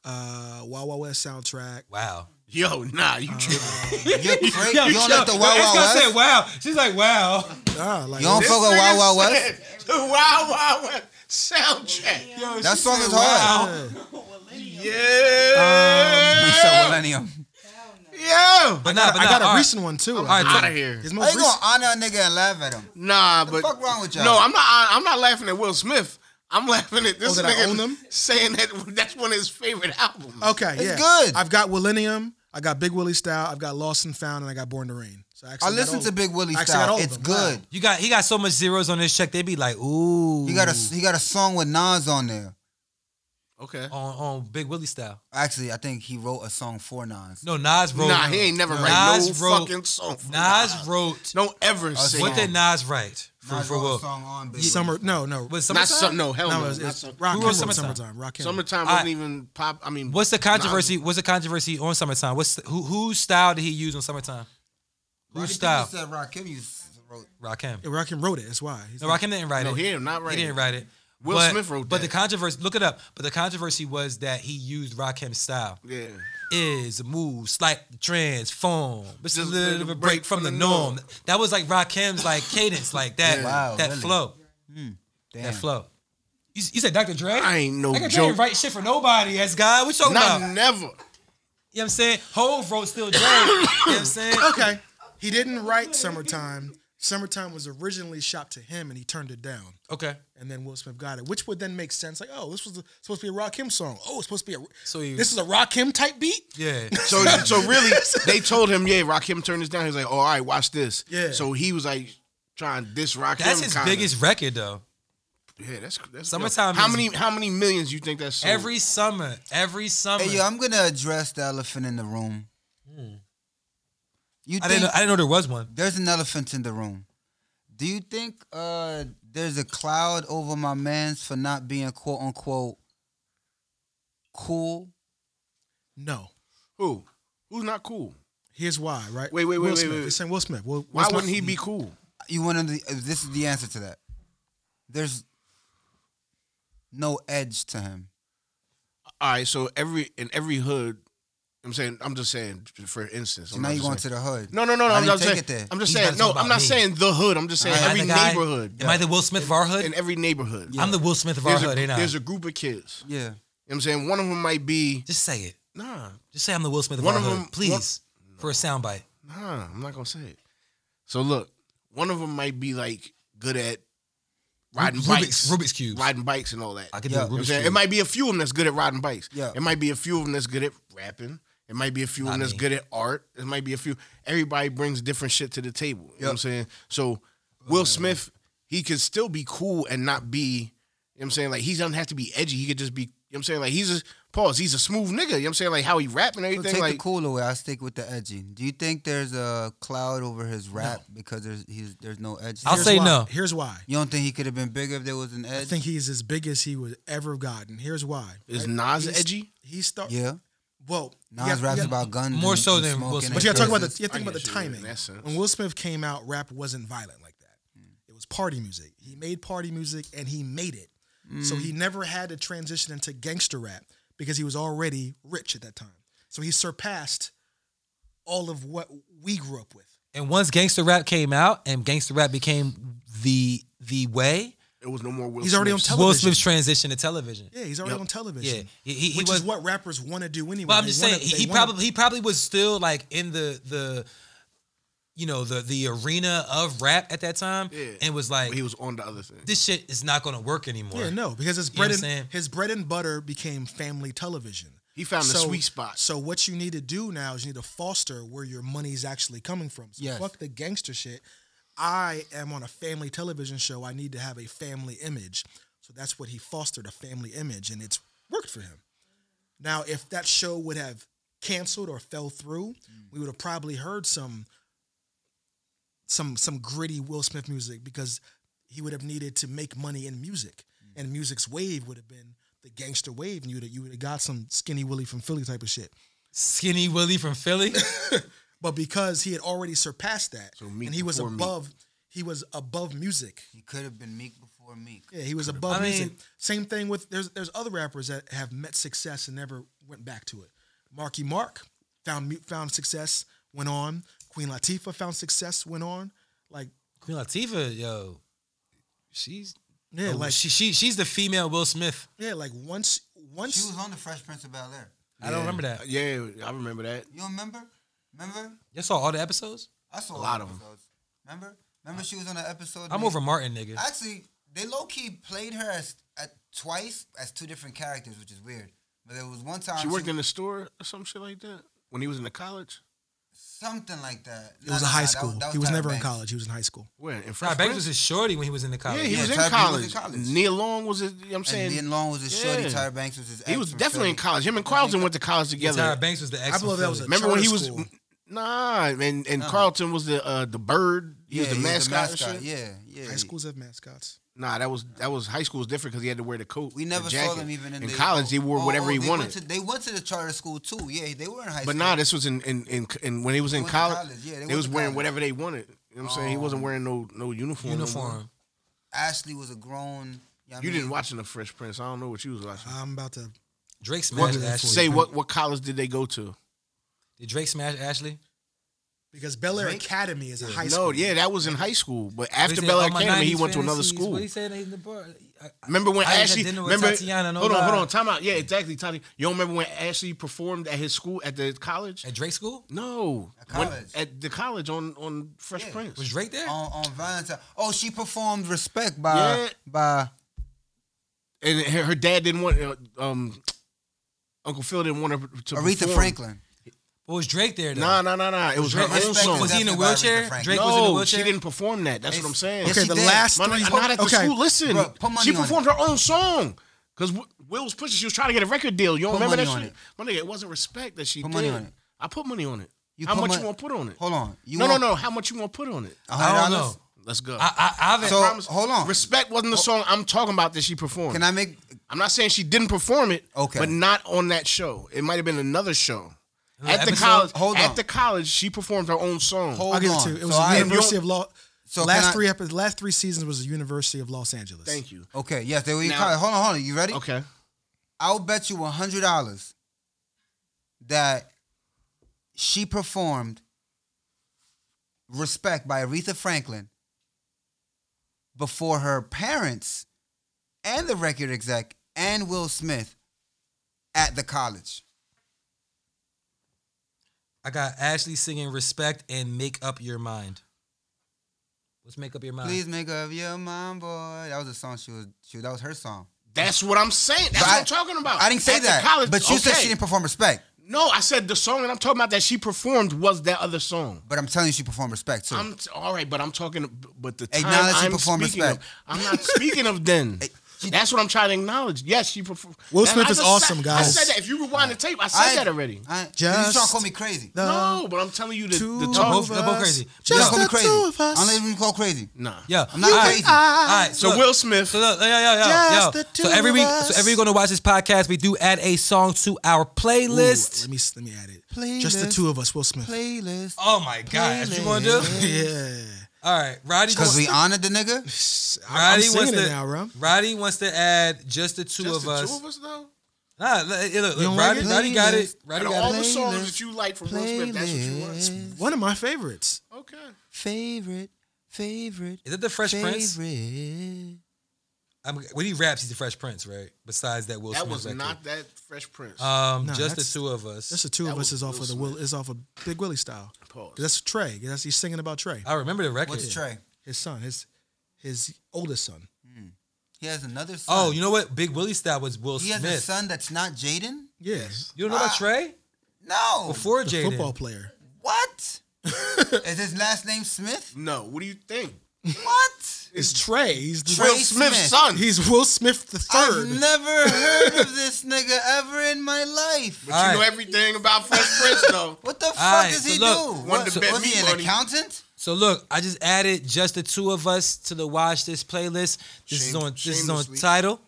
uh, Wild Wild West soundtrack. Wow. Yo, nah, Uh, you tripping. [LAUGHS] You're crazy. you don't like the yo, Wild it's Wild gonna say West? wow. She's like wow. Ah, like, You don't fuck with Wild Wild [LAUGHS] West? The Wild Wild West soundtrack. Yo, That she song said, is hard. wow. Um, Yeah. You said Millennium. yeah. But nah, but I got nah, a all right. recent one too. right, Out of here. His How most you gonna recent. honor a nigga and laugh at him? Nah, but fuck wrong with y'all? No, I'm not. I'm not laughing at Will Smith. I'm laughing at this Oh, that I nigga own them? saying that [LAUGHS] that's one of his favorite albums. Oh. Okay, yeah. good. I've got Millennium. I got Big Willie Style. I've got Lost and Found, and I got Born to Rain. So I, actually I got listen all to of Big Willie I actually got style. all of It's them. good. You got he got so much zeros on his check. They be like ooh. He got a he got a song with Nas on there. Okay. on on Big Willie style. Actually, I think he wrote a song for Nas. No, Nas wrote. Nah, he ain't never write no Nas wrote- fucking song. for Nas wrote. Don't ever say What did Nas write for Nas for wrote Will? a song on Big Summer, no, no, Was Not Summertime? some, no, hell no. no, it's, not it's some- rock. Who Who wrote summertime? Summertime? summertime? Rock. Hammer. summertime I- wasn't even pop. I mean, What's the controversy? what's the controversy on summertime? What's the, who whose style did he use on summertime? Willie. Whose style? Said Rakim used- wrote. Rakim. Yeah, Rakim wrote it. That's why. He's No, like, Rakim didn't write No, it. he didn't- not write He didn't it. write it. Will But- Smith wrote But that. the controversy, look it up. But the controversy was that he used Rakim's style. yeah. Is move slight transform. It's a Just little bit of a break from the norm. That was like Rakim's like cadence, like that, Yeah. Wow, that really? flow, Damn. that flow. You, you said Dr. Dre? I ain't no Dr. Dre joke. didn't write shit for nobody. As God, what you talking Not about? never. You know what I'm saying? Hove wrote still Dre. you know what I'm saying? [COUGHS] okay, he didn't write summertime. Summertime was originally shot to him, and he turned it down. Okay. And then Will Smith got it, which would then make sense. Like, oh, this was a, supposed to be a Rakim song. Oh, it's supposed to be a. So you- this is a Rakim type beat. Yeah. [LAUGHS] So, so really, they told him, yeah, Rakim turned this down. He's like, oh, all right, watch this. Yeah. So he was like trying to diss Rakim. That's his kinda. biggest record though. Yeah, that's that's Summertime How is- many how many millions you think that's sold? Every summer, every summer. Hey, yo, I'm gonna address the elephant in the room. You I think didn't know, Hmm. I didn't know there was one. there's an elephant in the room? Do you think uh, there's a cloud over my man's for not being quote unquote cool? No, who who's not cool? here's why. Right? Wait, wait, wait, Will wait, Smith. wait. You're saying Will Smith. Will, Why Will Smith- wouldn't he be cool? You want to? This is the answer to that. There's no edge to him. All right, so every in every hood, I'm saying I'm just saying for instance. So I'm now not you're just going to saying- the hood. no, no, no, no. I I'm didn't just take saying. it there. I'm just He's saying. not No, talking I'm about not me. saying the hood. I'm just saying Am I every the guy- neighborhood. Am I the Will Smith of our hood? In every neighborhood. I'm the Will Smith of our There's a, hood, ain't I? there's a group of kids. You know Yeah, what I'm saying one of them might be Just say it. nah, Just say I'm the Will Smith of One our of hood, them- one- please, for a soundbite. nah. I'm not gonna say it. So look, one of them might be like good at riding Rubik's- bikes, Rubik's cubes. riding bikes and all that. I can Yeah. do a You know what Rubik's I'm saying? Cube. It might be a few of them that's good at riding bikes. Yeah. It might be a few of them that's good at rapping. It might be a few of them Not that's me. good at art. It might be a few. Everybody brings different shit to the table. You know what I'm saying? So Will Smith, he could still be cool and not be, you know what I'm saying? Like he doesn't have to be edgy. He could just be, you know what I'm saying? Like he's a pause, he's a smooth nigga. You know what I'm saying? Like how he rap and So everything. take the like cool away. I stick with the edgy. Do you think there's a cloud over his rap because there's he's, there's no edge? I'll Here's there? say why. no. Here's why. You don't think he could have been bigger if there was an edge? I think he's as big as he was ever gotten. Here's why. is right? Nas He's- edgy? He started. yeah. Well, you Nas got- raps you got- about guns. More and- so and than smoking Will and Smith. But you gotta talk about the drugs. you gotta think I about the guess, yeah, in timing. that sense. When Will Smith came out, rap wasn't violent like that. It was party music. He made party music and he made it. So he never had to transition into gangster rap because he was already rich at that time. So he surpassed all of what we grew up with. And once gangster rap came out and gangster rap became the the way, It was no more Will He's already on Smith's. television. Will Smith transitioned to television. Yeah, he's already on television. Yeah, he- he- he which was- is what rappers want to do anyway. But I'm They just wanna- saying he, they he wanna- probably he probably was still like in the the you know the the arena of rap at that time Yeah. and was like He was on the other thing. this shit is not gonna work anymore. Yeah, no, because his You know what bread I'm saying? and his bread and butter became family television. He found the sweet spot. So what you need to do now is you need to foster where your money's actually coming from. So Yes. fuck the gangster shit. I am on a family television show. I need to have a family image. So that's what he fostered a family image, and it's worked for him. Now, if that show would have canceled or fell through, Mm. we would have probably heard some some some gritty Will Smith music because he would have needed to make money in music, and music's wave would have been the gangster wave, and you would have, you would have got some skinny Willie from Philly type of shit. Skinny Willie [LAUGHS] from Philly. But because he had already surpassed that, Meek and he was before Meek. above, he was above music. He could have been Meek before Meek. Yeah, he was above I mean- music. Same thing with there's there's other rappers that have met success and never went back to it. Marky Mark found mu- found success, went on. Queen Latifah found success, went on. Like Queen Latifah, yo, she's yeah, like like Oh, she, she she's the female Will Smith. yeah, like once She once was on the Fresh Prince of Bel Air. I don't remember that. Uh, Yeah, I remember that. You don't remember? Remember? You saw all the episodes. I saw a lot of 'em. Remember? Remember she was on an episode. I'm where- over Martin, nigga. Actually, they low key played her as at twice as two different characters, which is weird. But there was one time She worked in the store or some shit like that when he was in the college. Something like that. It was a high school. he was never in college. He was in high school. Where in Nah, Fresh Banks Prince? was his shorty when he was in the college. Yeah, he Yeah, was in Tyra Banks was college. in college. Neil Long was. His, you know what I'm And saying Ian Long was his shorty. Yeah. Tyra Banks was his. he ex was from definitely in Philly. college. Him and Carlton went to college together. Tyra Banks was the ex. I believe that was a a- Remember when he was? Charter school. Nah, and and No. Carlton was the uh, the bird. He was the mascot. and shit? Yeah, yeah. High schools have mascots. Nah, that was that was high school was different because he had to wear the coat. We the never saw jacket. them even in, in the- college. He wore oh, whatever oh, he they wanted. Went to, they went to the charter school too. Yeah, they were in high school. But nah, this was in in, in, in when he was in went to college. college, yeah, they they, went was to wearing college. whatever they wanted. You know what I'm saying? He wasn't wearing no no uniform. no more. uniform. Ashley was a grown. You, know what I You mean? didn't watch the Fresh Prince. I don't know what you was watching. I'm about to. Drake What- smashed Ashley. say what what college did they go to? Did Drake smash Ashley? Because Bel Air Drake? Academy is a high no, school. yeah, that was in high school. But after What he Bel Air said, "Oh, my Academy, he 90s went to another fantasies." school. What he said in the bar? uh, I- I- Remember when I had Ashley? dinner with remember, Tatiana, no hold on, hold lie. on, time out. Yeah, exactly, Tatiana. You don't remember when Ashley performed at his school at the college? At Drake school? no, At When- college. at the college on on Fresh Yeah. Prince. Was Drake there? on, on Valentine. Oh, she performed "Respect" by Yeah. by. and her, her dad didn't want uh, um Uncle Phil didn't want her to Aretha perform. Franklin. Or was Drake there? Though? Nah, nah, nah, nah. It was her Drake, own Respect song. was he in a Definitely by Aretha wheelchair? Franklin. Drake no, was in a wheelchair. she didn't perform that. That's what I'm saying. Yes, Okay, she the did. last My, three. nigga, not at the okay. school. Listen, Bro, put money she on performed her own song because Will was pushing. She was trying to get a record deal. You don't Put remember money that on shit? it. My nigga, it wasn't respect that she Put did. money on it. I put money on it. You How put much mon- you want to put on it? Hold on. You no, want no, no. How much you want to put on it? a hundred I don't dollars? know. Let's go. I, I, I haven't. So promise. hold on. respect wasn't the song I'm talking about that she performed. Can I make? I'm not saying she didn't perform it, Okay. but not on that show. It might have been another show. At the episode? college, Hold at on. the college, she performed her own song. Hold I'll give it on. to. you. It was So the I- University of Law. So can I- last three episodes, last three seasons was the University of Los Angeles. Thank you. Okay, yes, they were in Now- college. Hold on, hold on. You ready? Okay. I'll bet you hundred dollars that she performed "Respect" by Aretha Franklin before her parents and the record exec and Will Smith at the college. I got Ashley singing "Respect" and "Make Up Your Mind." Let's make up your mind. Please make up your mind, boy. That was a song she was. She that was her song. That's what I'm saying. That's But what I- I, am talking about. I didn't say Oh, At the that, college- but you said okay. she didn't perform "Respect." No, I said the song that I'm talking about that she performed was that other song. But I'm telling you, she performed "Respect" too. I'm t- all right, but I'm talking. But the time Acknowledge she I'm performed speaking respect. of, I'm not speaking of [LAUGHS] then. That's what I'm trying to acknowledge. Yes, she performed. Will Smith is awesome, I guys. said that. If you rewind the tape, I said I- that already. I, uh, you Just- trying to call me crazy? no, but I'm telling you the, Two the They're talk. both, they're both crazy. Just Yo, call me the crazy. two of us. I'm not even call crazy. Nah. Yeah. I'm not all right. crazy. All right. So look. Will Smith. So look, yo, yo, yo, Just yo. the two So every of week, us. so every week gonna watch this podcast, we do add a song to our Ooh, playlist. Let me let me add it. Just the Playlist. two of us. Will Smith. Playlist. oh my god, that's what you wanna [LAUGHS] do? Yeah. All right, Roddy. Because we wants- honored the nigga. I- I'm Roddy wants singing to. it now, bro. Roddy wants to add just the two Just of the us. two of us though. Nah, look, look, look, You don't Roddy, like it? Roddy got it. Out Roddy of got all it. the Playlist. songs that you like from Will Smith, that's what you want. Playlist. One of my favorites. Okay. Favorite. Favorite. Is it the Fresh Prince? Favorite. I'm, when he raps, he's the Fresh Prince, right? Besides that, Will That Uh, Smith was record. not that Fresh Prince. Um, No, just the that's- two of us. That's the two That of was us is off Will of the Smith. Will is off of Big Willie style. Pause. That's Trey. That's he's singing about Trey, I remember the record. What's Trey? his son, his his oldest son. He has another son. Oh, you know what? Big Willie style was Will he has a Smith. son that's not Jaden? Yes, You don't know about Ah. Trey? No. Before the football Jaden. player. [LAUGHS] What? Is his last name Smith? no, what do you think? What? It's Trey. He's the- Trey Will Smith's Smith. son. He's Will Smith the I've third. never heard of [LAUGHS] this nigga ever in my life. but All you know right. everything about Fresh Prince though. What the fuck right, does so he look, do? one What- of the best was he meat an money. accountant? So look, I just added just the two of us to the watch this playlist. This is Shame- on this is on shamelessly. title.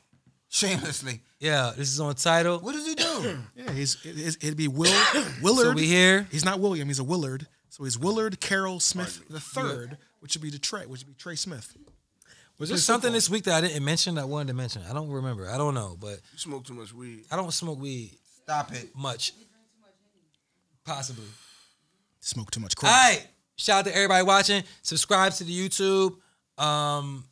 Shamelessly. Yeah, this is on title. What does he do? [LAUGHS] Yeah, he's it, it's- it'd be Will Willard. So we here. He's not William. He's a Willard. So he's Willard Carroll Smith the third, which would be the Trey, which would be Trey Smith. Was there something this week that I didn't mention that I wanted to mention? I don't remember. I don't know, but [LAUGHS] You smoke too much weed. I don't smoke weed Stop it. much. Possibly. Smoke too much All crack. right. Shout out to everybody watching. Subscribe to the YouTube. Um,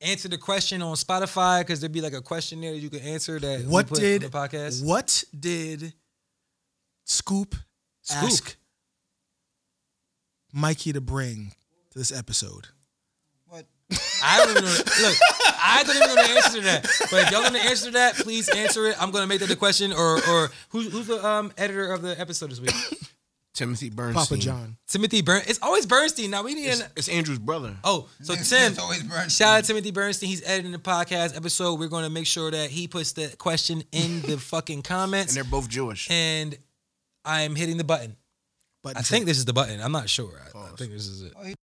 answer the question on Spotify because there'd be like a questionnaire you can answer that. we What put did on the podcast? What did Scoop, Scoop. ask Mikey to bring to this episode? What? I don't even know. Look, I don't even know the answer to that. But if y'all know the answer to that, please answer it. I'm gonna make that the question. Or or who's who's the um editor of the episode this week? Timothy Bernstein. Papa John. Timothy Bern. It's always Bernstein. Now we need. It's, an- it's Andrew's brother. oh, so It's Tim. always Bernstein. Shout out to Timothy Bernstein. He's editing the podcast episode. We're going to make sure that he puts the question in the fucking And comments. they're And, both Jewish. I'm hitting the button. But I think this is the button. I'm not sure. I, I think this is it.